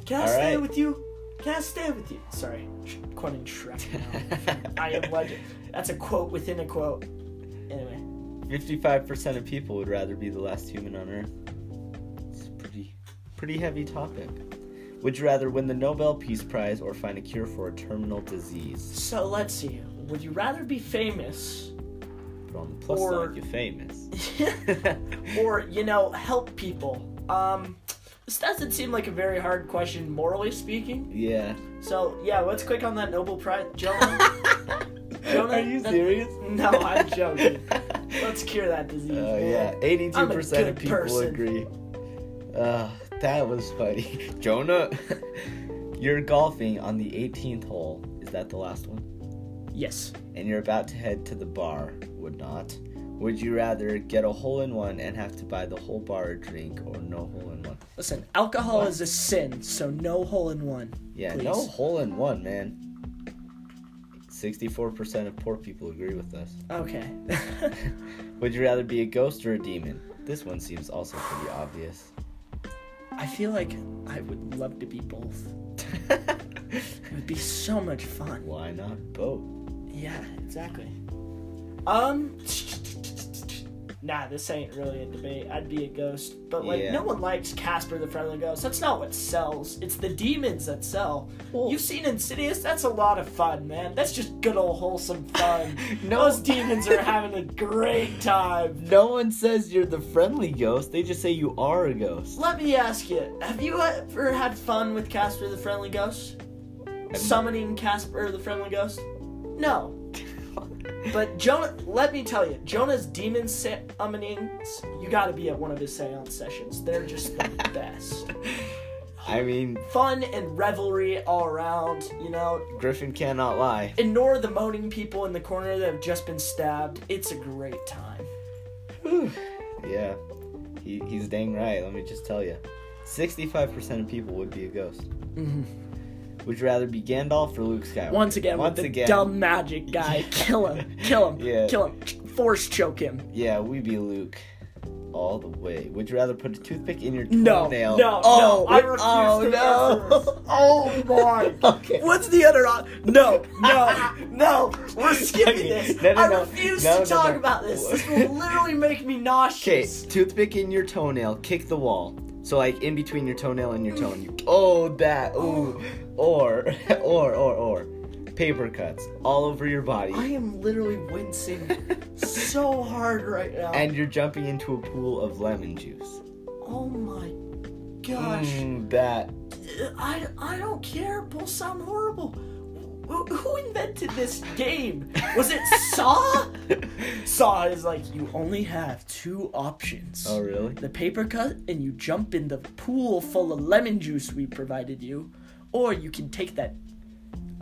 Speaker 2: I stay
Speaker 1: Alright.
Speaker 2: with you? Can I stay with you? Sorry, Sh- quoting Shrek. Now. I am legend. That's a quote within a quote. Anyway,
Speaker 1: Fifty-five percent of people would rather be the last human on Earth. It's a pretty, pretty heavy topic. Would you rather win the Nobel Peace Prize or find a cure for a terminal disease?
Speaker 2: so let's see. Would you rather be famous
Speaker 1: But on the plus
Speaker 2: Or-
Speaker 1: side, you're famous.
Speaker 2: or, you know, help people? Um, this doesn't seem like a very hard question, morally speaking.
Speaker 1: yeah.
Speaker 2: So, yeah, let's click on that Nobel Prize. Jonah. Jonah,
Speaker 1: Are you
Speaker 2: that-
Speaker 1: serious?
Speaker 2: No, I'm joking.
Speaker 1: Oh
Speaker 2: Let's cure that disease. man.
Speaker 1: yeah, eighty-two
Speaker 2: I'm a good
Speaker 1: percent of people
Speaker 2: person.
Speaker 1: agree. Uh, that was funny, Jonah. you're golfing on the 18th hole. Is that the last one?
Speaker 4: Yes.
Speaker 1: and you're about to head to the bar, would not? Would you rather get a hole in one and have to buy the whole bar a drink or no hole in one?
Speaker 4: Listen, alcohol is a sin, so no hole in one.
Speaker 1: Yeah,
Speaker 4: please.
Speaker 1: no hole in one, man. 64% of poor people agree with us.
Speaker 4: Okay.
Speaker 1: Would you rather be a ghost or a demon? This one seems also pretty obvious.
Speaker 4: I feel like I would love to be both. It would be so much fun.
Speaker 1: Why not both?
Speaker 4: Yeah.
Speaker 2: Exactly. Um, nah, this ain't really a debate. I'd be a ghost. But like,
Speaker 1: Yeah.
Speaker 2: no one likes Casper the Friendly Ghost. That's not what sells. It's the demons that sell. You've seen Insidious. That's a lot of fun, man. That's just good old wholesome fun.
Speaker 1: No.
Speaker 2: Those demons are having a great time.
Speaker 1: No one says you're the friendly ghost. They just say you are a ghost.
Speaker 2: Let me ask you: Have you ever had fun with Casper the Friendly Ghost? Summoning Casper the Friendly Ghost? No. But Jonah, let me tell you, Jonah's demon summonings, you gotta be at one of his seance sessions. They're just the best.
Speaker 1: I mean,
Speaker 2: Fun and revelry all around, you know.
Speaker 1: Griffin cannot lie.
Speaker 2: Ignore the moaning people in the corner that have just been stabbed. It's a great time.
Speaker 1: Yeah, he, he's dang right. Let me just tell you, sixty-five percent of people would be a ghost. Would you rather be Gandalf or Luke Skywalker?
Speaker 4: Once again,
Speaker 1: once
Speaker 4: with the
Speaker 1: again,
Speaker 4: dumb magic guy. Kill him. Kill him.
Speaker 1: Yeah.
Speaker 4: Kill him. Ch- Force choke him.
Speaker 1: yeah, we'd be Luke all the way. Would you rather put a toothpick in your
Speaker 4: No,
Speaker 1: toenail?
Speaker 2: no,
Speaker 1: oh,
Speaker 2: no, I refuse
Speaker 1: oh,
Speaker 2: to
Speaker 1: no. oh my. Okay.
Speaker 4: What's the other op- No.
Speaker 2: No, no, we're skipping
Speaker 1: Okay.
Speaker 2: this.
Speaker 1: No, no,
Speaker 2: I
Speaker 1: no.
Speaker 2: refuse
Speaker 1: No,
Speaker 2: to
Speaker 1: no,
Speaker 2: talk
Speaker 1: no.
Speaker 2: about this. This will literally make me
Speaker 1: Okay,
Speaker 2: nauseous.
Speaker 1: toothpick in your toenail, kick the wall. So like in between your toenail and your toe, and you oh that ooh, or or or or paper cuts all over your body,
Speaker 2: I am literally wincing so hard right now.
Speaker 1: and you're jumping into a pool of lemon juice.
Speaker 2: oh my gosh.
Speaker 1: Mm, that
Speaker 2: I, I don't care. Both sound horrible. Who, who invented this game? Was it Saw? Saw is like,
Speaker 4: You only have two options.
Speaker 1: oh really?
Speaker 4: the paper cut and you jump in the pool full of lemon juice we provided you, or you can take that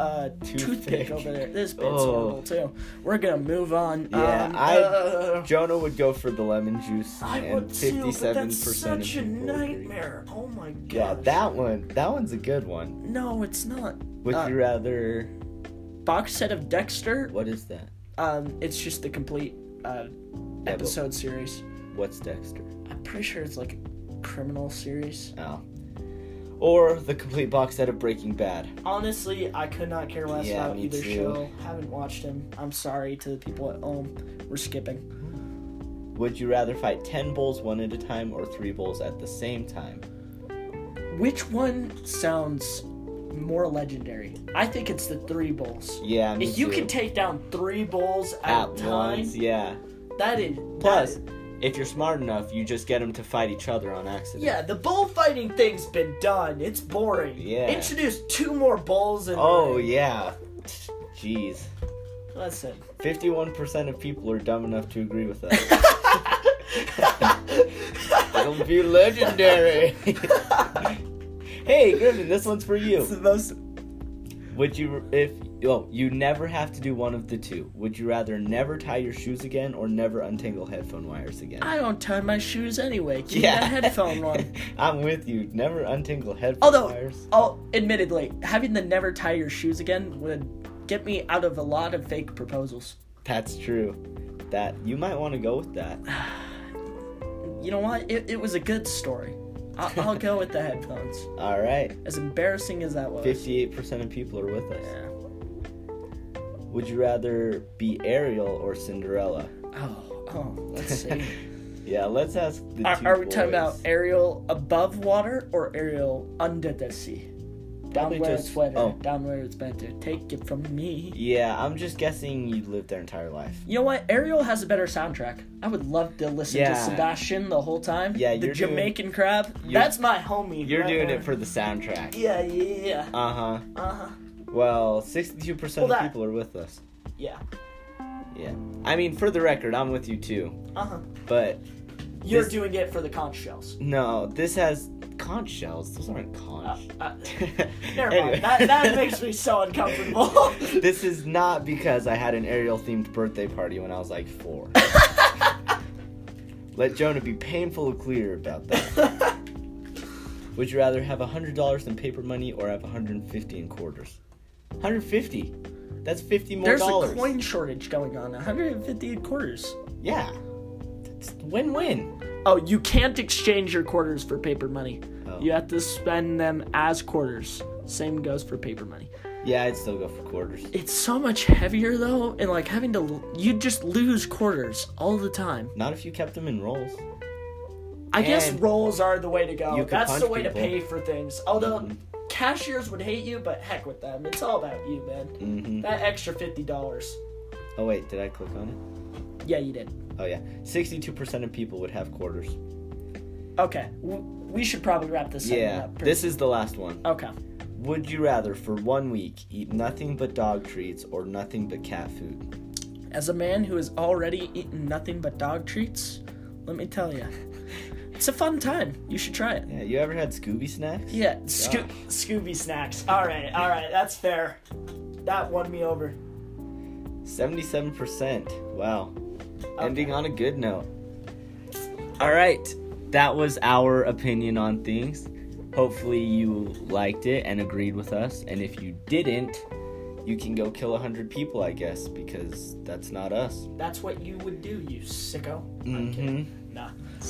Speaker 4: uh, toothpick.
Speaker 1: Toothpick.
Speaker 4: over there. This bit's
Speaker 1: Oh.
Speaker 4: horrible too. We're gonna move on.
Speaker 1: Yeah,
Speaker 4: um,
Speaker 1: I
Speaker 4: uh,
Speaker 1: Jonah would go for the lemon juice,
Speaker 2: I
Speaker 1: and
Speaker 2: would too, but
Speaker 1: fifty-seven
Speaker 2: that's
Speaker 1: percent of
Speaker 2: such a
Speaker 1: people would agree.
Speaker 2: nightmare. Oh my god.
Speaker 1: Yeah, that one. That one's a good one.
Speaker 4: no, it's not.
Speaker 1: Would
Speaker 4: Uh,
Speaker 1: you rather?
Speaker 4: Box set of Dexter.
Speaker 1: What is that?
Speaker 4: Um, it's just the complete uh,
Speaker 1: but-
Speaker 4: episode series.
Speaker 1: What's Dexter?
Speaker 4: I'm pretty sure it's like a criminal series.
Speaker 1: Oh. Or the complete box set of Breaking Bad.
Speaker 2: Honestly, I could not care less
Speaker 1: Yeah,
Speaker 2: about
Speaker 1: me
Speaker 2: either
Speaker 1: too.
Speaker 2: show. Haven't watched him. I'm sorry to the people at home.
Speaker 4: We're skipping.
Speaker 1: Would you rather fight 10 bulls one at a time or 3 bulls at the same time?
Speaker 4: Which one sounds more legendary? I think it's the three bulls.
Speaker 1: Yeah, me
Speaker 2: If you
Speaker 1: too.
Speaker 2: can take down three bulls
Speaker 1: at
Speaker 2: at, a time,
Speaker 1: once, yeah.
Speaker 2: that is
Speaker 1: Plus,
Speaker 2: that is-
Speaker 1: if you're smart enough, you just get them to fight each other on accident.
Speaker 2: yeah, the bullfighting thing's been done. It's boring.
Speaker 1: Yeah.
Speaker 2: Introduce two more bulls and
Speaker 1: Oh, yeah. Jeez.
Speaker 2: listen.
Speaker 1: 51% of people are dumb enough to agree with us. It'll be legendary. hey, Griffin, this one's for you.
Speaker 4: the most
Speaker 1: Would you if oh you never have to do one of the two? Would you rather never tie your shoes again or never untangle headphone wires again?
Speaker 4: I don't tie my shoes anyway. Give me that headphone one.
Speaker 1: I'm with you. Never untangle headphone
Speaker 4: Although-
Speaker 1: wires.
Speaker 4: Oh, admittedly, having the never tie your shoes again would get me out of a lot of fake proposals.
Speaker 1: That's true. That you might want to go with that.
Speaker 4: You know what? It, it was a good story. I, I'll go with the headphones.
Speaker 1: All right.
Speaker 4: As embarrassing as that was.
Speaker 1: 58% of people are with us.
Speaker 4: Yeah.
Speaker 1: Would you rather be Ariel or Cinderella?
Speaker 4: Oh, oh, let's see.
Speaker 1: Yeah, let's ask the
Speaker 4: are,
Speaker 1: two
Speaker 4: are we talking
Speaker 1: boys.
Speaker 4: about aerial above water or aerial under the sea? Down
Speaker 1: Probably
Speaker 4: where
Speaker 1: just-
Speaker 4: it's wetter,
Speaker 1: oh.
Speaker 4: down where it's better. Take it from me.
Speaker 1: Yeah, I'm just guessing you lived their entire life.
Speaker 4: You know what? Ariel has a better soundtrack. I would love to listen to
Speaker 1: Yeah.
Speaker 4: Sebastian the whole time.
Speaker 1: Yeah,
Speaker 4: the
Speaker 1: you're doing-
Speaker 4: Jamaican crab.
Speaker 1: You're-
Speaker 2: That's my homie.
Speaker 1: You're
Speaker 2: right
Speaker 1: doing
Speaker 2: there.
Speaker 1: it for the soundtrack.
Speaker 2: Yeah, yeah, yeah.
Speaker 1: Uh huh.
Speaker 2: Uh
Speaker 4: Uh-huh.
Speaker 2: huh.
Speaker 1: Well, 62%
Speaker 2: Well,
Speaker 1: of
Speaker 2: that-
Speaker 1: people are with us.
Speaker 2: Yeah.
Speaker 1: Yeah. I mean, for the record, I'm with you too.
Speaker 2: Uh
Speaker 4: Uh-huh.
Speaker 2: huh.
Speaker 1: But
Speaker 2: You're
Speaker 1: This-
Speaker 2: doing it for the conch shells.
Speaker 1: no, this has conch shells. Those aren't conch.
Speaker 2: Uh, never
Speaker 1: Anyway.
Speaker 2: mind. That, that makes me so uncomfortable.
Speaker 1: This is not because I had an Ariel themed birthday party when I was like four. Let Jonah be painfully clear about that. Would you rather have $100 in paper money or have 150 in quarters? 150. That's 50 more
Speaker 4: There's
Speaker 1: dollars.
Speaker 4: a coin shortage going on. 150 in quarters.
Speaker 1: Yeah. It's win-win.
Speaker 4: Oh, you can't exchange your quarters for paper money.
Speaker 1: Oh.
Speaker 4: You have to spend them as quarters. Same goes for paper money.
Speaker 1: Yeah, I'd still go for quarters.
Speaker 4: It's so much heavier though, and like having to, you just lose quarters all the time.
Speaker 1: Not if you kept them in rolls.
Speaker 4: I guess
Speaker 2: Yes, rolls are the way to go.
Speaker 1: you could
Speaker 2: That's the
Speaker 1: punch
Speaker 2: way to
Speaker 1: people.
Speaker 2: pay for things. Although
Speaker 1: Mhm.
Speaker 2: cashiers would hate you, but heck with them. It's all about you, man.
Speaker 1: hmm
Speaker 2: That extra fifty dollars.
Speaker 1: Oh wait, did I click on it?
Speaker 2: Yeah, you did.
Speaker 1: Oh yeah, sixty-two percent of people would have quarters.
Speaker 2: Okay, w- we should probably wrap this segment
Speaker 1: Yeah,
Speaker 2: up. pretty-
Speaker 1: this is the last one.
Speaker 2: Okay.
Speaker 1: Would you rather, for one week, eat nothing but dog treats or nothing but cat food?
Speaker 4: as a man who has already eaten nothing but dog treats, let me tell you, it's a fun time. You should try it.
Speaker 1: Yeah, you ever had Scooby snacks?
Speaker 4: Yeah, sco-
Speaker 1: Gosh.
Speaker 2: Scooby snacks. All right, all right, that's fair. That won me over.
Speaker 1: Seventy-seven percent. Wow. Ending on a good note. All right, that was our opinion on things. Hopefully, you liked it and agreed with us. And if you didn't, you can go kill a hundred people, I guess, because that's not us.
Speaker 2: That's what you would do, you sicko. I'm kidding.
Speaker 1: Mm-hmm.
Speaker 2: Nah.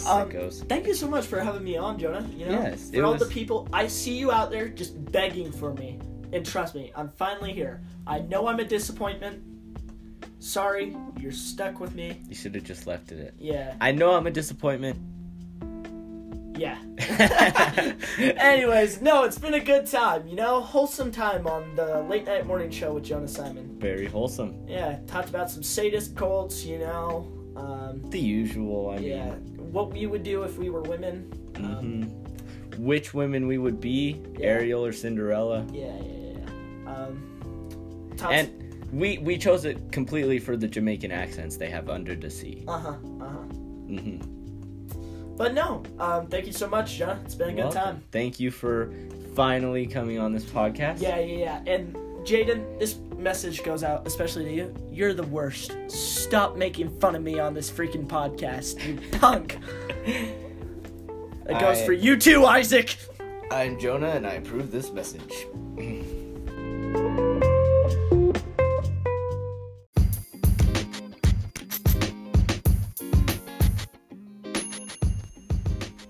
Speaker 2: Um,
Speaker 1: Sickos.
Speaker 2: Thank you so much for having me on, Jonah. You know,
Speaker 1: Yes,
Speaker 2: for
Speaker 1: it
Speaker 2: all
Speaker 1: was-
Speaker 2: the people, I see you out there just begging for me, and trust me, I'm finally here. I know I'm a disappointment. Sorry, you're stuck with me.
Speaker 1: you should have just left it. at-
Speaker 2: Yeah,
Speaker 1: I know I'm a disappointment.
Speaker 2: yeah. Anyways, no, it's been a good time. You know, wholesome time on the late night morning show with Jonah Simon.
Speaker 1: Very wholesome.
Speaker 2: Yeah, talked about some sadist cults. You know, um,
Speaker 1: The usual. I
Speaker 2: yeah,
Speaker 1: mean,
Speaker 2: what we would do if we were women. Um,
Speaker 1: mhm. which women we would be,
Speaker 2: Yeah.
Speaker 1: Ariel or Cinderella?
Speaker 2: Yeah, yeah, yeah. yeah. Um, talked-
Speaker 1: And we we chose it completely for the Jamaican accents they have under the sea.
Speaker 2: Uh huh. Uh huh.
Speaker 1: hmm
Speaker 2: But no, um, thank you so much, John. It's been a good time.
Speaker 1: Thank you for finally coming on this podcast.
Speaker 2: Yeah, yeah, yeah. And Jaden, this message goes out especially to you.
Speaker 4: You're the worst. Stop making fun of me on this freaking podcast, you punk. That goes
Speaker 1: I-
Speaker 4: for you too, Isaac.
Speaker 1: I'm Jonah, and I approve this message.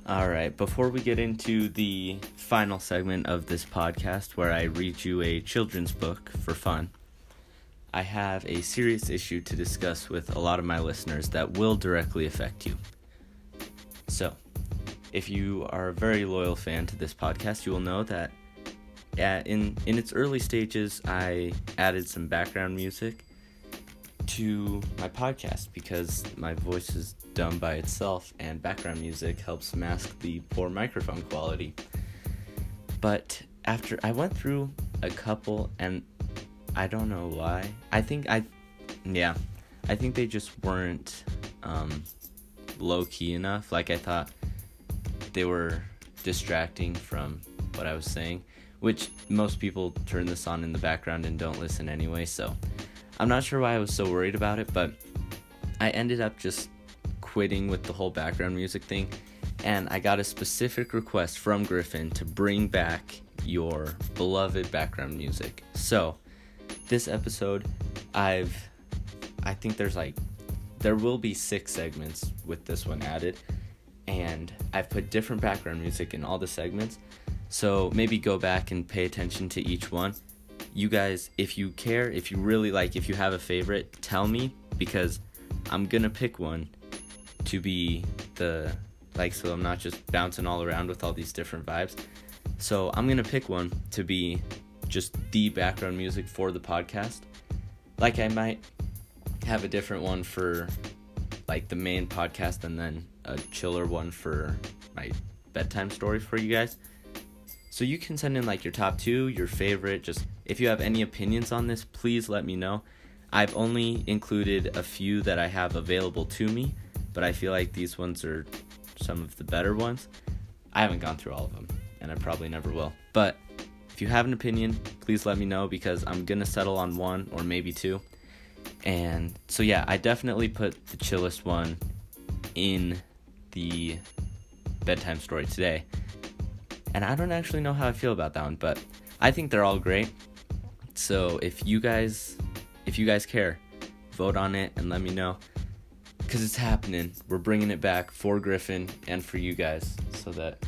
Speaker 1: All right, before we get into the final segment of this podcast where I read you a children's book for fun, I have a serious issue to discuss with a lot of my listeners that will directly affect you. So, if you are a very loyal fan to this podcast, you will know that uh, in in its early stages, I added some background music to my podcast because my voice is dumb by itself, and background music helps mask the poor microphone quality. But after I went through a couple, and I don't know why. I think I, yeah, I think they just weren't um, low key enough. Like I thought they were distracting from what I was saying, which most people turn this on in the background and don't listen anyway, so I'm not sure why I was so worried about it, but I ended up just quitting with the whole background music thing, and I got a specific request from Griffin to bring back your beloved background music. So, this episode, I've I think there's like there will be six segments with this one added and I've put different background music in all the segments. So maybe go back and pay attention to each one. You guys, if you care, if you really like, if you have a favorite, tell me because I'm gonna pick one to be the like so I'm not just bouncing all around with all these different vibes. So I'm gonna pick one to be just the background music for the podcast. Like I might have a different one for like the main podcast and then a chiller one for my bedtime story for you guys. So you can send in like your top two, your favorite, just if you have any opinions on this, please let me know. I've only included a few that I have available to me, but I feel like these ones are some of the better ones. I haven't gone through all of them, and I probably never will. But if you have an opinion, please let me know because I'm gonna settle on one or maybe two. And so yeah, I definitely put the chillest one in the bedtime story today. And I don't actually know how I feel about that one, but I think they're all great. So if you guys if you guys care, vote on it and let me know cuz it's happening. We're bringing it back for Griffin and for you guys so that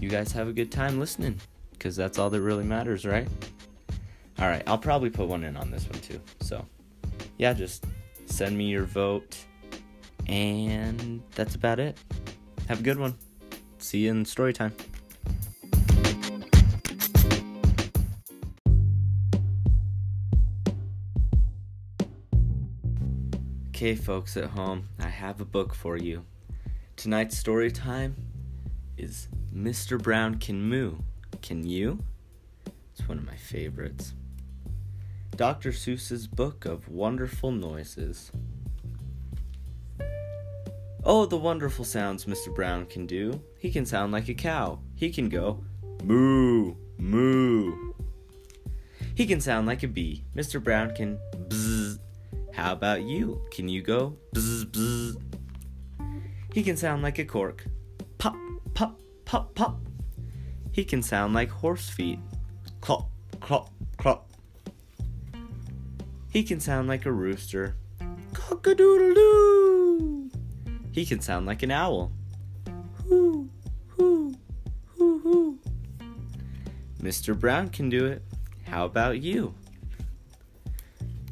Speaker 1: you guys have a good time listening cuz that's all that really matters, right? All right, I'll probably put one in on this one too. So, yeah, just send me your vote. And that's about it. Have a good one. See you in story time. Okay, folks at home, I have a book for you. Tonight's story time is Mr. Brown Can Moo. Can you? It's one of my favorites. Dr. Seuss's Book of Wonderful Noises. Oh, the wonderful sounds Mr. Brown can do. He can sound like a cow. He can go moo, moo. He can sound like a bee. Mr. Brown can bzz. How about you? Can you go bzz, bzz? He can sound like a cork. Pop, pop, pop, pop. He can sound like horse feet. Clop, clop, clop. He can sound like a rooster. Cock a doodle doo. He can sound like an owl. Hoo, hoo, hoo, hoo. Mr. Brown can do it. How about you?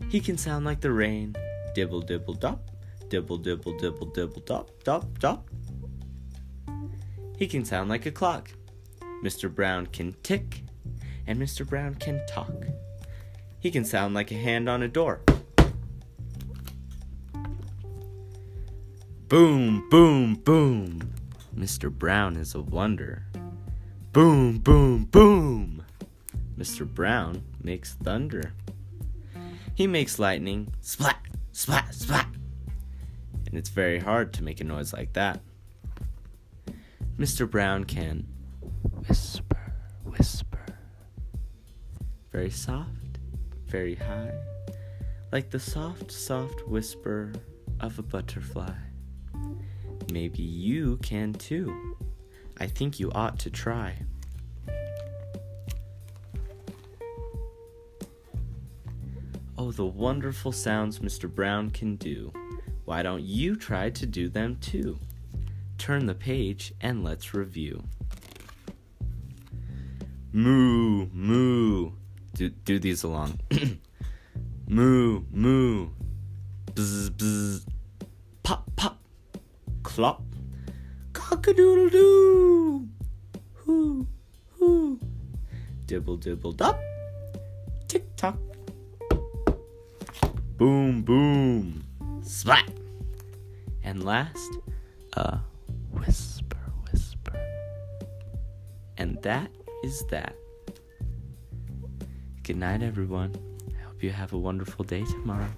Speaker 1: He can sound like the rain. Dibble dibble dop, dibble dibble dibble dibble dop dop dop. He can sound like a clock. Mr. Brown can tick, and Mr. Brown can talk. He can sound like a hand on a door. Boom, boom, boom. Mr. Brown is a wonder. Boom, boom, boom. Mr. Brown makes thunder. He makes lightning splat, splat, splat. And it's very hard to make a noise like that. Mr. Brown can whisper, whisper. Very soft, very high, like the soft, soft whisper of a butterfly. Maybe you can too. I think you ought to try. Oh, the wonderful sounds Mr. Brown can do. Why don't you try to do them too? Turn the page and let's review. Moo, moo. Do, do these along. moo, moo. Bzz, bzz. Pop, pop. Clop. Cock a doodle doo. Hoo, hoo. Dibble, dibble, dop. Tick tock. Boom, boom. Splat. And last, a whisper, whisper. And that is that. Good night, everyone. I hope you have a wonderful day tomorrow.